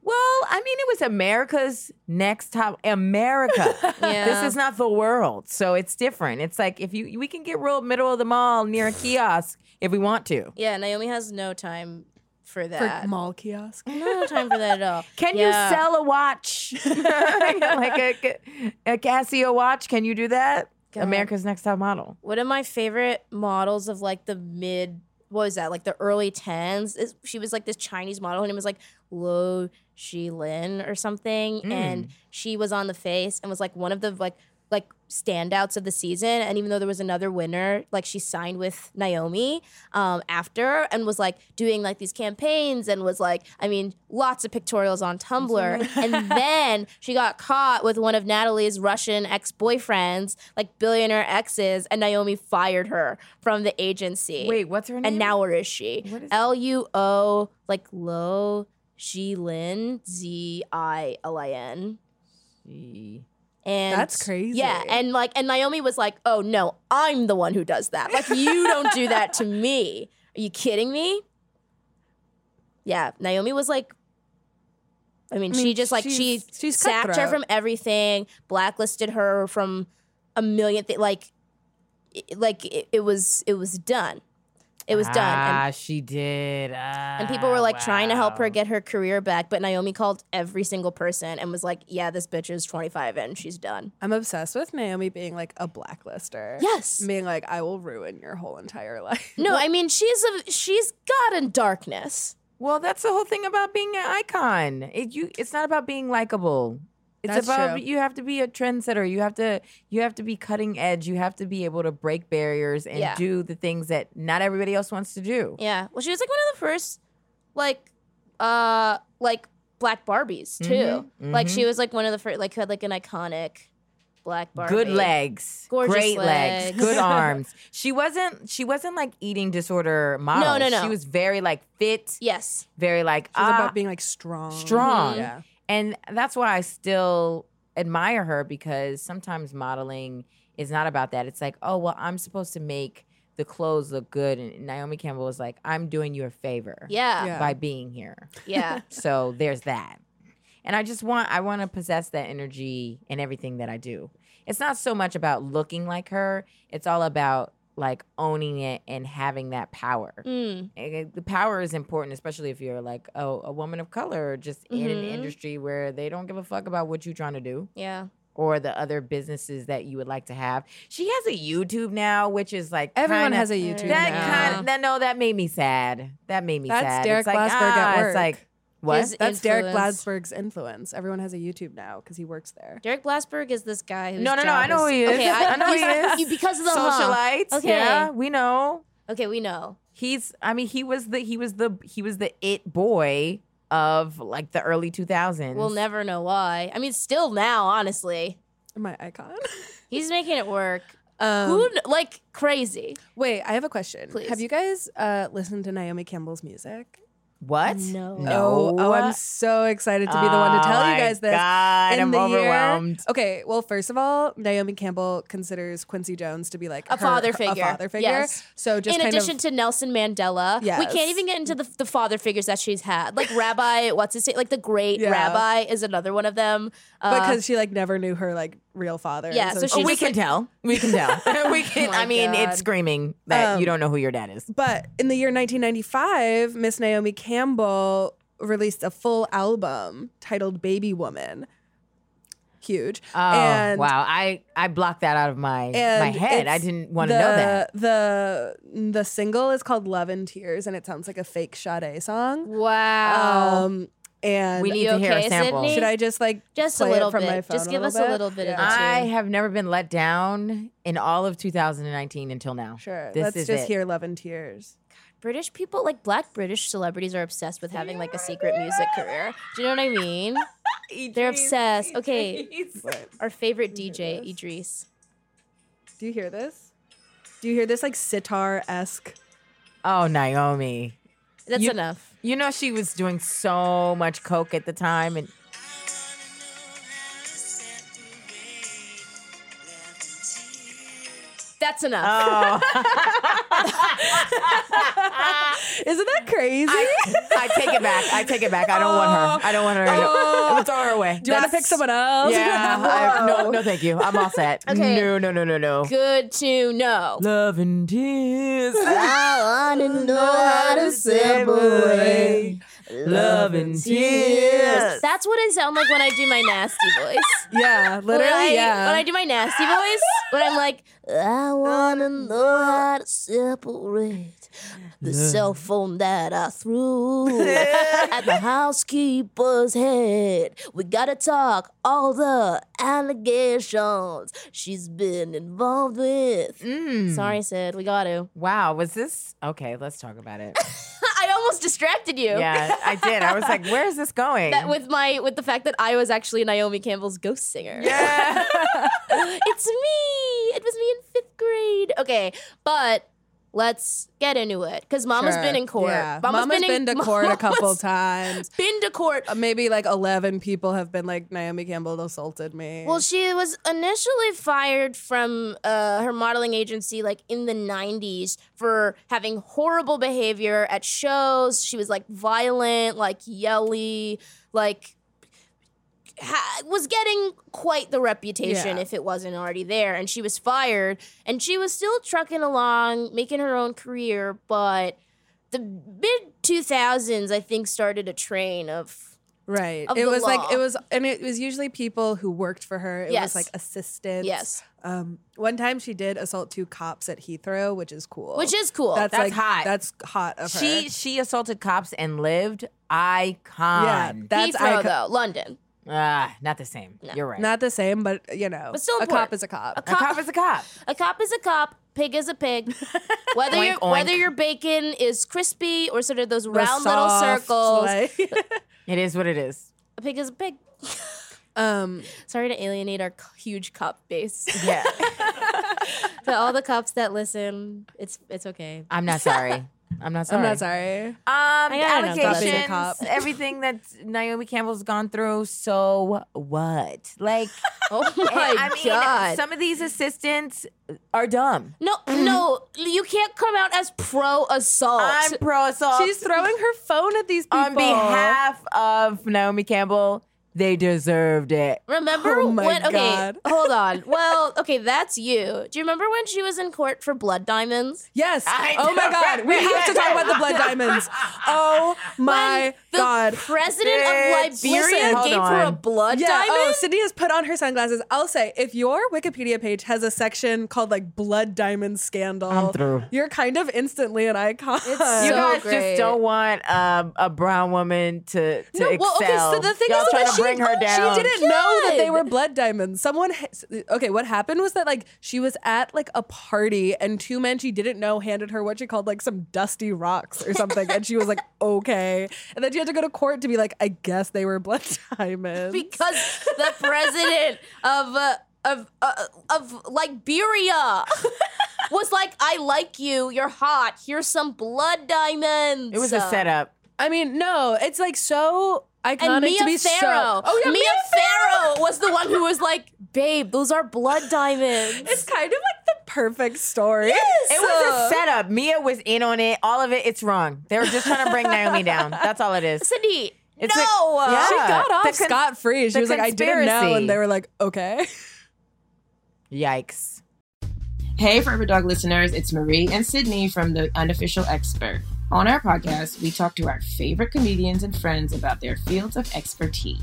Speaker 7: Well, I mean, it was America's next top. America.
Speaker 5: Yeah.
Speaker 7: This is not the world, so it's different. It's like if you we can get real middle of the mall near a kiosk if we want to.
Speaker 5: Yeah, Naomi has no time for that.
Speaker 6: For mall kiosk.
Speaker 5: no time for that at all.
Speaker 7: Can
Speaker 5: Yeah.
Speaker 7: you sell a watch? like a, a Casio watch? Can you do that?
Speaker 5: God.
Speaker 7: America's Next Top Model.
Speaker 5: One of my favorite models of like the mid, what was that, like the early 10s, is she was like this Chinese model and it was like Lo Shi Lin or something. And she was on the face and was like one of the like, like standouts of the season and even though there was another winner like she signed with naomi um, after and was like doing like these campaigns and was like i mean lots of pictorials on tumblr and then she got caught with one of natalie's russian ex-boyfriends like billionaire exes and naomi fired her from the agency
Speaker 7: Wait, what's her name?
Speaker 5: and now where is she
Speaker 7: What is-
Speaker 5: l-u-o like lo she lin z-i-l-i-n
Speaker 7: She-
Speaker 5: and
Speaker 6: That's crazy.
Speaker 5: Yeah, and like, and Naomi was like, "Oh no, I'm the one who does that. Like, you don't do that to me. Are you kidding me?" Yeah, Naomi was like, I mean, she just like she
Speaker 6: she's- she's
Speaker 5: sacked her
Speaker 6: cutthroat.
Speaker 5: from everything, blacklisted her from a million things. Like, it- like it, it was, it was done. It was done. And
Speaker 7: Ah, she did. Ah,
Speaker 5: and people were like trying to help her
Speaker 7: wow.
Speaker 5: get her career back, but Naomi called every single person and was like, "Yeah, this bitch is 25 and she's done."
Speaker 6: I'm obsessed with Naomi being like a blacklister.
Speaker 5: Yes.
Speaker 6: Being like, I will ruin your whole entire life.
Speaker 5: No, I mean she's a she's God in darkness.
Speaker 7: Well, that's the whole thing about being an icon. It, you, it's not about being likable. It's
Speaker 6: That's
Speaker 7: about
Speaker 6: true.
Speaker 7: you have to be a trendsetter. You have to you have to be cutting edge. You have to be able to break barriers and
Speaker 5: Yeah.
Speaker 7: do the things that not everybody else wants to do.
Speaker 5: Yeah. Well, she was like one of the first, like, uh, like black Barbies too.
Speaker 7: Mhm,
Speaker 5: Like
Speaker 7: mhm.
Speaker 5: she was like one of the first, like who had like an iconic black Barbie.
Speaker 7: Good legs,
Speaker 5: Gorgeous
Speaker 7: great legs.
Speaker 5: legs.
Speaker 7: good arms. She wasn't. She wasn't like eating disorder model.
Speaker 5: no, no.
Speaker 7: She was very like fit,
Speaker 5: Yes.
Speaker 7: very like
Speaker 6: She's
Speaker 7: ah,
Speaker 6: about being like strong.
Speaker 7: strong.
Speaker 6: Yeah.
Speaker 7: And that's why I still admire her because sometimes modeling is not about that. It's like, oh, well, I'm supposed to make the clothes look good. And Naomi Campbell was like, I'm doing you a favor
Speaker 5: Yeah.
Speaker 6: Yeah.
Speaker 7: by being here.
Speaker 5: Yeah.
Speaker 7: So there's that. And I just want I want to possess that energy in everything that I do. It's not so much about looking like her. It's all about like owning it and having that power.
Speaker 5: Mm.
Speaker 7: Eh, the power is important, especially if you're like oh, a woman of color, or just in an
Speaker 6: Mm-hmm.
Speaker 5: Mhm.
Speaker 7: industry where they don't give a fuck about what you're trying to do
Speaker 5: Yeah.
Speaker 7: or the other businesses that you would like to have. She has a YouTube now, which is like
Speaker 6: Everyone
Speaker 7: kinda-
Speaker 6: has a YouTube
Speaker 7: that
Speaker 6: now.
Speaker 7: kind of that no, that made me sad. That made me
Speaker 6: That's
Speaker 7: sad.
Speaker 6: Derek
Speaker 7: it's like,
Speaker 6: Glassberg at
Speaker 7: ah, It's
Speaker 6: work.
Speaker 7: like what?
Speaker 5: His
Speaker 6: That's Derek
Speaker 5: influence.
Speaker 6: Glasberg's influence. Everyone has a YouTube now because he works there.
Speaker 5: Derek Blasberg is this guy who's
Speaker 7: No, no, no, I know who he is.
Speaker 5: Okay, I,
Speaker 7: I know who he is.
Speaker 5: You, because of the huh.
Speaker 7: Socialites.
Speaker 5: Okay.
Speaker 7: Yeah, we know.
Speaker 5: Okay, we know.
Speaker 7: He's I mean, he was the he was the he was the it boy of like the early 2000s.
Speaker 5: We'll never know why. I mean, still now, honestly,
Speaker 6: My icon.
Speaker 5: he's making it work.
Speaker 6: Um,
Speaker 5: Who kn- like crazy?
Speaker 6: Wait, I have a question.
Speaker 5: Please.
Speaker 6: Have you guys uh, listened to Naomi Campbell's music?
Speaker 7: What?
Speaker 5: No.
Speaker 7: No.
Speaker 6: Oh, oh, I'm so excited to be the one to tell
Speaker 7: Oh
Speaker 6: you guys
Speaker 7: my
Speaker 6: this.
Speaker 7: God,
Speaker 6: In
Speaker 7: I'm
Speaker 6: the year-
Speaker 7: overwhelmed.
Speaker 6: Okay, well, first of all, Naomi Campbell considers Quincy Jones to be like
Speaker 5: A father
Speaker 6: a
Speaker 5: figure.
Speaker 6: father figure.
Speaker 5: Yes.
Speaker 6: So just
Speaker 5: in
Speaker 6: kind
Speaker 5: addition
Speaker 6: of,
Speaker 5: to Nelson Mandela, we
Speaker 6: Yes.
Speaker 5: can't even get into the, the father figures that she's had. Like Rabbi, what's his name? Like the great
Speaker 6: Yeah.
Speaker 5: Rabbi is another one of them. Uh,
Speaker 6: because she like never knew her like real father. oh,
Speaker 5: Yeah, so she
Speaker 7: we
Speaker 5: just,
Speaker 7: can tell. We can tell. we can. I mean, it's screaming that
Speaker 6: Um,
Speaker 7: you don't know who your dad is.
Speaker 6: But in the year 1995, Miss Naomi Campbell released a full album titled Baby Woman. Huge.
Speaker 7: Oh
Speaker 6: and-
Speaker 7: wow! I I blocked that out of my my
Speaker 6: And
Speaker 7: head.
Speaker 6: it's
Speaker 7: I didn't want to know that.
Speaker 6: The the single is called Love and Tears and it sounds like a fake Sade song.
Speaker 5: wow.
Speaker 6: Um and
Speaker 7: We need
Speaker 5: You
Speaker 7: to hear a
Speaker 5: okay,
Speaker 7: sample.
Speaker 5: Sydney?
Speaker 6: should I just like
Speaker 5: just a
Speaker 6: play it
Speaker 5: little
Speaker 6: from my
Speaker 5: bit.
Speaker 6: phone
Speaker 5: Just give us a
Speaker 6: bit?
Speaker 5: little bit of
Speaker 6: Yeah.
Speaker 5: the
Speaker 7: I
Speaker 5: tune.
Speaker 7: have never been let down in all of 2019 until now.
Speaker 6: Sure.
Speaker 7: This
Speaker 6: Let's
Speaker 7: is
Speaker 6: just
Speaker 7: it.
Speaker 6: hear Love and Tears.
Speaker 5: British people, like black British celebrities, are obsessed with having like a secret music career. Do you know what I mean? They're obsessed. Okay, our favorite DJ Idris.
Speaker 6: Do you hear this? Do you hear this like sitar esque?
Speaker 7: Oh, Naomi.
Speaker 5: That's
Speaker 7: You-
Speaker 5: enough.
Speaker 7: You know she was doing so much coke at the time, and
Speaker 5: That's enough.
Speaker 7: oh,
Speaker 6: Isn't that crazy?
Speaker 7: I take it back. I take it back. I don't want her. I don't want her. I don't- I'm gonna throw her away.
Speaker 6: Do you want to pick someone else?
Speaker 7: Yeah. I- no, no, thank you. I'm all set.
Speaker 5: Okay.
Speaker 7: No, no, no, no, no.
Speaker 5: Good to know.
Speaker 7: Love and tears.
Speaker 5: I wanna know
Speaker 7: how to separate love and tears.
Speaker 5: That's what I sound like when I do my nasty voice.
Speaker 6: yeah, literally.
Speaker 5: when I,
Speaker 6: yeah.
Speaker 5: When I do my nasty voice, when I'm like, I wanna know how to separate the cell phone that I threw at the housekeeper's head. We gotta talk all the allegations she's been involved with.
Speaker 7: Mm.
Speaker 5: Sorry, Sid, we gotta.
Speaker 7: Wow, was this okay? Let's talk about it.
Speaker 5: I almost distracted you.
Speaker 7: Yeah, I did. I was like, where is this going?
Speaker 5: That with my with the fact that I was actually Naomi Campbell's ghost singer.
Speaker 7: yeah.
Speaker 5: it's me. It was me in fifth grade. Okay, but let's get into it because Mama's
Speaker 6: Sure.
Speaker 5: been in court.
Speaker 6: Yeah.
Speaker 5: Mama's
Speaker 6: Mama's been,
Speaker 5: in-
Speaker 6: to court a
Speaker 5: Mama's
Speaker 6: couple times.
Speaker 5: Been to court.
Speaker 6: Uh, Maybe like 11 people have been like, Naomi Campbell assaulted me.
Speaker 5: Well, she was initially fired from uh, her modeling agency like in the 90s for having horrible behavior at shows. She was like violent, like yelly, like ha- was getting quite the reputation
Speaker 6: Yeah.
Speaker 5: if it wasn't already there. And she was fired and she was still trucking along, making her own career. But the mid 2000s, I think, started a train of
Speaker 6: right.
Speaker 5: of
Speaker 6: It
Speaker 5: the
Speaker 6: was like,
Speaker 5: law.
Speaker 6: it was, and it was usually people who worked for her. It
Speaker 5: Yes.
Speaker 6: was like assistants.
Speaker 5: yes,
Speaker 6: Um, one time she did assault two cops at Heathrow, which is cool.
Speaker 5: which is cool.
Speaker 6: That's,
Speaker 7: That's
Speaker 6: like,
Speaker 7: hot.
Speaker 6: That's hot of her.
Speaker 7: she she assaulted cops and lived. Icon.
Speaker 6: yeah, that's
Speaker 5: Heathrow,
Speaker 6: icon-
Speaker 5: though, London.
Speaker 7: Ah, not the same. You're right.
Speaker 6: Not the same, but you know,
Speaker 5: But still
Speaker 6: a
Speaker 5: important.
Speaker 6: cop is a cop.
Speaker 5: A
Speaker 7: a cop is a cop.
Speaker 5: A cop is a cop. Pig is a pig. Whether
Speaker 7: Oink,
Speaker 5: your
Speaker 7: oink.
Speaker 5: whether your bacon is crispy or sort of those
Speaker 6: The
Speaker 5: round
Speaker 6: soft,
Speaker 5: little circles,
Speaker 6: like-
Speaker 7: It is what it is.
Speaker 5: a pig is a pig.
Speaker 6: um,
Speaker 5: Sorry to alienate our c- huge cop base.
Speaker 7: Yeah.
Speaker 5: to all the cops that listen, it's it's okay.
Speaker 7: I'm not sorry. I'm not sorry.
Speaker 6: I'm not sorry.
Speaker 7: Um,
Speaker 5: I gotta know about
Speaker 6: being a
Speaker 7: allegations,
Speaker 6: cop.
Speaker 7: everything that Naomi Campbell's gone through. So what? Like,
Speaker 5: Oh my
Speaker 7: I mean,
Speaker 5: god.
Speaker 7: some of these assistants are dumb.
Speaker 5: no, no, you can't come out as pro assault.
Speaker 7: I'm pro assault
Speaker 6: Oh, She's throwing her phone at these people.
Speaker 7: on behalf of Naomi Campbell. They deserved it.
Speaker 5: Remember
Speaker 6: Oh my
Speaker 5: when? Okay,
Speaker 6: God.
Speaker 5: hold on. Well, okay, that's you. Do you remember when she was in court for blood diamonds?
Speaker 6: Yes.
Speaker 7: I
Speaker 6: oh my
Speaker 7: know,
Speaker 6: God.
Speaker 7: right,
Speaker 6: We
Speaker 7: right,
Speaker 6: have to
Speaker 7: right,
Speaker 6: talk about the
Speaker 7: right.
Speaker 6: blood diamonds. Oh my
Speaker 5: When the
Speaker 6: God.
Speaker 5: president
Speaker 7: Bitch.
Speaker 5: of Liberia
Speaker 7: Listen, hold
Speaker 5: gave her a
Speaker 7: on.
Speaker 5: blood
Speaker 6: yeah.
Speaker 5: diamond.
Speaker 6: Oh, Sydney has put on her sunglasses. I'll say, if your Wikipedia page has a section called like blood diamond scandal,
Speaker 7: I'm through.
Speaker 6: you're kind of instantly an icon.
Speaker 5: So
Speaker 7: You guys
Speaker 5: great.
Speaker 7: just don't want um, a brown woman to, to
Speaker 6: No,
Speaker 7: excel.
Speaker 6: well, okay, so the thing
Speaker 7: Y'all
Speaker 6: is
Speaker 7: trying
Speaker 6: that
Speaker 7: to
Speaker 6: she-
Speaker 7: bring her down.
Speaker 6: She didn't know that they
Speaker 5: God.
Speaker 6: were blood diamonds. Someone, ha- okay, what happened was that like she was at like a party and two men she didn't know handed her what she called like some dusty rocks or something, and she was like, okay, and then she had to go to court to be like, I guess they were blood diamonds.
Speaker 5: because the president of uh, of uh, of Liberia was like, "I like you. You're hot. Here's some blood diamonds."
Speaker 7: It was a setup.
Speaker 6: I mean, no, it's like so iconic
Speaker 5: And Mia
Speaker 6: to be
Speaker 5: Farrow.
Speaker 6: so. Oh yeah,
Speaker 5: Mia, Farrow was the one who was like, "Babe, those are blood diamonds."
Speaker 6: It's kind of like the perfect story.
Speaker 7: It was a setup. Mia was in on it. All of it. It's wrong. They were just trying to bring Naomi down. That's all it is.
Speaker 5: Cindy,
Speaker 7: It's a-
Speaker 5: no.
Speaker 7: Yeah.
Speaker 6: She got
Speaker 7: The
Speaker 6: off
Speaker 7: con-
Speaker 6: scot free. She
Speaker 7: the
Speaker 6: was like, I didn't know.
Speaker 7: conspiracy.
Speaker 6: And they were like, okay.
Speaker 7: Yikes.
Speaker 3: Hey, Forever Dog listeners, it's Marie and Sydney from The Unofficial Expert. On our podcast, we talk to our favorite comedians and friends about their fields of expertise.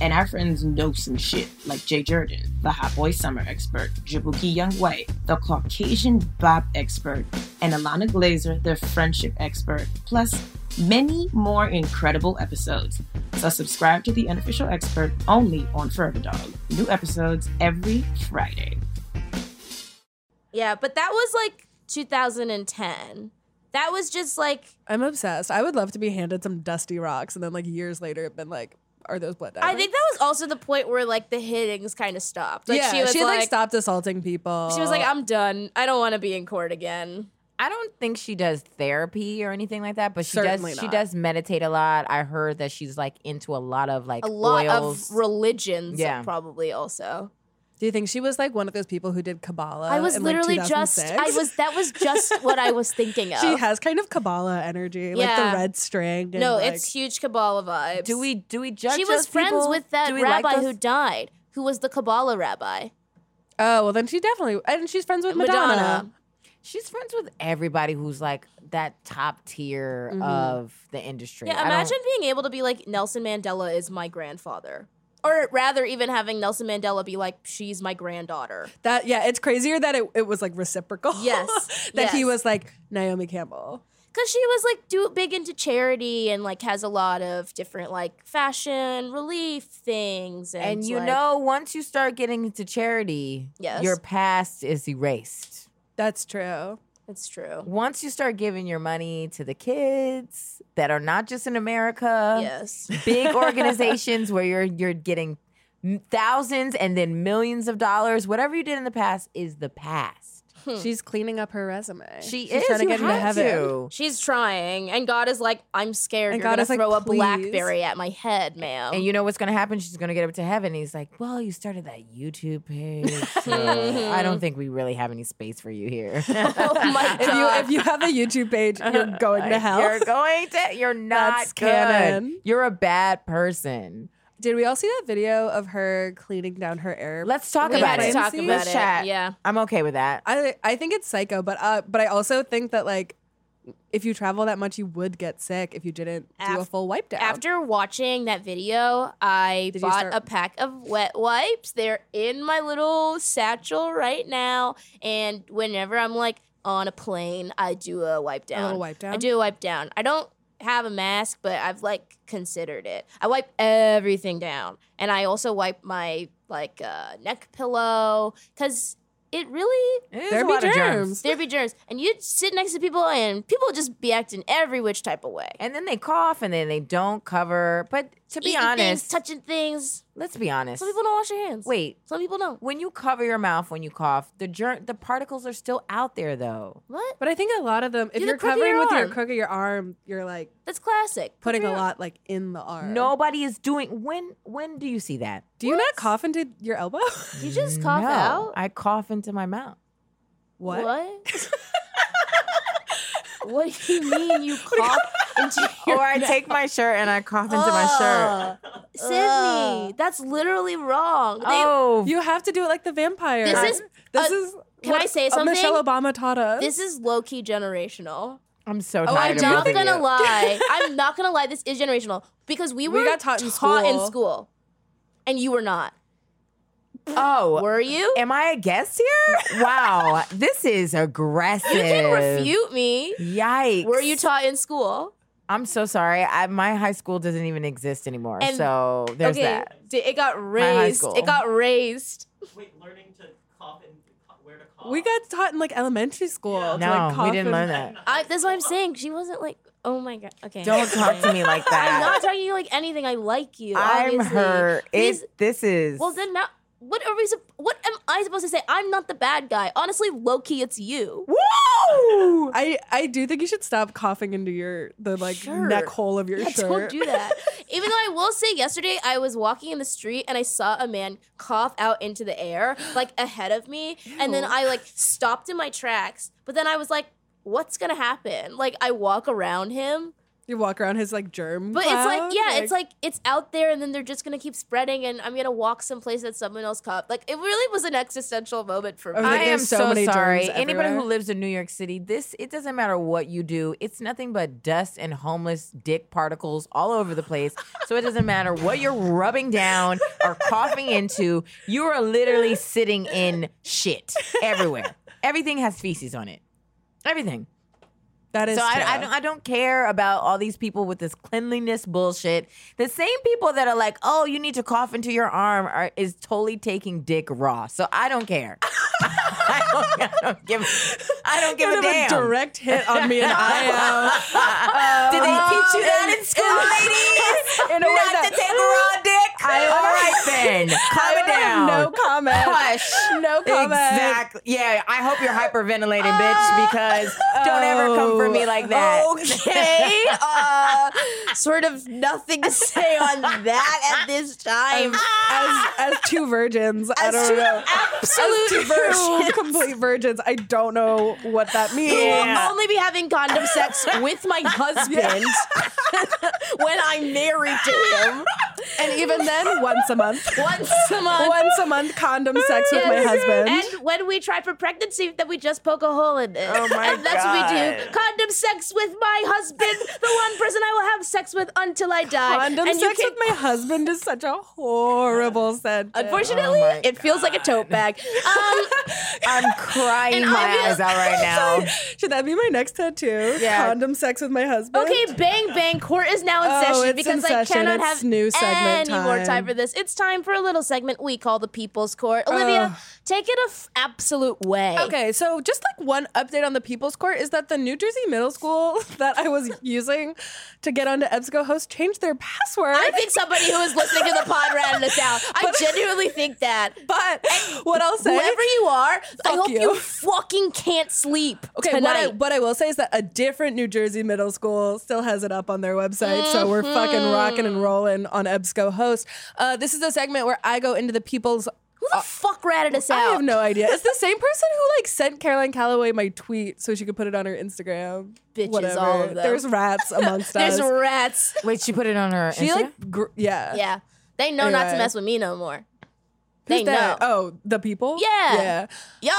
Speaker 3: And our friends know some shit, like Jay Jordan, the hot boy summer expert, Jabuki Young White, the Caucasian Bob expert, and Alana Glazer, the friendship expert, plus many more incredible episodes. So subscribe to The Unofficial Expert only on Forever Dog. New episodes every Friday.
Speaker 5: Yeah, but that was like 2010. That was just like
Speaker 6: I'm obsessed. I would love to be handed some dusty rocks and then like years later been like, are those blood diamonds?
Speaker 5: I think that was also the point where like the hittings kind of stopped. Like
Speaker 6: yeah,
Speaker 5: she was
Speaker 6: had, like,
Speaker 5: like
Speaker 6: stopped assaulting people.
Speaker 5: She was
Speaker 7: Uh,
Speaker 5: like, um I'm done. I don't want to be in court again.
Speaker 7: I don't think she does therapy or anything like that, but she
Speaker 6: Certainly
Speaker 7: does. She
Speaker 6: not.
Speaker 7: does meditate a lot. I heard that she's like into a lot of like
Speaker 5: A lot
Speaker 7: oils.
Speaker 5: of religions,
Speaker 7: Yeah.
Speaker 5: probably also. Uh,
Speaker 6: Do you think she was like one of those people who did Kabbalah?
Speaker 5: I was
Speaker 6: in, like,
Speaker 5: literally just. I
Speaker 6: 2006?
Speaker 5: was. That was just what I was thinking of.
Speaker 6: She has kind of Kabbalah energy, like
Speaker 5: Yeah.
Speaker 6: the red string. And
Speaker 5: no,
Speaker 6: like,
Speaker 5: it's huge Kabbalah vibes.
Speaker 7: Do we do we judge?
Speaker 5: She was
Speaker 7: those
Speaker 5: friends
Speaker 7: people?
Speaker 5: with
Speaker 7: Do
Speaker 5: that
Speaker 7: we like
Speaker 5: rabbi who
Speaker 7: those-
Speaker 5: died, who was the Kabbalah rabbi.
Speaker 6: oh well, then she definitely and she's friends with Madonna.
Speaker 5: Madonna.
Speaker 7: She's friends with everybody who's like that top tier
Speaker 6: Mm-hmm.
Speaker 7: of the industry. I
Speaker 5: Yeah,
Speaker 7: don't-
Speaker 5: imagine being able to be like Nelson Mandela is my grandfather. Or rather, even having Nelson Mandela be like, she's my granddaughter.
Speaker 6: That yeah, it's crazier that it, it was like reciprocal.
Speaker 5: Yes,
Speaker 6: that he
Speaker 5: yes.
Speaker 6: was like Naomi Campbell.
Speaker 5: Because she was like do, big into charity and like has a lot of different like fashion relief things. And,
Speaker 7: and you
Speaker 5: like-
Speaker 7: know, once you start getting into charity,
Speaker 5: Yes.
Speaker 7: your past is erased.
Speaker 6: That's true.
Speaker 5: it's true.
Speaker 7: Once you start giving your money to the kids that are not just in America,
Speaker 5: yes.
Speaker 7: big organizations where you're you're getting m- thousands and then millions of dollars, whatever you did in the past is the past.
Speaker 5: Hmm.
Speaker 6: She's cleaning up her resume.
Speaker 7: She
Speaker 6: She's
Speaker 7: is
Speaker 6: trying to
Speaker 7: you
Speaker 6: get into
Speaker 7: had
Speaker 6: heaven.
Speaker 7: to.
Speaker 5: She's trying. And God is like, I'm scared
Speaker 6: And
Speaker 5: you're going
Speaker 6: God
Speaker 5: to
Speaker 6: is like,
Speaker 5: throw a
Speaker 6: "Please."
Speaker 5: blackberry at my head, ma'am.
Speaker 7: And you know what's going to happen? She's going to get up to heaven. And he's like, Well, you started that YouTube page. so I don't think we really have any space for you here.
Speaker 5: Mm-hmm. oh my Uh-huh.
Speaker 6: If you
Speaker 5: God.
Speaker 6: if you have a YouTube page, you're going to hell.
Speaker 7: You're going to, you're
Speaker 6: That's
Speaker 7: not
Speaker 6: canon.
Speaker 7: good. You're a bad person.
Speaker 6: Did we all see that video of her cleaning down her air?
Speaker 7: Let's talk
Speaker 5: we had
Speaker 7: about it.
Speaker 5: to talk
Speaker 6: Clemency?
Speaker 5: about
Speaker 7: Let's
Speaker 5: it.
Speaker 7: chat.
Speaker 5: Yeah.
Speaker 7: I'm okay with that.
Speaker 6: I I think it's psycho, but uh, but I also think that like, if you travel that much, you would get sick if you didn't do a
Speaker 5: Af-
Speaker 6: full wipe down.
Speaker 5: After watching that video, I
Speaker 6: Did you
Speaker 5: bought
Speaker 6: start-
Speaker 5: a pack of wet wipes. They're in my little satchel right now. And whenever I'm like on a plane, I do a wipe down.
Speaker 6: a little wipe down.
Speaker 5: I do a wipe down. I don't have a mask, but I've like considered it. I wipe everything down. And I also wipe my like uh, neck pillow because it really
Speaker 6: There
Speaker 7: a
Speaker 6: be
Speaker 7: lot of germs.
Speaker 6: germs.
Speaker 5: there'd be germs and you'd sit next to people and people would just be acting every which type of way
Speaker 7: And then they cough and then they don't cover. But to be
Speaker 5: Eating
Speaker 7: honest,
Speaker 5: things, touching things
Speaker 7: let's be honest.
Speaker 5: some people don't wash their hands
Speaker 7: Wait,
Speaker 5: some people don't
Speaker 7: when you cover your mouth when you cough, the germ, the particles are still out there though.
Speaker 5: what
Speaker 6: But I think a lot of them,
Speaker 5: Do
Speaker 6: if
Speaker 5: the
Speaker 6: you're
Speaker 5: crook of
Speaker 6: covering
Speaker 5: your
Speaker 6: with your
Speaker 5: arm.
Speaker 6: crook of your arm, you're like
Speaker 5: that's classic
Speaker 6: putting a
Speaker 5: Prepare.
Speaker 6: lot like in the arm.
Speaker 7: Nobody is doing. When when do you see that?
Speaker 6: do you not cough into your elbow?
Speaker 5: you just cough
Speaker 7: No,
Speaker 5: out
Speaker 7: I cough into my mouth.
Speaker 6: what?
Speaker 5: what What do you mean you cough into your
Speaker 7: Or I take my shirt and I cough into my
Speaker 5: Oh.
Speaker 7: shirt.
Speaker 5: Ugh. Ah. Sydney, that's literally wrong. They-
Speaker 7: Oh,
Speaker 6: You have to do it like the vampire.
Speaker 5: This is-
Speaker 6: this
Speaker 5: uh,
Speaker 6: is.
Speaker 5: can
Speaker 6: what
Speaker 5: I say
Speaker 6: uh,
Speaker 5: something?
Speaker 6: Michelle Obama taught us.
Speaker 5: This is low key generational.
Speaker 7: I'm so
Speaker 6: Oh,
Speaker 7: tired
Speaker 5: I'm
Speaker 7: of
Speaker 5: not
Speaker 7: moving
Speaker 5: gonna
Speaker 7: you.
Speaker 5: lie. I'm not gonna lie. This is generational because we were
Speaker 6: got taught in school.
Speaker 5: school, and you were not.
Speaker 7: Oh,
Speaker 5: Were you?
Speaker 7: am I a guest here? wow, this is aggressive.
Speaker 5: You can refute me.
Speaker 7: Yikes!
Speaker 5: Were you taught in school?
Speaker 7: I'm so sorry. I, my high school doesn't even exist anymore.
Speaker 5: And-
Speaker 7: so there's
Speaker 5: okay,
Speaker 7: that.
Speaker 5: di- it got
Speaker 7: high
Speaker 5: raised.
Speaker 7: school.
Speaker 5: It got raised.
Speaker 8: Wait, learning to cough and where to cough.
Speaker 6: we got taught in like elementary school. to,
Speaker 7: No,
Speaker 6: like,
Speaker 7: we
Speaker 6: cough
Speaker 7: didn't
Speaker 6: and-
Speaker 7: learn that.
Speaker 5: I, that's what I'm saying. She wasn't like, oh my god. Okay,
Speaker 7: Don't talk to me like
Speaker 5: I'm not
Speaker 7: that.
Speaker 5: talking to you like anything. I like you.
Speaker 7: I'm
Speaker 5: obviously.
Speaker 7: her.
Speaker 5: Please-
Speaker 7: It, this is.
Speaker 5: well, then now, what are we? sup- What am I supposed to say? I'm not the bad guy. Honestly, low key, it's you.
Speaker 7: Woo!
Speaker 6: I, I do think you should stop coughing into your the like
Speaker 5: Sure.
Speaker 6: neck hole of your
Speaker 5: Yeah,
Speaker 6: shirt.
Speaker 5: don't do that. Even though I will say, yesterday I was walking in the street and I saw a man cough out into the air, like ahead of me, and then I like stopped in my tracks. But then I was like, "What's gonna happen?" Like I walk around him,
Speaker 6: You walk around his like germ.
Speaker 5: but
Speaker 6: cloud,
Speaker 5: it's like, yeah, it's like it's out there, and then they're just gonna keep spreading, and I'm gonna walk someplace that someone else coughed. Like it really was an existential moment for me.
Speaker 6: I was
Speaker 7: I
Speaker 6: Oh, like,
Speaker 7: am
Speaker 6: there's so
Speaker 7: so,
Speaker 6: many germs
Speaker 7: sorry. Anybody who
Speaker 6: everywhere.
Speaker 7: lives in New York City, this it doesn't matter what you do. It's nothing but dust and homeless dick particles all over the place. so it doesn't matter what you're rubbing down or coughing into. You are literally sitting in shit everywhere. Everything has feces on it. Everything.
Speaker 6: that is.
Speaker 7: So
Speaker 6: true.
Speaker 7: I, I, don't, I don't care about all these people with this cleanliness bullshit. The same people that are like, oh, you need to cough into your arm are, is totally taking dick raw. So I don't care. I, don't, I don't give, I don't give a
Speaker 6: Kind of
Speaker 7: damn.
Speaker 6: direct hit on me and I
Speaker 7: Did they teach you that in school, ladies?
Speaker 6: am in a way
Speaker 7: Not
Speaker 6: that
Speaker 7: to take raw dick? All right then, calm it down.
Speaker 6: No comment.
Speaker 7: Hush.
Speaker 6: No comment.
Speaker 7: Exactly. Yeah, I hope you're hyperventilating, bitch, because don't ever come for me like that.
Speaker 5: Okay. uh, sort of nothing to say on that at this time.
Speaker 6: As, as two virgins, I
Speaker 5: Ah! As
Speaker 6: don't
Speaker 5: two
Speaker 6: know.
Speaker 5: absolute
Speaker 6: As two complete virgins. I don't know what that means.
Speaker 5: I'll only be having condom sex with my husband when I'm married to him
Speaker 6: And even then, once a month.
Speaker 5: once a month.
Speaker 6: once a month condom sex with my
Speaker 5: Yes.
Speaker 6: husband.
Speaker 5: And when we try for pregnancy, then we just poke a hole in it. Oh my and that's what we do. Condom sex with my husband, the one person I will have sex with until I die.
Speaker 6: condom
Speaker 5: and you
Speaker 6: sex
Speaker 5: can-
Speaker 6: with my husband is such a horrible sentence.
Speaker 5: Unfortunately, it feels like a tote bag. Um,
Speaker 7: I'm crying
Speaker 5: And
Speaker 7: my
Speaker 5: obvious-
Speaker 7: eyes out right now.
Speaker 6: Should that be my next tattoo?
Speaker 7: Yeah.
Speaker 6: Condom sex with my husband.
Speaker 5: okay, bang bang. Court is now in
Speaker 6: Oh,
Speaker 5: session
Speaker 6: it's in
Speaker 5: because I
Speaker 6: session.
Speaker 5: cannot
Speaker 6: It's
Speaker 5: have
Speaker 6: new
Speaker 5: any
Speaker 6: segment
Speaker 5: more time
Speaker 6: time.
Speaker 5: for this. It's time for a little segment we call the People's Court. Olivia, take it a f- absolute way.
Speaker 6: Okay, so just like one update on the People's Court is that the New Jersey middle school that I was using to get onto EBSCO host changed their password.
Speaker 5: I think somebody who is listening to the pod ratted us out. I genuinely think that.
Speaker 6: but what I'll say
Speaker 5: Whoever you are, I
Speaker 6: Fuck
Speaker 5: hope you.
Speaker 6: you.
Speaker 5: fucking can't sleep
Speaker 6: Okay, what I,
Speaker 5: tonight.
Speaker 6: what I will say is that a different New Jersey middle school still has it up on their website, so we're fucking
Speaker 5: Mm-hmm.
Speaker 6: rocking and rolling on EBSCO host. Uh, this is a segment where I go into the people's.
Speaker 5: who the fuck ratted us
Speaker 6: uh, I
Speaker 5: out?
Speaker 6: have no idea. It's the same person who like sent Caroline Calloway my tweet so she could put it on her Instagram.
Speaker 5: Bitches, all of them.
Speaker 6: There's rats amongst
Speaker 5: There's
Speaker 6: us.
Speaker 5: rats.
Speaker 7: Wait, she put it on her.
Speaker 6: She
Speaker 7: Insta?
Speaker 6: like, gr- yeah.
Speaker 5: Yeah, they know not to
Speaker 6: Anyway.
Speaker 5: mess with me no more.
Speaker 6: Who's
Speaker 5: they know.
Speaker 6: that? Oh, the people.
Speaker 5: Yeah.
Speaker 6: Yeah.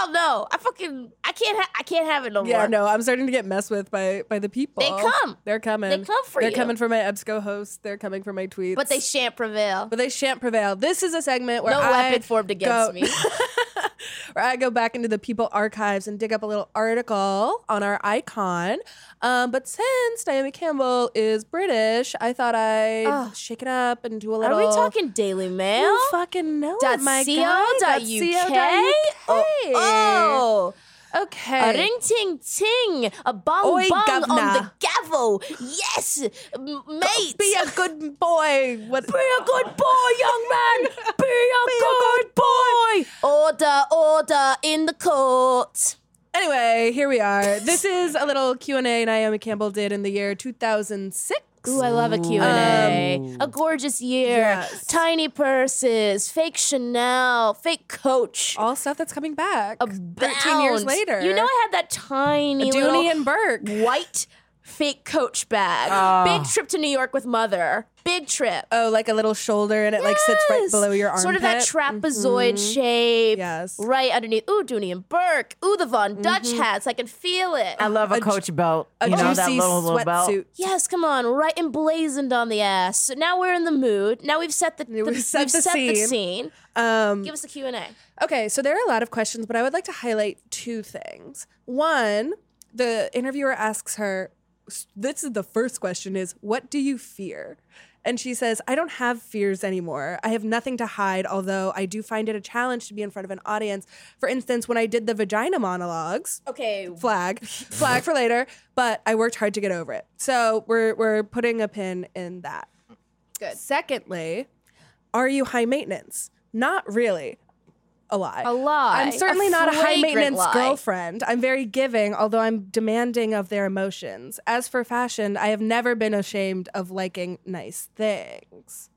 Speaker 5: Y'all know. I fucking I can't ha- I can't have it no
Speaker 6: Yeah.
Speaker 5: more.
Speaker 6: No, I'm starting to get messed with by by the people.
Speaker 5: They come.
Speaker 6: They're coming.
Speaker 5: They come for
Speaker 6: They're
Speaker 5: you.
Speaker 6: coming for my EBSCO host. They're coming for my tweets.
Speaker 5: But they shan't prevail.
Speaker 6: but they shan't prevail. This is a segment where
Speaker 5: No
Speaker 6: I
Speaker 5: weapon formed against
Speaker 6: go-
Speaker 5: me.
Speaker 6: where I go back into the People archives and dig up a little article on our icon. Um, but since Naomi Campbell is British, I thought I'd
Speaker 5: Oh.
Speaker 6: shake it up and do a
Speaker 5: Are
Speaker 6: little.
Speaker 5: we talking Daily Mail?
Speaker 6: You fucking know
Speaker 5: Dot
Speaker 6: it, my
Speaker 5: co
Speaker 6: guy.
Speaker 5: dot
Speaker 6: Dot
Speaker 5: UK?
Speaker 6: co dot UK.
Speaker 5: Oh,
Speaker 6: okay.
Speaker 5: a ring ting ting, a bong
Speaker 6: Oi,
Speaker 5: bong on
Speaker 6: governor.
Speaker 5: the gavel. Yes, m- mate.
Speaker 6: Be a good boy. What?
Speaker 5: Be a good boy, young man. Be a, good, boy. Order, order in the court.
Speaker 6: Anyway, here we are. This is a little Q and A Naomi Campbell did in the year 2006.
Speaker 5: Ooh, I love a Q&A. a Um, gorgeous year.
Speaker 6: Yes.
Speaker 5: Tiny purses, fake Chanel, fake Coach.
Speaker 6: All stuff that's coming back. Thirteen years
Speaker 5: Bounds.
Speaker 6: later.
Speaker 5: You know I had that tiny little
Speaker 6: Dooney and Burke.
Speaker 5: white fake Coach bag.
Speaker 7: Oh.
Speaker 5: Big trip to New York with mother. Big trip.
Speaker 6: Ah. Oh, like a little shoulder, and it like sits right
Speaker 5: Yes.
Speaker 6: below your armpit. Mm-hmm.
Speaker 5: Sort of that trapezoid shape.
Speaker 6: Yes. Mm-hmm.
Speaker 5: Right underneath. Ooh, Dooney and Burke. Ooh, the Von Dutch hats. I can feel it.
Speaker 7: I love a,
Speaker 6: a ju-
Speaker 7: coach belt.
Speaker 6: A
Speaker 7: you know that
Speaker 6: juicy
Speaker 7: little, little belt.
Speaker 6: sweatsuit.
Speaker 5: Yes, come on, right emblazoned on the ass. So now we're in the mood. Now we've set the, the-
Speaker 6: We've set the scene.
Speaker 5: scene.
Speaker 6: Um,
Speaker 5: Give us a Q&A.
Speaker 6: okay, so there are a lot of questions, but I would like to highlight two things. One, the interviewer asks her, s- "This is the first question: is what do you fear?" And she says, "I don't have fears anymore. I have nothing to hide. Although I do find it a challenge to be in front of an audience. For instance, when I did the vagina monologues,
Speaker 5: Okay.
Speaker 6: flag flag for later but i worked hard to get over it so we're we're putting a pin in that
Speaker 5: Good.
Speaker 6: secondly are you high maintenance not really a lie
Speaker 5: A lie.
Speaker 6: i'm certainly not a high
Speaker 5: flagrant
Speaker 6: maintenance
Speaker 5: lie.
Speaker 6: girlfriend i'm very giving although i'm demanding of their emotions as for fashion i have never been ashamed of liking nice things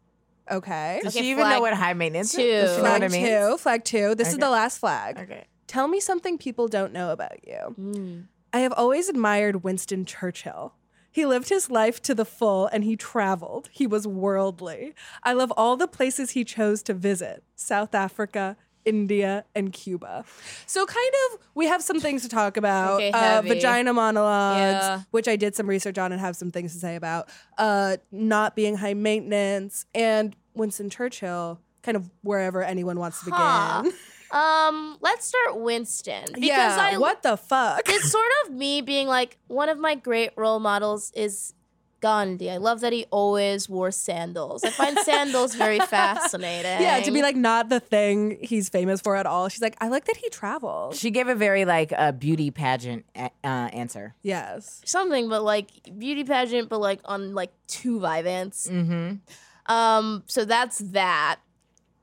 Speaker 6: okay
Speaker 7: Does
Speaker 5: Okay,
Speaker 7: she even know
Speaker 5: flag
Speaker 7: what high maintenance
Speaker 5: two.
Speaker 7: is? Does she know
Speaker 6: flag
Speaker 7: what I mean?
Speaker 6: two flag two this is
Speaker 7: Okay.
Speaker 6: the last flag
Speaker 7: Okay.
Speaker 6: tell me something people don't know about you
Speaker 5: Mm.
Speaker 6: I have always admired Winston Churchill. He lived his life to the full and he traveled. He was worldly. I love all the places he chose to visit South Africa, India, and Cuba. So, kind of, we have some things to talk about.
Speaker 5: Okay,
Speaker 6: uh,
Speaker 5: heavy.
Speaker 6: vagina monologues,
Speaker 5: Yeah.
Speaker 6: which I did some research on and have some things to say about, uh, not being high maintenance, and Winston Churchill, kind of wherever anyone wants to
Speaker 5: Huh.
Speaker 6: begin.
Speaker 5: Um, let's start Winston because
Speaker 6: yeah,
Speaker 5: I
Speaker 6: what the fuck?
Speaker 5: it's sort of me being like one of my great role models is Gandhi. I love that he always wore sandals. I find sandals very fascinating.
Speaker 6: Yeah, to be like not the thing he's famous for at all. She's like, I like that he travels.
Speaker 7: She gave a very like a beauty pageant a- uh, answer.
Speaker 6: Yes.
Speaker 5: something, but like beauty pageant, but like on like two Vivants.
Speaker 7: Mm-hmm.
Speaker 5: Um, so that's that.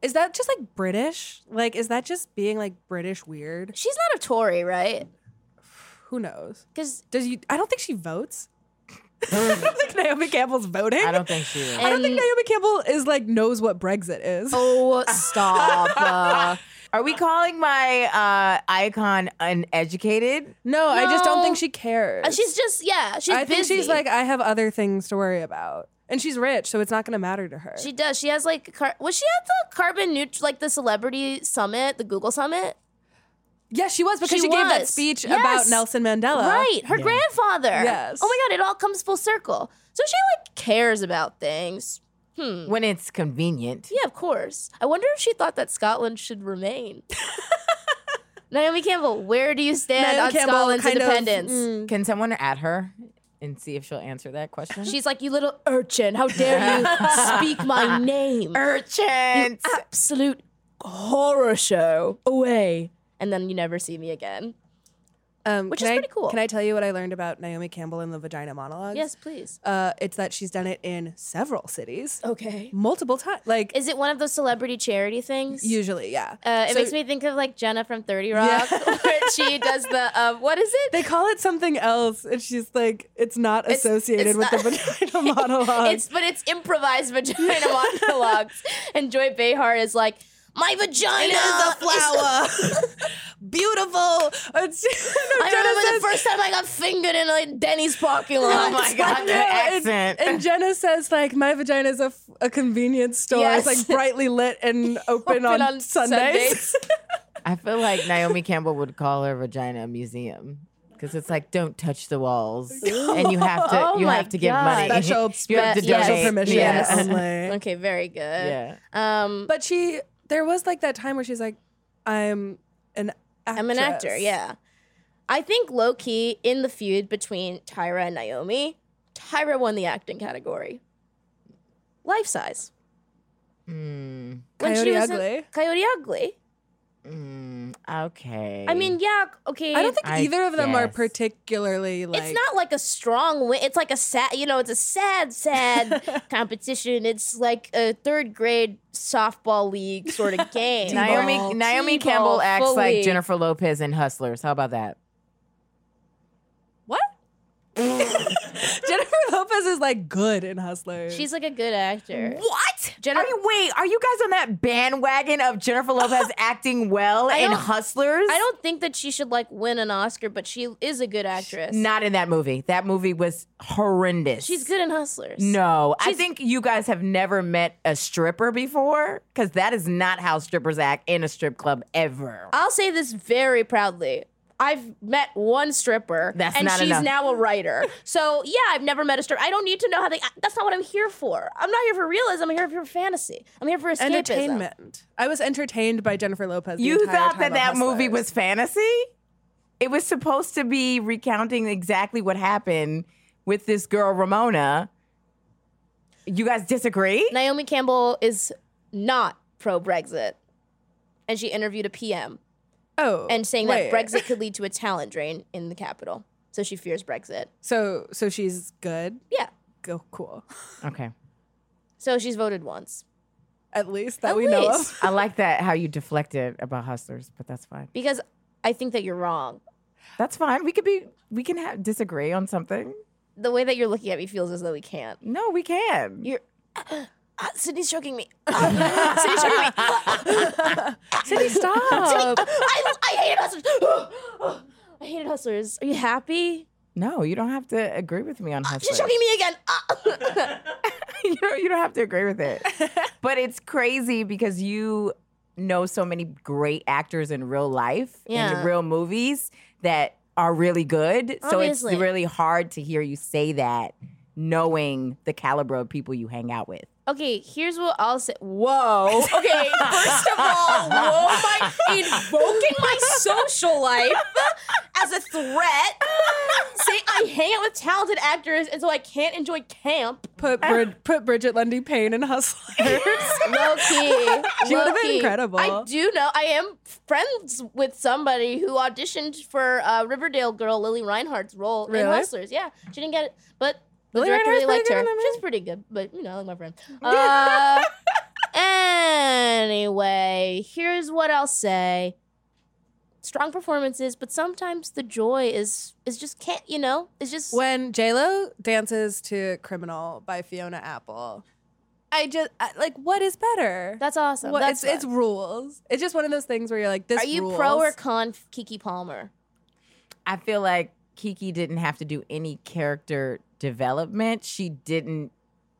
Speaker 6: Is that just like British? Like, is that just being like British weird?
Speaker 5: She's not a Tory, right?
Speaker 6: Who knows?
Speaker 5: Because
Speaker 6: Does you? I don't think she votes. I don't think Naomi Campbell's voting.
Speaker 7: I don't think she is.
Speaker 6: I don't think Naomi Campbell is like knows what Brexit is.
Speaker 5: oh, stop. Uh,
Speaker 7: Are we calling my uh, icon uneducated?
Speaker 6: no, I just don't
Speaker 5: No.
Speaker 6: think she cares.
Speaker 5: she's just yeah. She's
Speaker 6: I think
Speaker 5: busy.
Speaker 6: she's like I have other things to worry about, and she's rich, so it's not going to matter to her.
Speaker 5: She does. She has like car- was she at the carbon neutral like the celebrity summit, the Google summit?
Speaker 6: yes, she was because
Speaker 5: She
Speaker 6: she, gave that
Speaker 5: was.
Speaker 6: speech
Speaker 5: Yes.
Speaker 6: about Nelson Mandela.
Speaker 5: Right, her grandfather.
Speaker 6: Yes.
Speaker 5: Oh my god, it all comes full circle. So she like cares about things. Hmm.
Speaker 7: When it's convenient.
Speaker 5: Yeah, of course. I wonder if she thought that Scotland should remain. Naomi Campbell, where do you stand
Speaker 6: Naomi
Speaker 5: on
Speaker 6: Campbell
Speaker 5: Scotland's
Speaker 6: kind of,
Speaker 5: independence?
Speaker 6: mm.
Speaker 7: Can someone at her and see if she'll answer that question?
Speaker 5: She's like, you little urchin, how dare you speak my name?
Speaker 7: urchin.
Speaker 5: Absolute horror show. Away. And then you never see me again.
Speaker 6: Um,
Speaker 5: Which
Speaker 6: can
Speaker 5: is
Speaker 6: I-
Speaker 5: pretty cool.
Speaker 6: Can I tell you what I learned about Naomi Campbell in the Vagina Monologues?
Speaker 5: Yes, please.
Speaker 6: Uh, it's that she's done it in several cities,
Speaker 5: Okay.
Speaker 6: multiple times. Like
Speaker 5: Oh. Is it one of those celebrity charity things?
Speaker 6: usually, yeah.
Speaker 5: Uh, it
Speaker 6: So-
Speaker 5: makes me think of like Jenna from 30 Rock, where she does the, um, what is it?
Speaker 6: They call it something else, and she's like, it's not
Speaker 5: It's-
Speaker 6: associated
Speaker 5: it's
Speaker 6: with
Speaker 5: not-
Speaker 6: the vagina monologue.
Speaker 5: It's but it's improvised vagina monologues, and Joy Behar is like, "My vagina
Speaker 6: is a flower. Beautiful. It's, no,
Speaker 5: I
Speaker 6: Jenna
Speaker 5: remember
Speaker 6: says-
Speaker 5: the first time I got fingered in a Denny's parking lot.
Speaker 7: oh my
Speaker 5: It's
Speaker 7: god,
Speaker 5: like,
Speaker 7: the accent.
Speaker 6: And Jenna says, like, my vagina is a, f- a convenience store.
Speaker 5: Yes.
Speaker 6: It's like brightly lit and
Speaker 5: Open
Speaker 6: open, on,
Speaker 5: on
Speaker 6: Sundays.
Speaker 7: I feel like Naomi Campbell would call her vagina a museum. Because it's like don't touch the walls, and you have to
Speaker 5: Oh
Speaker 7: you
Speaker 5: my
Speaker 7: have to give
Speaker 5: God.
Speaker 7: money.
Speaker 6: Special,
Speaker 7: you have to
Speaker 5: Yes.
Speaker 7: donate.
Speaker 6: special permission
Speaker 7: Yeah.
Speaker 5: Yes.
Speaker 6: only.
Speaker 5: Okay, very good.
Speaker 7: Yeah.
Speaker 5: Um,
Speaker 6: But she, there was like that time where she's like, I'm an actress.
Speaker 5: I'm an actor. Yeah, I think low key in the feud between Tyra and Naomi, Tyra won the acting category. Life size.
Speaker 7: Mm,
Speaker 6: Coyote
Speaker 5: in
Speaker 6: Ugly?
Speaker 5: Coyote Ugly.
Speaker 7: mm, okay.
Speaker 5: I mean, yeah, okay.
Speaker 6: I don't think
Speaker 7: I
Speaker 6: either of them are
Speaker 7: guess.
Speaker 6: particularly like.
Speaker 5: it's not like a strong win. It's like a sad, you know, it's a sad, sad competition. It's like a third grade softball league sort of game.
Speaker 7: Naomi Naomi Campbell
Speaker 5: T-ball,
Speaker 7: acts
Speaker 5: full
Speaker 7: like
Speaker 5: league.
Speaker 7: Jennifer Lopez in Hustlers. How about that?
Speaker 6: What? Jennifer Lopez is like good in Hustlers.
Speaker 5: She's like a good actor.
Speaker 7: What?
Speaker 5: Jenna-
Speaker 7: are you wait? Are you guys on that bandwagon of Jennifer Lopez acting well in
Speaker 5: don't-
Speaker 7: Hustlers?
Speaker 5: I don't think that she should like win an Oscar, but she is a good actress.
Speaker 7: Not in that movie. That movie was horrendous.
Speaker 5: She's good in Hustlers.
Speaker 7: No, I
Speaker 5: She's-
Speaker 7: think you guys have never met a stripper before because that is not how strippers act in a strip club ever.
Speaker 6: Uh,
Speaker 5: I'll say this very proudly. I've met one stripper,
Speaker 7: That's
Speaker 5: and
Speaker 7: not
Speaker 5: she's
Speaker 7: enough.
Speaker 5: now a writer. so yeah, I've never met a stripper. I don't need to know how they. That's not what I'm here for. I'm not here for realism. I'm here for fantasy. I'm here for escapism.
Speaker 6: entertainment. I was entertained by Jennifer Lopez. the
Speaker 7: you
Speaker 6: entire
Speaker 7: thought
Speaker 6: time
Speaker 7: that
Speaker 6: on
Speaker 7: that movie
Speaker 6: Hustlers.
Speaker 7: was fantasy? It was supposed to be recounting exactly what happened with this girl Ramona. You guys disagree?
Speaker 5: Naomi Campbell is not pro Brexit, and she interviewed a PM
Speaker 6: Oh,
Speaker 5: and saying
Speaker 6: wait.
Speaker 5: that Brexit could lead to a talent drain in the capital. So she fears Brexit.
Speaker 6: So, so she's good.
Speaker 5: Yeah.
Speaker 6: Go cool.
Speaker 7: Okay.
Speaker 5: So she's voted once.
Speaker 6: At least that
Speaker 5: At
Speaker 6: we know
Speaker 5: least.
Speaker 6: of.
Speaker 7: I like that how you deflected about hustlers, but that's fine.
Speaker 5: Because I think that you're wrong.
Speaker 7: That's fine. We could be we can have disagree on something.
Speaker 5: The way that you're looking at me feels as though we can't.
Speaker 7: No, we can.
Speaker 5: You're. Ah, Sydney's choking me. Ah, Sydney's choking me. Ah,
Speaker 6: Cindy, stop.
Speaker 5: I, I hated hustlers. I hated hustlers. Are you happy?
Speaker 7: No, you don't have to agree with
Speaker 6: Uh,
Speaker 7: me on hustlers.
Speaker 5: She's choking me again. Ah.
Speaker 7: you don't, you don't have to agree with it. but it's crazy because you know so many great actors in real life
Speaker 5: Yeah.
Speaker 7: in real movies that are really good. So
Speaker 5: Obviously.
Speaker 7: it's really hard to hear you say that knowing the caliber of people you hang out with.
Speaker 5: Okay, here's what I'll say. Whoa. Okay, first of all, whoa, my invoking my social life as a threat. Say I hang out with talented actors, and so I can't enjoy camp.
Speaker 6: put Brid- put Bridget Lundy Payne in Hustlers.
Speaker 5: Low key.
Speaker 6: She would've been
Speaker 5: low-key.
Speaker 6: incredible.
Speaker 5: I do know. I am friends with somebody who auditioned for uh, Riverdale girl Lily Reinhardt's role
Speaker 6: Really?
Speaker 5: in Hustlers. Yeah, she didn't get it, but The
Speaker 6: Lily
Speaker 5: director
Speaker 6: Reinhardt's
Speaker 5: really liked
Speaker 6: pretty
Speaker 5: her.
Speaker 6: good in that
Speaker 5: She's pretty good, but you know, I like my friend. Uh, anyway, here's what I'll say. Strong performances, but sometimes the joy is is just can't you know? It's just
Speaker 6: When J Lo dances to "Criminal" by Fiona Apple, I just I, like what is better?
Speaker 5: that's awesome.
Speaker 6: What-
Speaker 5: that's
Speaker 6: it's, it's
Speaker 5: fun.
Speaker 6: rules. It's just one of those things where you're like, this.
Speaker 5: Are you
Speaker 6: rules.
Speaker 5: pro or con Kiki Palmer?
Speaker 7: I feel like Kiki didn't have to do any character development. She didn't.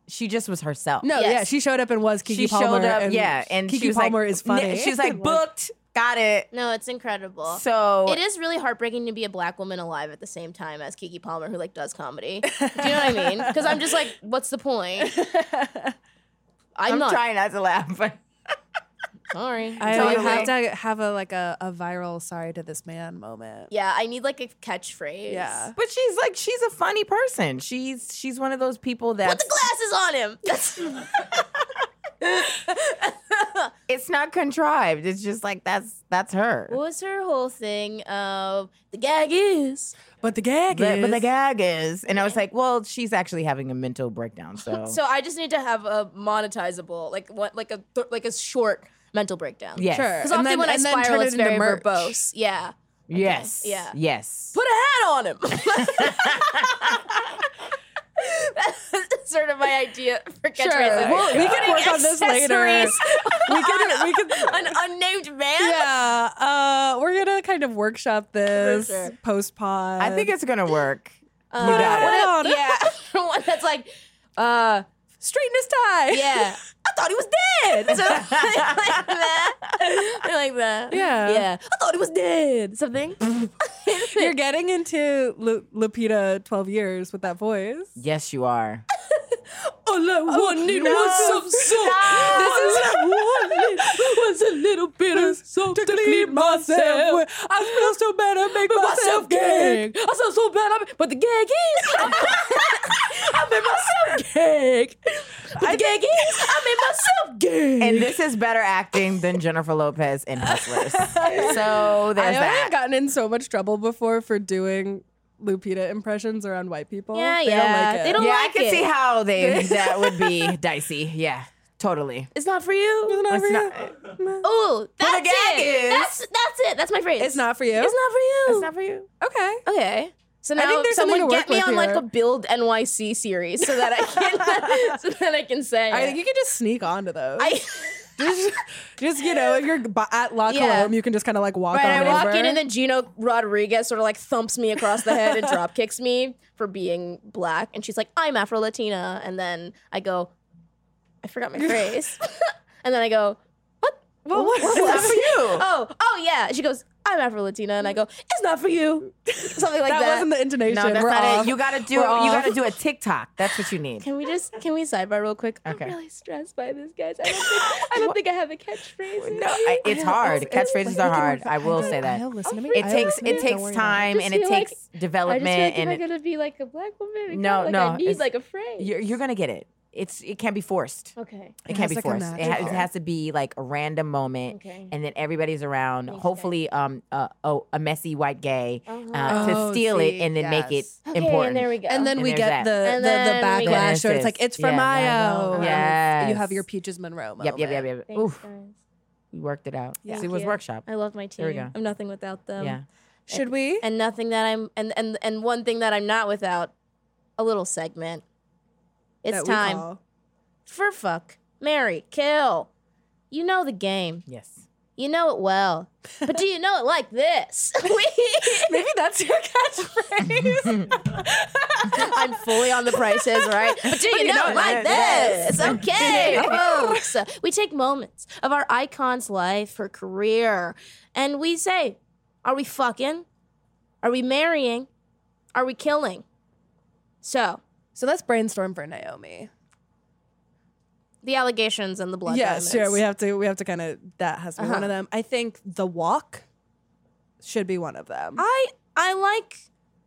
Speaker 7: She just was herself.
Speaker 6: No, yeah,
Speaker 5: Yes.
Speaker 6: she showed up and was Kiki
Speaker 7: she
Speaker 6: Palmer.
Speaker 7: showed up.
Speaker 6: and
Speaker 7: yeah, and
Speaker 6: Kiki
Speaker 7: she was
Speaker 6: Palmer
Speaker 7: like,
Speaker 6: is funny.
Speaker 7: N- She was like booked. Got it.
Speaker 5: No, it's incredible.
Speaker 7: So
Speaker 5: it is really heartbreaking to be a black woman alive at the same time as Kiki Palmer, who like does comedy. Do you know what I mean? Because I'm just like, what's the point? I'm,
Speaker 7: I'm,
Speaker 5: not
Speaker 7: trying not to laugh, but
Speaker 5: sorry.
Speaker 6: I
Speaker 5: It's all
Speaker 7: Totally.
Speaker 6: have
Speaker 5: right.
Speaker 6: to have a like a, a viral "Sorry to this man" moment.
Speaker 5: Yeah, I need like a catchphrase.
Speaker 6: Yeah.
Speaker 7: but she's like she's a funny person. She's she's one of those people
Speaker 5: Put
Speaker 7: that
Speaker 5: the glasses on him. That's
Speaker 7: it's not contrived. It's just like that's that's her.
Speaker 5: what was her whole thing of the gag is.
Speaker 6: But the gag
Speaker 7: But,
Speaker 6: is.
Speaker 7: but the gag is, and I was like, well, she's actually having a mental breakdown.
Speaker 6: Oh.
Speaker 7: So,
Speaker 5: So I just need to have a monetizable, like what, like a th- like a short mental breakdown.
Speaker 7: yes,
Speaker 6: Sure.
Speaker 5: Because
Speaker 6: And
Speaker 5: often
Speaker 6: then-
Speaker 5: when I
Speaker 6: and then
Speaker 5: spiral,
Speaker 6: turn it
Speaker 5: it's
Speaker 6: into
Speaker 5: very
Speaker 6: merch.
Speaker 5: verbose. Yeah.
Speaker 7: yes,
Speaker 5: yeah.
Speaker 7: yes.
Speaker 5: Put a hat on him. That's sort of my idea for catchphrases.
Speaker 6: Sure. Well, we can
Speaker 5: Putting
Speaker 6: work on this later.
Speaker 5: accessories
Speaker 6: We can. We can.
Speaker 5: on an unnamed man.
Speaker 6: Yeah. Uh, we're gonna kind of workshop this
Speaker 5: sure.
Speaker 6: post pod.
Speaker 7: I think it's gonna work.
Speaker 5: Uh,
Speaker 7: You got
Speaker 5: what
Speaker 6: it.
Speaker 5: if- yeah. One that's like, uh,
Speaker 6: straighten his tie.
Speaker 5: yeah. I thought he was dead. So, like that. Like that.
Speaker 6: Yeah.
Speaker 5: Yeah. I thought he was dead. Something.
Speaker 6: You're getting into Lu- Lupita 12 years with that voice.
Speaker 7: Yes, you are.
Speaker 6: All I wanted was some soap. This is was a little bit of soap to, clean myself. I smell so bad, I make myself gag. I smell so bad, I but the gag is I made myself gag. But the gag is I made myself gag.
Speaker 7: And this is better acting than Jennifer Lopez in Hustlers. so
Speaker 6: I
Speaker 7: there's that.
Speaker 6: have gotten in so much trouble before for doing Lupita impressions around white people.
Speaker 5: Yeah,
Speaker 6: they
Speaker 5: yeah.
Speaker 6: Don't like it.
Speaker 5: They don't
Speaker 7: yeah, I
Speaker 5: like
Speaker 7: can
Speaker 5: it.
Speaker 7: see how they that would be dicey. Yeah, totally.
Speaker 5: It's not for you.
Speaker 6: It's not for you.
Speaker 5: Oh, that's
Speaker 7: gag
Speaker 5: it.
Speaker 7: is-
Speaker 5: That's that's it. That's my phrase.
Speaker 6: It's not for you.
Speaker 5: It's not for you.
Speaker 7: It's not for you.
Speaker 6: okay.
Speaker 5: Okay. So
Speaker 6: I
Speaker 5: now
Speaker 6: think there's something
Speaker 5: someone
Speaker 6: to
Speaker 5: get
Speaker 6: work
Speaker 5: me
Speaker 6: with
Speaker 5: on like
Speaker 6: here.
Speaker 5: a build NYC series so that I can so that I can say.
Speaker 6: I
Speaker 5: it.
Speaker 6: think you can just sneak onto those.
Speaker 5: I
Speaker 6: just, just, you know, if you're b- at La
Speaker 5: Yeah.
Speaker 6: Colombe, you can just kind of like walk
Speaker 5: right.
Speaker 6: on
Speaker 5: I walk
Speaker 6: over.
Speaker 5: in and then Gino Rodriguez sort of like thumps me across the head and drop kicks me for being black, and she's like, "I'm Afro Latina," and then I go, "I forgot my phrase," and then I go, "What?
Speaker 6: well, what,
Speaker 5: What
Speaker 6: it's
Speaker 5: was
Speaker 6: not for you?
Speaker 5: Oh, oh yeah." She goes, "I'm Afro Latina," and I go, "It's not for you," something like
Speaker 6: that,
Speaker 5: that.
Speaker 6: wasn't the intonation.
Speaker 7: No, that's
Speaker 6: We're
Speaker 7: not
Speaker 6: off.
Speaker 7: it. You gotta do you
Speaker 6: We're off.
Speaker 7: gotta do a TikTok. That's what you need.
Speaker 5: Can we just can we sidebar real quick?
Speaker 7: Okay.
Speaker 5: I'm really stressed by this, guys. I don't think I don't think I have a catchphrase.
Speaker 7: No, I, it's hard. Catchphrases are hard. I will say that.
Speaker 6: Listen to me.
Speaker 7: It takes it takes time
Speaker 5: Just
Speaker 7: and it
Speaker 5: feel like-
Speaker 7: takes
Speaker 5: I just
Speaker 7: development
Speaker 5: feel like if
Speaker 7: and
Speaker 5: I'm
Speaker 7: it-
Speaker 5: gonna be like a black woman, I
Speaker 7: No,
Speaker 5: feel like
Speaker 7: no,
Speaker 5: I need
Speaker 7: it's-
Speaker 5: like a phrase.
Speaker 7: you're you're gonna get it. It's it can't be forced.
Speaker 5: okay.
Speaker 7: It
Speaker 6: It
Speaker 7: can't
Speaker 6: has
Speaker 7: be
Speaker 6: to come
Speaker 7: forced. It, ha- it
Speaker 6: natural.
Speaker 7: has to be like a random moment,
Speaker 5: Okay.
Speaker 7: and then everybody's around.
Speaker 5: Makes
Speaker 7: hopefully, um, uh, oh, a messy white gay uh,
Speaker 5: Uh-huh.
Speaker 7: to
Speaker 6: Oh,
Speaker 7: steal
Speaker 6: see,
Speaker 7: it and then make it
Speaker 6: yes.
Speaker 5: Okay,
Speaker 7: important.
Speaker 5: and there we go.
Speaker 6: And then
Speaker 7: And
Speaker 6: we
Speaker 7: there's
Speaker 6: get
Speaker 7: that.
Speaker 6: the, the,
Speaker 5: And
Speaker 6: the
Speaker 5: then we-
Speaker 6: backlash, or it's like,
Speaker 7: Yes.
Speaker 6: it's for
Speaker 7: Yeah,
Speaker 6: Mayo.
Speaker 7: Mayo.
Speaker 6: and
Speaker 7: Yes.
Speaker 5: Um,
Speaker 6: You have your Peaches Monroe moment.
Speaker 7: Yep, yep, yep, yep.
Speaker 5: Thanks,
Speaker 7: Oof,
Speaker 5: guys.
Speaker 7: we worked it out.
Speaker 6: Yeah.
Speaker 7: See, it was
Speaker 5: Yeah. Um,
Speaker 7: workshop.
Speaker 5: I love my team.
Speaker 7: There we go.
Speaker 5: I'm nothing without them.
Speaker 7: Yeah.
Speaker 6: Should we?
Speaker 5: And nothing that I'm and and and one thing that I'm not without a little segment. It's
Speaker 6: That we
Speaker 5: time
Speaker 6: call-
Speaker 5: for fuck, Mary, kill. You know the game.
Speaker 7: Yes.
Speaker 5: You know it well. But do you know it like this? We-
Speaker 6: Maybe that's your catchphrase.
Speaker 5: I'm fully on the prices, right? But do you, know, it like this? Okay, folks. We take moments of our icon's life, her career, and we say, are we fucking? Are we marrying? Are we killing? So,
Speaker 6: so let's brainstorm for Naomi.
Speaker 5: the allegations and the blood.
Speaker 6: yes, sure.
Speaker 5: diamonds.
Speaker 6: We have to. We have to kind of. That has to be one
Speaker 5: Uh-huh.
Speaker 6: of them. I think the walk should be one of them.
Speaker 5: I I like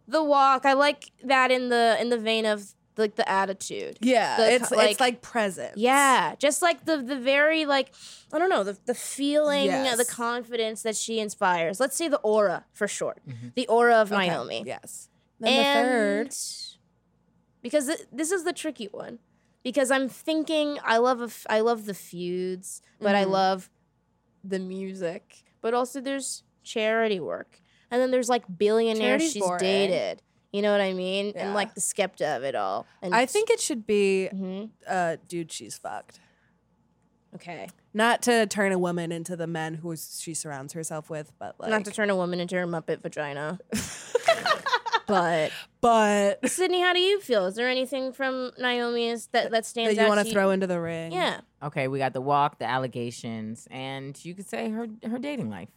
Speaker 5: the walk. I like that in the in the vein of like the attitude.
Speaker 6: yeah,
Speaker 5: the
Speaker 6: it's
Speaker 5: co- like-
Speaker 6: it's like present.
Speaker 5: Yeah, just like the the very like I don't know the the feeling,
Speaker 6: Yes.
Speaker 5: the confidence that she inspires. Let's say the aura for short, the aura of
Speaker 6: Mm-hmm. Okay,
Speaker 5: Naomi.
Speaker 6: Yes. Then
Speaker 5: And
Speaker 6: the third.
Speaker 5: because th- this is the tricky one. Because I'm thinking I love a f- I love the feuds, but I
Speaker 6: Mm-hmm.
Speaker 2: Mhm.
Speaker 5: love the music. But also there's charity work, and then there's like billionaires
Speaker 2: Charity's
Speaker 5: she's
Speaker 2: boring.
Speaker 5: dated. You know what I mean?
Speaker 6: Yeah.
Speaker 5: And like the skepta of it all. And
Speaker 6: I think it should be,
Speaker 5: hmm
Speaker 6: uh, dude, she's fucked.
Speaker 5: Okay.
Speaker 6: Not to turn a woman into the men who she surrounds herself with, but like,
Speaker 5: Not to turn a woman into her Muppet vagina. but
Speaker 6: but
Speaker 5: Sydney, how do you feel? Is there anything from Naomi's that that
Speaker 6: that
Speaker 5: stands
Speaker 6: you
Speaker 5: out?
Speaker 6: want to
Speaker 5: to
Speaker 6: throw into the ring.
Speaker 5: Yeah.
Speaker 7: Okay, we got the walk, the allegations, and you could say her her dating life.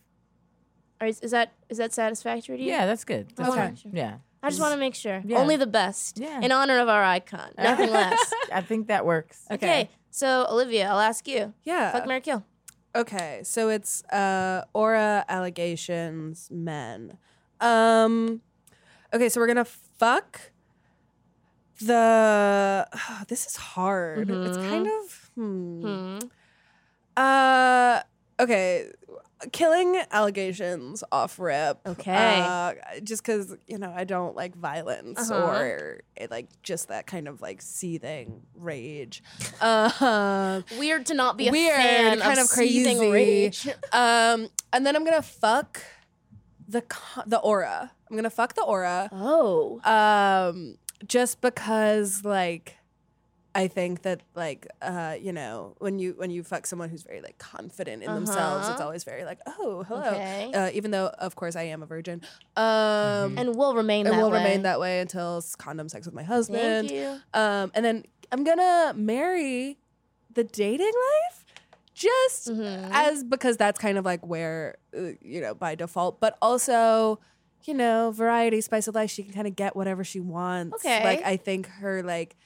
Speaker 5: Or is, is that is that satisfactory to you?
Speaker 7: Yeah, that's good. That's
Speaker 6: Okay.
Speaker 7: fine.
Speaker 5: Um,
Speaker 7: Yeah.
Speaker 5: I just want to make sure.
Speaker 7: Yeah.
Speaker 5: Only the best.
Speaker 7: Yeah.
Speaker 5: In honor of our icon. Nothing less.
Speaker 7: I think that works.
Speaker 5: Okay. So Olivia, I'll ask you.
Speaker 6: Yeah.
Speaker 5: Fuck Mary Kill.
Speaker 6: Okay, so it's uh aura allegations men. Um okay, so we're going to fuck the this is hard. It's kind of hmm.
Speaker 5: Mm-hmm. Hmm.
Speaker 6: Uh okay, killing allegations off rip.
Speaker 5: Okay.
Speaker 6: Uh, just cuz you know, I don't like violence
Speaker 5: Uh-huh.
Speaker 6: or it, like just that kind of like seething rage. Um
Speaker 5: Weird to not be a
Speaker 6: Weird,
Speaker 5: fan
Speaker 6: kind of
Speaker 5: seething
Speaker 6: crazy.
Speaker 5: rage.
Speaker 6: Um, and then I'm gonna fuck the co- the aura. I'm gonna fuck the aura.
Speaker 5: Oh.
Speaker 6: Um, just because like I think that like uh you know when you when you fuck someone who's very like confident in themselves, it's
Speaker 5: Uh-huh.
Speaker 6: always very like oh hello.
Speaker 5: Okay.
Speaker 6: Uh, even though of course I am a virgin. Um,
Speaker 5: and will remain
Speaker 6: and
Speaker 5: that
Speaker 6: will
Speaker 5: way.
Speaker 6: remain that way until s- condom sex with my husband.
Speaker 5: Mm-hmm. Thank you.
Speaker 6: Um, and then I'm gonna marry the dating life just
Speaker 5: Mhm.
Speaker 6: as because that's kind of like where uh, you know by default, but also you know variety, spice of life. She can kind of get whatever she wants.
Speaker 5: Okay.
Speaker 6: like I think her like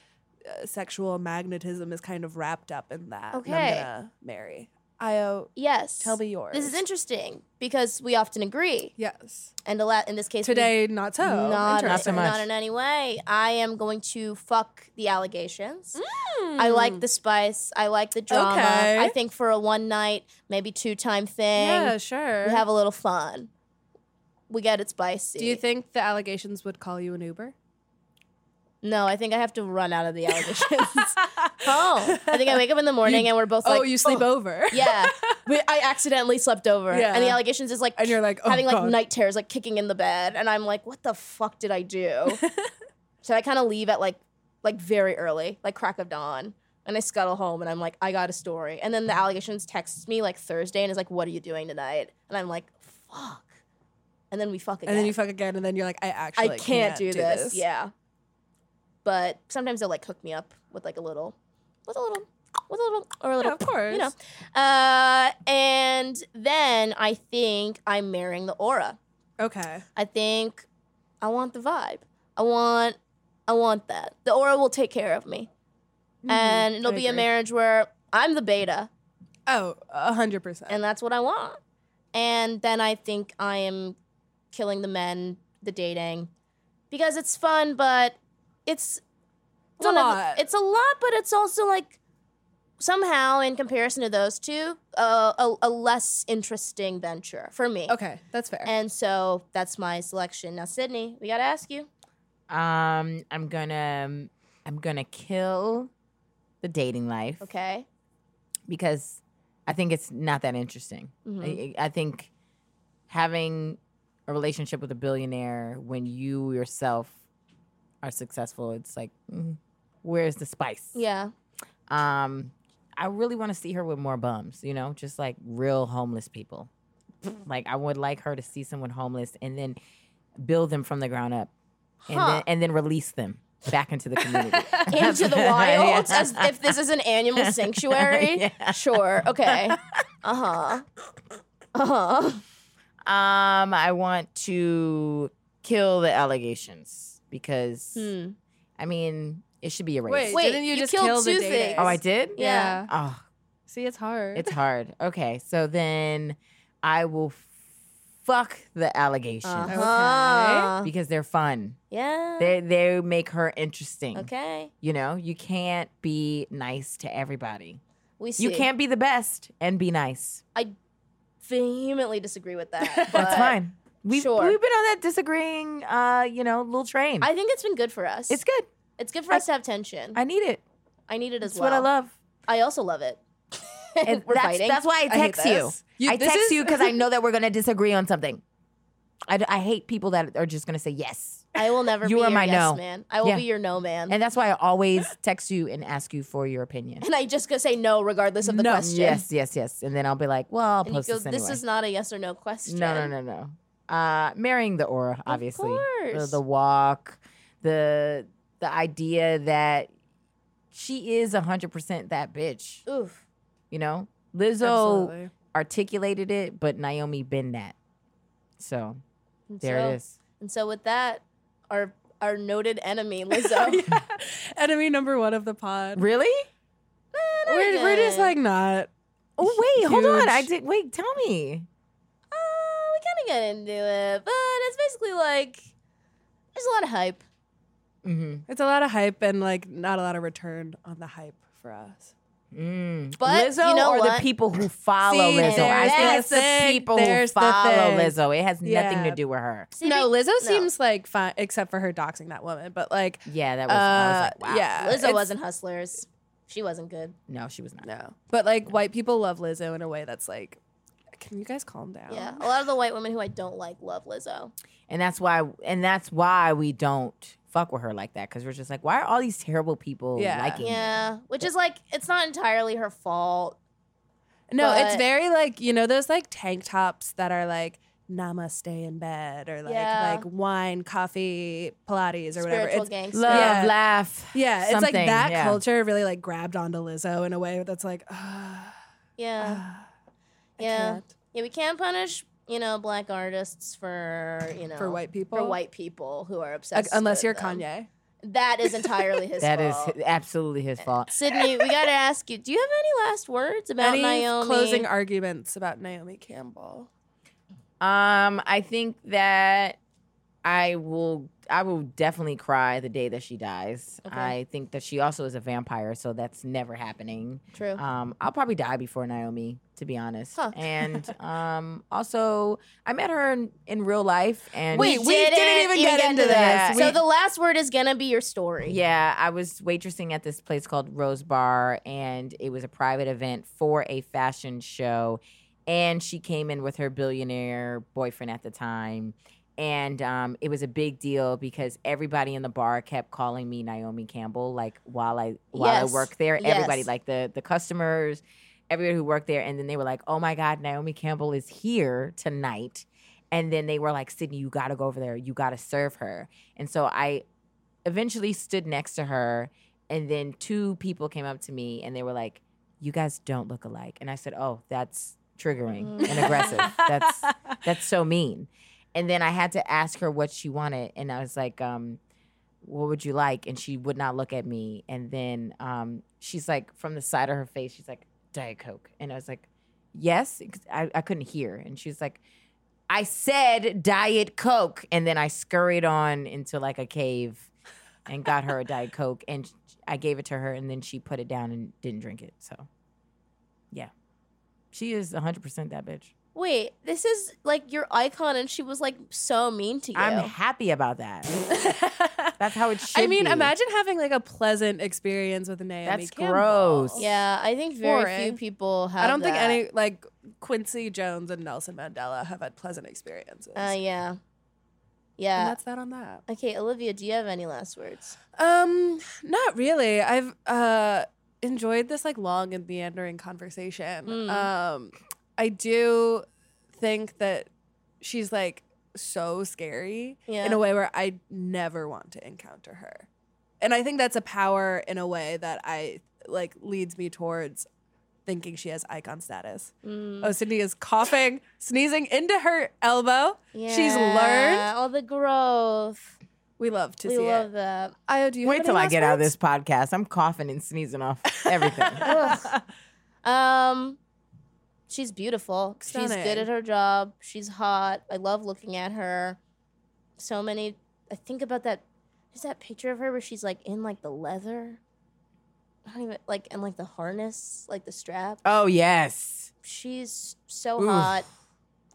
Speaker 6: uh, sexual magnetism is kind of wrapped up in that. and
Speaker 5: Okay.
Speaker 6: I'm gonna marry Io.
Speaker 5: Yes.
Speaker 6: Tell me yours.
Speaker 5: This is interesting because we often agree,
Speaker 6: Yes.
Speaker 5: and a lot in this case we
Speaker 6: Today, not so.
Speaker 5: not,
Speaker 7: Not so
Speaker 6: Interesting.
Speaker 7: much.
Speaker 5: not in any way. I am going to fuck the allegations. I like the spice. I like the drama.
Speaker 6: Hmm. Okay.
Speaker 5: I think for a one night, maybe two time thing,
Speaker 6: Yeah, sure.
Speaker 5: we have a little fun. We get it spicy.
Speaker 6: Do you think the allegations would call you an Uber?
Speaker 5: No, I think I have to run out of the allegations. oh, I think I wake up in the morning and we're both
Speaker 6: oh,
Speaker 5: like,
Speaker 6: you sleep over.
Speaker 5: Yeah, we, I accidentally slept over,
Speaker 6: Yeah.
Speaker 5: and the allegations is like,
Speaker 6: And you're like, oh,
Speaker 5: having like
Speaker 6: God.
Speaker 5: night terrors, like kicking in the bed, and I'm like, what the fuck did I do? so I kind of leave at like like very early, like crack of dawn, and I scuttle home, and I'm like, I got a story, and then the allegations texts me like Thursday, and is like, what are you doing tonight? And I'm like, fuck, and then we fuck again.
Speaker 6: And then you fuck again, and then you're like, I actually
Speaker 5: I can't, do, this. Yeah, but sometimes they'll like hook me up with like a little, with a little, with a little, or a
Speaker 6: Yeah,
Speaker 5: little.
Speaker 6: of course.
Speaker 5: You know, uh, and then I think I'm marrying the aura.
Speaker 6: Okay.
Speaker 5: I think I want the vibe. I want I want that. The aura will take care of me. and it'll
Speaker 6: Mm-hmm. Mm, I
Speaker 5: be a
Speaker 6: agree.
Speaker 5: marriage where I'm the beta
Speaker 6: Oh, a hundred percent.
Speaker 5: and that's what I want. And then I think I am killing the men, the dating. Because it's fun, but it's
Speaker 6: It's a
Speaker 5: one of-
Speaker 6: lot.
Speaker 5: it's a lot, but it's also like somehow in comparison to those two, uh, a, a less interesting venture for me.
Speaker 6: Okay, that's fair.
Speaker 5: And so that's my selection. Now, Sydney, we got to ask you.
Speaker 7: Um, I'm gonna I'm gonna kill the dating life.
Speaker 5: Okay.
Speaker 7: Because I think it's not that interesting.
Speaker 5: Mhm.
Speaker 7: I, I think having a relationship with a billionaire when you yourself are successful, it's like, mm, where's the spice?
Speaker 5: Yeah.
Speaker 7: Um, I really want to see her with more bums, you know, just like real homeless people. Like I would like her to see someone homeless and then build them from the ground up, and
Speaker 5: Huh.
Speaker 7: then and then release them back into the community.
Speaker 5: Into the wild,
Speaker 7: Yeah.
Speaker 5: as if this is an animal sanctuary.
Speaker 7: Yeah.
Speaker 5: Sure. Okay. Uh huh. Uh huh.
Speaker 7: Um, I want to kill the allegations because
Speaker 5: Hmm.
Speaker 7: I mean it should be erased.
Speaker 6: Wait,
Speaker 5: Wait,
Speaker 6: didn't you,
Speaker 5: you
Speaker 6: just
Speaker 5: killed
Speaker 6: kill the
Speaker 5: two
Speaker 6: dating?
Speaker 5: things.
Speaker 7: Oh, I did.
Speaker 5: Yeah.
Speaker 7: Oh,
Speaker 6: See, it's hard.
Speaker 7: it's hard. Okay, so then I will fuck the allegations.
Speaker 5: Uh-huh.
Speaker 7: because they're fun.
Speaker 5: Yeah.
Speaker 7: They they make her interesting.
Speaker 5: okay.
Speaker 7: You know, you can't be nice to everybody.
Speaker 5: We see.
Speaker 7: You can't be the best and be nice.
Speaker 5: vehemently disagree with that. But
Speaker 7: That's fine. We've
Speaker 5: sure.
Speaker 7: we've been on that disagreeing uh, you know, little train.
Speaker 5: I think it's been good for us.
Speaker 7: it's good.
Speaker 5: It's good for us to have tension. I,
Speaker 7: I need it.
Speaker 5: need it as
Speaker 7: That's
Speaker 5: well.
Speaker 7: what I love.
Speaker 5: I also love it.
Speaker 7: And
Speaker 5: We're
Speaker 7: that's,
Speaker 5: fighting.
Speaker 7: that's why I
Speaker 5: I hate
Speaker 7: text you.
Speaker 5: this.
Speaker 7: I text you because I know that we're going to disagree on something. I, d- I hate people that are just going to say yes.
Speaker 5: I will never
Speaker 7: You
Speaker 5: be
Speaker 7: are
Speaker 5: your
Speaker 7: my
Speaker 5: yes
Speaker 7: no.
Speaker 5: man. I will
Speaker 7: Yeah.
Speaker 5: be your no man. And,
Speaker 7: And that's why I always text you and ask you for your opinion.
Speaker 5: I just go say no regardless of the
Speaker 7: No.
Speaker 5: question.
Speaker 7: Yes, yes, yes. And then I'll be like, well, I'll
Speaker 5: And you
Speaker 7: post
Speaker 5: go,
Speaker 7: this anyway.
Speaker 5: this is not a yes or no question.
Speaker 7: No, no, no, no. Uh, marrying the aura, obviously. The,
Speaker 5: course.
Speaker 7: the walk, the the idea that she is hundred percent that bitch.
Speaker 5: no. Oof.
Speaker 7: You know, Lizzo
Speaker 6: Absolutely.
Speaker 7: articulated it, but Naomi been that. So
Speaker 5: And
Speaker 7: there
Speaker 5: so,
Speaker 7: it is.
Speaker 5: And so with that, our our noted enemy
Speaker 7: Oh,
Speaker 5: Lizzo.
Speaker 6: Enemy number one of the pod.
Speaker 7: Really?
Speaker 6: We're, we're just like not.
Speaker 7: Oh wait, hold on. I
Speaker 6: Huge.
Speaker 7: did. Wait, tell me.
Speaker 5: Oh, we kind of got into it, but it's basically like there's a lot of hype.
Speaker 7: Mm-hmm.
Speaker 6: It's a lot of hype and like not a lot of return on the hype for us.
Speaker 7: Mm.
Speaker 5: But
Speaker 7: Lizzo
Speaker 5: you know
Speaker 7: or
Speaker 5: what?
Speaker 7: the people who follow
Speaker 6: See,
Speaker 7: Lizzo? I think
Speaker 6: there's
Speaker 7: it's
Speaker 6: the
Speaker 7: the
Speaker 6: thing.
Speaker 7: people
Speaker 6: There's
Speaker 7: who
Speaker 6: the
Speaker 7: follow
Speaker 6: thing.
Speaker 7: Lizzo. It has nothing
Speaker 6: Yeah.
Speaker 7: to do with her.
Speaker 5: See,
Speaker 6: No, Lizzo
Speaker 5: no.
Speaker 6: seems like fine, except for her doxing that woman. But like,
Speaker 7: Yeah, that was. I was
Speaker 6: uh,
Speaker 7: like, wow.
Speaker 6: yeah,
Speaker 5: Lizzo
Speaker 6: it's-
Speaker 5: wasn't hustlers. She wasn't good.
Speaker 7: No, she was not.
Speaker 6: No, but like white people love Lizzo in a way that's like, can you guys calm down?
Speaker 5: Yeah, a lot of the white women who I don't like love Lizzo.
Speaker 7: and that's why and that's why we don't fuck with her like that because we're just like why are all these terrible people
Speaker 6: Yeah.
Speaker 7: liking her?
Speaker 5: Yeah, which is like it's not entirely her fault.
Speaker 6: No, it's
Speaker 5: But-
Speaker 6: very like you know those like tank tops that are like namaste in bed or like
Speaker 5: Yeah.
Speaker 6: like wine, coffee, Pilates or whatever.
Speaker 5: Spiritual
Speaker 6: It's,
Speaker 5: gangster.
Speaker 7: love
Speaker 6: Yeah.
Speaker 7: laugh
Speaker 6: yeah, it's like
Speaker 7: something,
Speaker 6: that
Speaker 7: yeah.
Speaker 6: culture really like grabbed onto Lizzo in a way that's like, ah,
Speaker 5: Yeah,
Speaker 6: ah, I
Speaker 5: Yeah.
Speaker 6: can't.
Speaker 5: yeah. We can't punish you know black artists for you know
Speaker 6: for white people,
Speaker 5: for white people who are
Speaker 6: Like,
Speaker 5: obsessed.
Speaker 6: unless
Speaker 5: with
Speaker 6: you're
Speaker 5: them.
Speaker 6: Kanye.
Speaker 5: That is entirely his
Speaker 7: that is
Speaker 5: fault.
Speaker 7: hi- absolutely his fault
Speaker 5: Sydney, we gotta ask you: Do you have any last words about
Speaker 6: Any
Speaker 5: Naomi?
Speaker 6: closing arguments about Naomi Campbell?
Speaker 7: um i think that i will i will definitely cry the day that she dies
Speaker 5: Okay.
Speaker 7: i think that she also is a vampire so that's never happening
Speaker 5: True.
Speaker 7: Um, I'll probably die before Naomi, to be honest.
Speaker 5: Huh.
Speaker 7: And um, also, I met her in, in real life, and
Speaker 6: Wait, we didn't even get into this.
Speaker 5: So
Speaker 6: We-
Speaker 5: the last word is gonna be your story.
Speaker 7: yeah, I was waitressing at this place called Rose Bar, and it was a private event for a fashion show. And she came in with her billionaire boyfriend at the time. And um, it was a big deal because everybody in the bar kept calling me Naomi Campbell, like while I while
Speaker 5: Yes.
Speaker 7: I worked there. Everybody,
Speaker 5: Yes.
Speaker 7: like the the customers, everybody who worked there, and then they were like, "Oh my God, Naomi Campbell is here tonight." And then they were like, "Sydney, you got to go over there. You got to serve her." And so I eventually stood next to her and then two people came up to me and they were like you guys don't look alike and i said oh that's triggering and aggressive that's that's so mean and then i had to ask her what she wanted and i was like um what would you like and she would not look at me and then um she's like from the side of her face she's like diet coke and i was like yes 'cause i, I couldn't hear and she's like i said diet coke and then i scurried on into like a cave and got her a diet coke and i gave it to her and then she put it down and didn't drink it so yeah she is 100% that bitch
Speaker 5: Wait, this is like your icon, and she was like so mean to you.
Speaker 7: i'm happy about that that's how it should
Speaker 6: I mean,
Speaker 7: be.
Speaker 6: imagine having like a pleasant experience with Naomi
Speaker 7: That's
Speaker 6: Campbell.
Speaker 7: gross.
Speaker 5: yeah, I think very few
Speaker 6: Boring.
Speaker 5: people have.
Speaker 6: I don't think
Speaker 5: that.
Speaker 6: any like Quincy Jones and Nelson Mandela have had pleasant experiences.
Speaker 5: Uh, yeah,
Speaker 6: And
Speaker 5: yeah.
Speaker 6: that's that on that.
Speaker 5: Okay, Olivia, do you have any last words?
Speaker 6: Um, not really. I've uh enjoyed this like long and meandering conversation.
Speaker 5: Mm.
Speaker 6: Um, I do think that she's like so scary
Speaker 5: Yeah.
Speaker 6: in a way where I never want to encounter her, and I think that's a power in a way that I like leads me towards thinking she has icon status.
Speaker 5: Mm,
Speaker 6: Oh, Sydney is coughing, sneezing into her elbow.
Speaker 5: yeah,
Speaker 6: She's learned.
Speaker 5: all the growth.
Speaker 6: We love to
Speaker 5: we
Speaker 6: see
Speaker 5: love
Speaker 6: it.
Speaker 5: that.
Speaker 6: Io, do you
Speaker 7: wait
Speaker 6: have
Speaker 7: till
Speaker 6: any
Speaker 7: i
Speaker 6: last
Speaker 7: get out of
Speaker 6: words?
Speaker 7: this podcast i'm coughing and sneezing off everything
Speaker 5: Ugh. Um, she's beautiful. She's
Speaker 6: Stunning.
Speaker 5: good at her job. She's hot. I love looking at her. So many. I think about that. Is that picture of her where she's like in like the leather? I don't even like and like the harness, like the strap.
Speaker 7: oh yes
Speaker 5: She's so
Speaker 7: Oh. Oof.
Speaker 5: hot.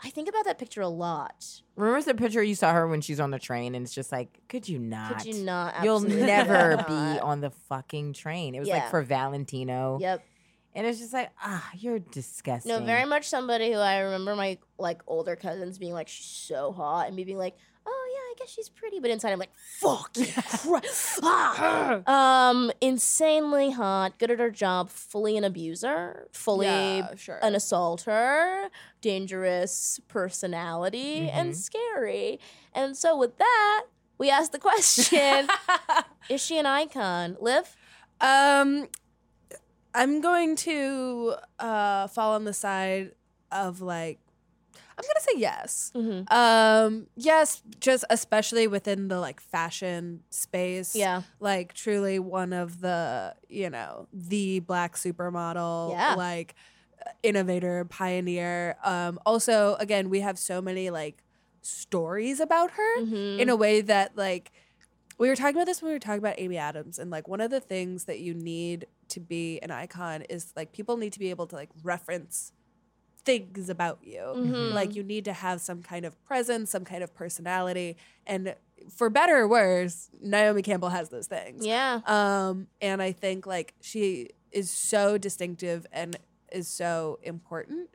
Speaker 5: I think about that picture a lot.
Speaker 7: Remember the picture you saw her when she's on the train, and it's just like, could you not?
Speaker 5: Could you not?
Speaker 7: You'll
Speaker 5: Absolutely
Speaker 7: never
Speaker 5: not.
Speaker 7: be on the fucking train. It was
Speaker 5: Yeah.
Speaker 7: like for Valentino,
Speaker 5: Yep.
Speaker 7: and it's just like, ah, you're disgusting.
Speaker 5: No, very much somebody who I remember my like older cousins being like, she's so hot, and me being like, oh yeah, I guess she's pretty, but inside I'm like, fuck, you, Christ, ah! um, insanely hot, good at her job, fully an abuser, fully
Speaker 6: Yeah, sure.
Speaker 5: an assaulter, dangerous personality, and
Speaker 6: Mm-hmm.
Speaker 7: Mhm.
Speaker 5: scary. And so with that, we asked the question: Is she an icon? Liv?
Speaker 6: Um, I'm going to uh, fall on the side of like, I'm gonna say yes.
Speaker 5: Mm-hmm.
Speaker 6: Um, yes, just especially within the like fashion space.
Speaker 5: Yeah.
Speaker 6: like truly one of the you know the black supermodel
Speaker 5: Yeah.
Speaker 6: like uh, innovator pioneer um also again we have so many like stories about her
Speaker 5: Mm-hmm.
Speaker 6: in a way that like we were talking about this when we were talking about Amy Adams and like one of the things that you need to be an icon is like people need to be able to like reference things about you
Speaker 5: Mhm.
Speaker 6: like you need to have some kind of presence some kind of personality and for better or worse Naomi Campbell has those things
Speaker 5: yeah.
Speaker 6: um and I think like she is so distinctive and is so important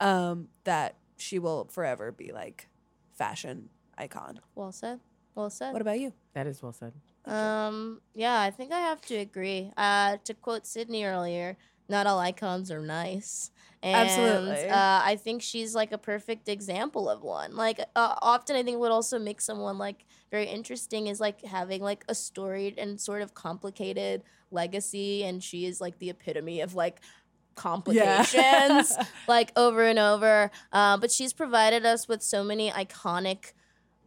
Speaker 6: um that she will forever be like fashion icon
Speaker 5: Well said. Well said.
Speaker 6: what about you
Speaker 7: That is well said.
Speaker 5: Um, yeah, I think I have to agree. Uh, to quote Sydney earlier, not all icons are nice. And,
Speaker 6: Absolutely.
Speaker 5: Uh, I think she's like a perfect example of one. Like, uh, often I think what also makes someone like very interesting is like having like a storied and sort of complicated legacy, and she is like the epitome of like complications like over and over. Uh, but she's provided us with so many iconic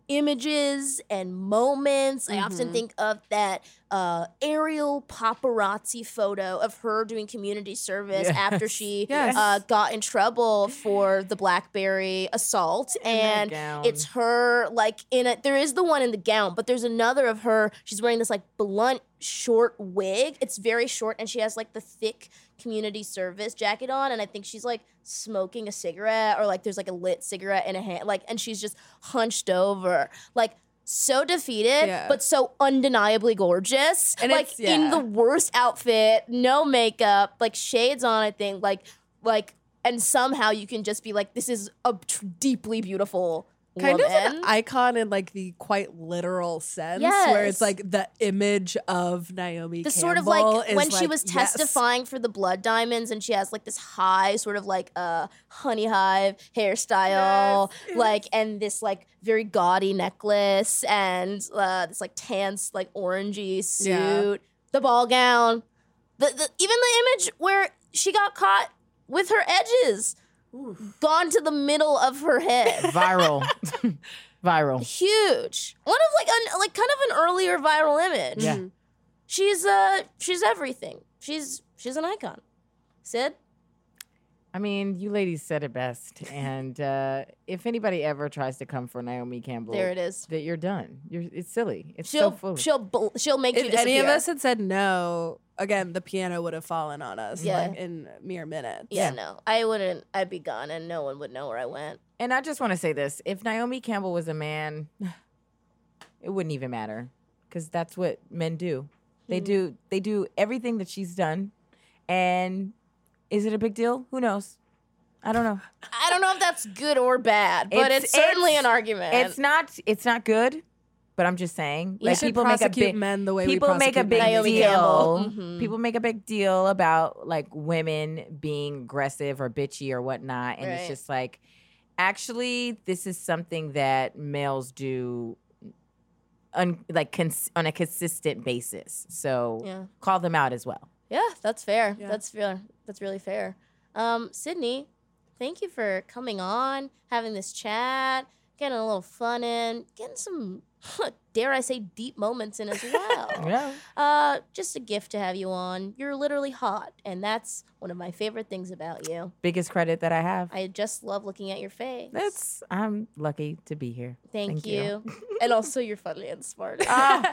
Speaker 5: images and moments. I often
Speaker 6: Mhm.
Speaker 5: think of that uh, aerial paparazzi photo of her doing community service after she
Speaker 6: Yes.
Speaker 5: uh, got in trouble for the BlackBerry assault
Speaker 6: Oh
Speaker 5: and. It's her like in a there is the one in the gown, but there's another of her. She's wearing this like blunt short wig. It's very short and she has like the thick community service jacket on and I think she's like smoking a cigarette or like there's like a lit cigarette in a hand like and she's just hunched over. Like so defeated,
Speaker 6: Yeah.
Speaker 5: but so undeniably gorgeous.
Speaker 6: And
Speaker 5: like
Speaker 6: it's-
Speaker 5: in
Speaker 6: yeah.
Speaker 5: the worst outfit, no makeup, like shades on, I think, like like and somehow you can just be like, this is a tr- deeply beautiful
Speaker 6: kind
Speaker 5: woman.
Speaker 6: of an icon in like the quite literal sense where
Speaker 5: Yes.
Speaker 6: it's like the image of Naomi
Speaker 5: the sort of
Speaker 6: Campbell
Speaker 5: like
Speaker 6: is,
Speaker 5: when she
Speaker 6: like,
Speaker 5: was
Speaker 6: yes.
Speaker 5: testifying for the blood diamonds and she has like this high sort of like uh honey hive hairstyle like and this like very gaudy necklace and uh this like tan like orangey suit
Speaker 6: Yeah.
Speaker 5: the ball gown the, the even the image where she got caught with her edges gone to the middle of her head
Speaker 7: viral, viral.
Speaker 5: huge one of like an like kind of an earlier viral image
Speaker 6: Mm-hmm.
Speaker 7: Yeah.
Speaker 5: she's uh she's everything she's she's an icon sid
Speaker 7: I mean, you ladies said it best. And uh, if anybody ever tries to come for Naomi Campbell,
Speaker 5: there it is
Speaker 7: that you're done. You're it's silly. It's
Speaker 5: she'll
Speaker 7: so foolish.
Speaker 5: she'll bl- she'll make you
Speaker 6: if
Speaker 5: disappear
Speaker 6: any of us had said no again the piano would have fallen on us
Speaker 5: Yeah.
Speaker 6: like in mere minutes
Speaker 5: yeah, no i wouldn't i'd be gone and no one would know where i went
Speaker 7: and I just want to say this: if Naomi Campbell was a man, it wouldn't even matter, because that's what men do. They do they do everything that she's done, and is it a big deal? Who knows? I don't know.
Speaker 5: i don't know if that's good or bad but
Speaker 7: It's-
Speaker 5: it's, certainly
Speaker 7: it's-
Speaker 5: an argument
Speaker 7: It's not it's not good, but I'm just saying.
Speaker 5: Yeah.
Speaker 6: We
Speaker 7: Like
Speaker 6: should
Speaker 7: people make a
Speaker 6: prosecute
Speaker 7: big
Speaker 6: men the way we
Speaker 7: people make a
Speaker 6: prosecute
Speaker 7: big
Speaker 6: women.
Speaker 5: Naomi
Speaker 7: deal.
Speaker 5: Campbell. Mhm.
Speaker 7: People make a big deal about like women being aggressive or bitchy or whatnot, and
Speaker 5: Right.
Speaker 7: it's just like, actually, this is something that males do, un- like cons- on a consistent basis. So
Speaker 5: yeah
Speaker 7: call them out as well.
Speaker 5: yeah that's fair
Speaker 6: Yeah.
Speaker 5: that's fair that's really fair um sydney thank you for coming on having this chat getting a little fun in getting some dare I say, deep moments in as well.
Speaker 7: Yeah.
Speaker 5: uh, just a gift to have you on. You're literally hot, and that's one of my favorite things about you.
Speaker 7: Biggest credit that I have.
Speaker 5: I just love looking at your face.
Speaker 7: That's I'm lucky to be here.
Speaker 5: thank,
Speaker 7: thank
Speaker 5: you. Ah.
Speaker 7: you.
Speaker 5: and also, you're funny and smart.
Speaker 6: Where
Speaker 5: you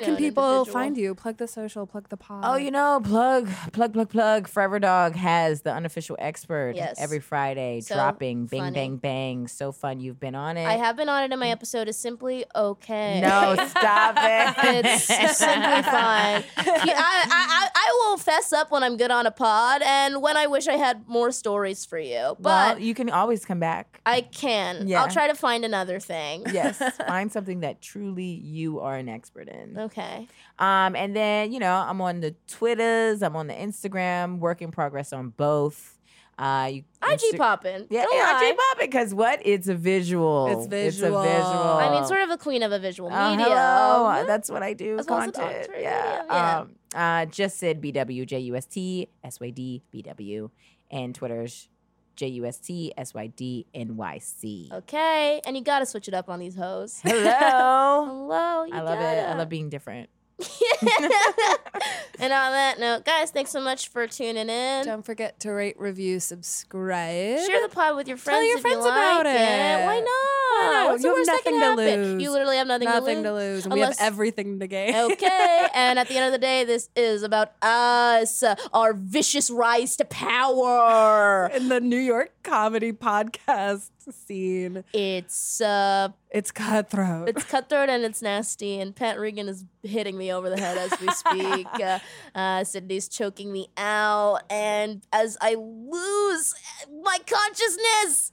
Speaker 5: know,
Speaker 6: can
Speaker 5: an
Speaker 6: people
Speaker 5: individual.
Speaker 6: find you? Plug the social, plug the pod.
Speaker 7: Oh, you know, plug, plug, plug, plug. Forever Dog has the unofficial expert
Speaker 5: Yes.
Speaker 7: every Friday,
Speaker 5: So
Speaker 7: dropping bang,
Speaker 5: funny.
Speaker 7: bang, bang. So fun. You've been on it.
Speaker 5: I have been on it, and my episode is simply okay.
Speaker 7: No, stop it.
Speaker 5: It's simply fine. You- I, I, I- I will fess up when I'm good on a pod and when I wish I had more stories for you. But
Speaker 7: Well, you can always come back.
Speaker 5: I can.
Speaker 7: Yeah.
Speaker 5: I'll try to find another thing.
Speaker 7: yes, find something that truly you are an expert in.
Speaker 5: Okay.
Speaker 7: Um, and then you know, I'm on the Twitters, I'm on the Instagram, work in progress on both. Uh, you,
Speaker 5: IG
Speaker 7: Insta-
Speaker 5: poppin'.
Speaker 7: yeah,
Speaker 5: Don't
Speaker 7: yeah,
Speaker 5: lie.
Speaker 7: IG pop because what? It's a visual.
Speaker 6: It's visual.
Speaker 7: It's a visual.
Speaker 5: I mean, sort of a queen of a visual
Speaker 7: Uh,
Speaker 5: media.
Speaker 7: hello, uh,
Speaker 5: Woo.
Speaker 7: That's what I do.
Speaker 5: As well as a
Speaker 7: content.
Speaker 5: doctorate, yeah,
Speaker 7: yeah.
Speaker 5: yeah.
Speaker 7: Um, uh, just said B W J U S T S Y D B W, and Twitter's J U S T S Y D N Y C.
Speaker 5: Oh, okay. And you gotta switch it up on these hoes.
Speaker 7: Hello.
Speaker 5: Hello. You
Speaker 7: I love it. I
Speaker 5: gotta.
Speaker 7: love being different.
Speaker 5: and on that note, guys, thanks so much for tuning in.
Speaker 6: Don't forget to rate, review, subscribe.
Speaker 5: Share the pod with your friends.
Speaker 6: Tell your
Speaker 5: if
Speaker 6: friends
Speaker 5: you
Speaker 6: about
Speaker 5: like
Speaker 6: it.
Speaker 5: Why not?
Speaker 6: not?
Speaker 5: What's the
Speaker 6: You have
Speaker 5: worst that
Speaker 6: nothing
Speaker 5: can
Speaker 6: to
Speaker 5: happen?
Speaker 6: lose.
Speaker 5: You literally have nothing,
Speaker 6: nothing to
Speaker 5: lose.
Speaker 6: lose. And we have
Speaker 5: Unless-
Speaker 6: everything to gain.
Speaker 5: okay, and at the end of the day, this is about us, uh, our vicious rise to power.
Speaker 6: In the New York comedy podcast scene,
Speaker 5: It's uh,
Speaker 6: it's cutthroat.
Speaker 5: it's cutthroat and it's nasty. And Pat Regan is hitting me over the head as we speak. uh, uh, Sydney's choking me out, and as I lose my consciousness,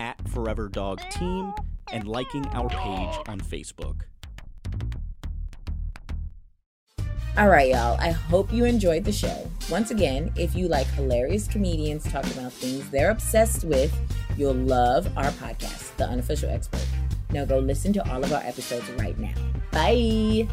Speaker 9: at Forever Dog Team and liking our page on Facebook.
Speaker 2: All right, y'all. I hope you enjoyed the show. Once again, if you like hilarious comedians talk about things they're obsessed with, you'll love our podcast, The Unofficial Expert. Now go listen to all of our episodes right now. Bye.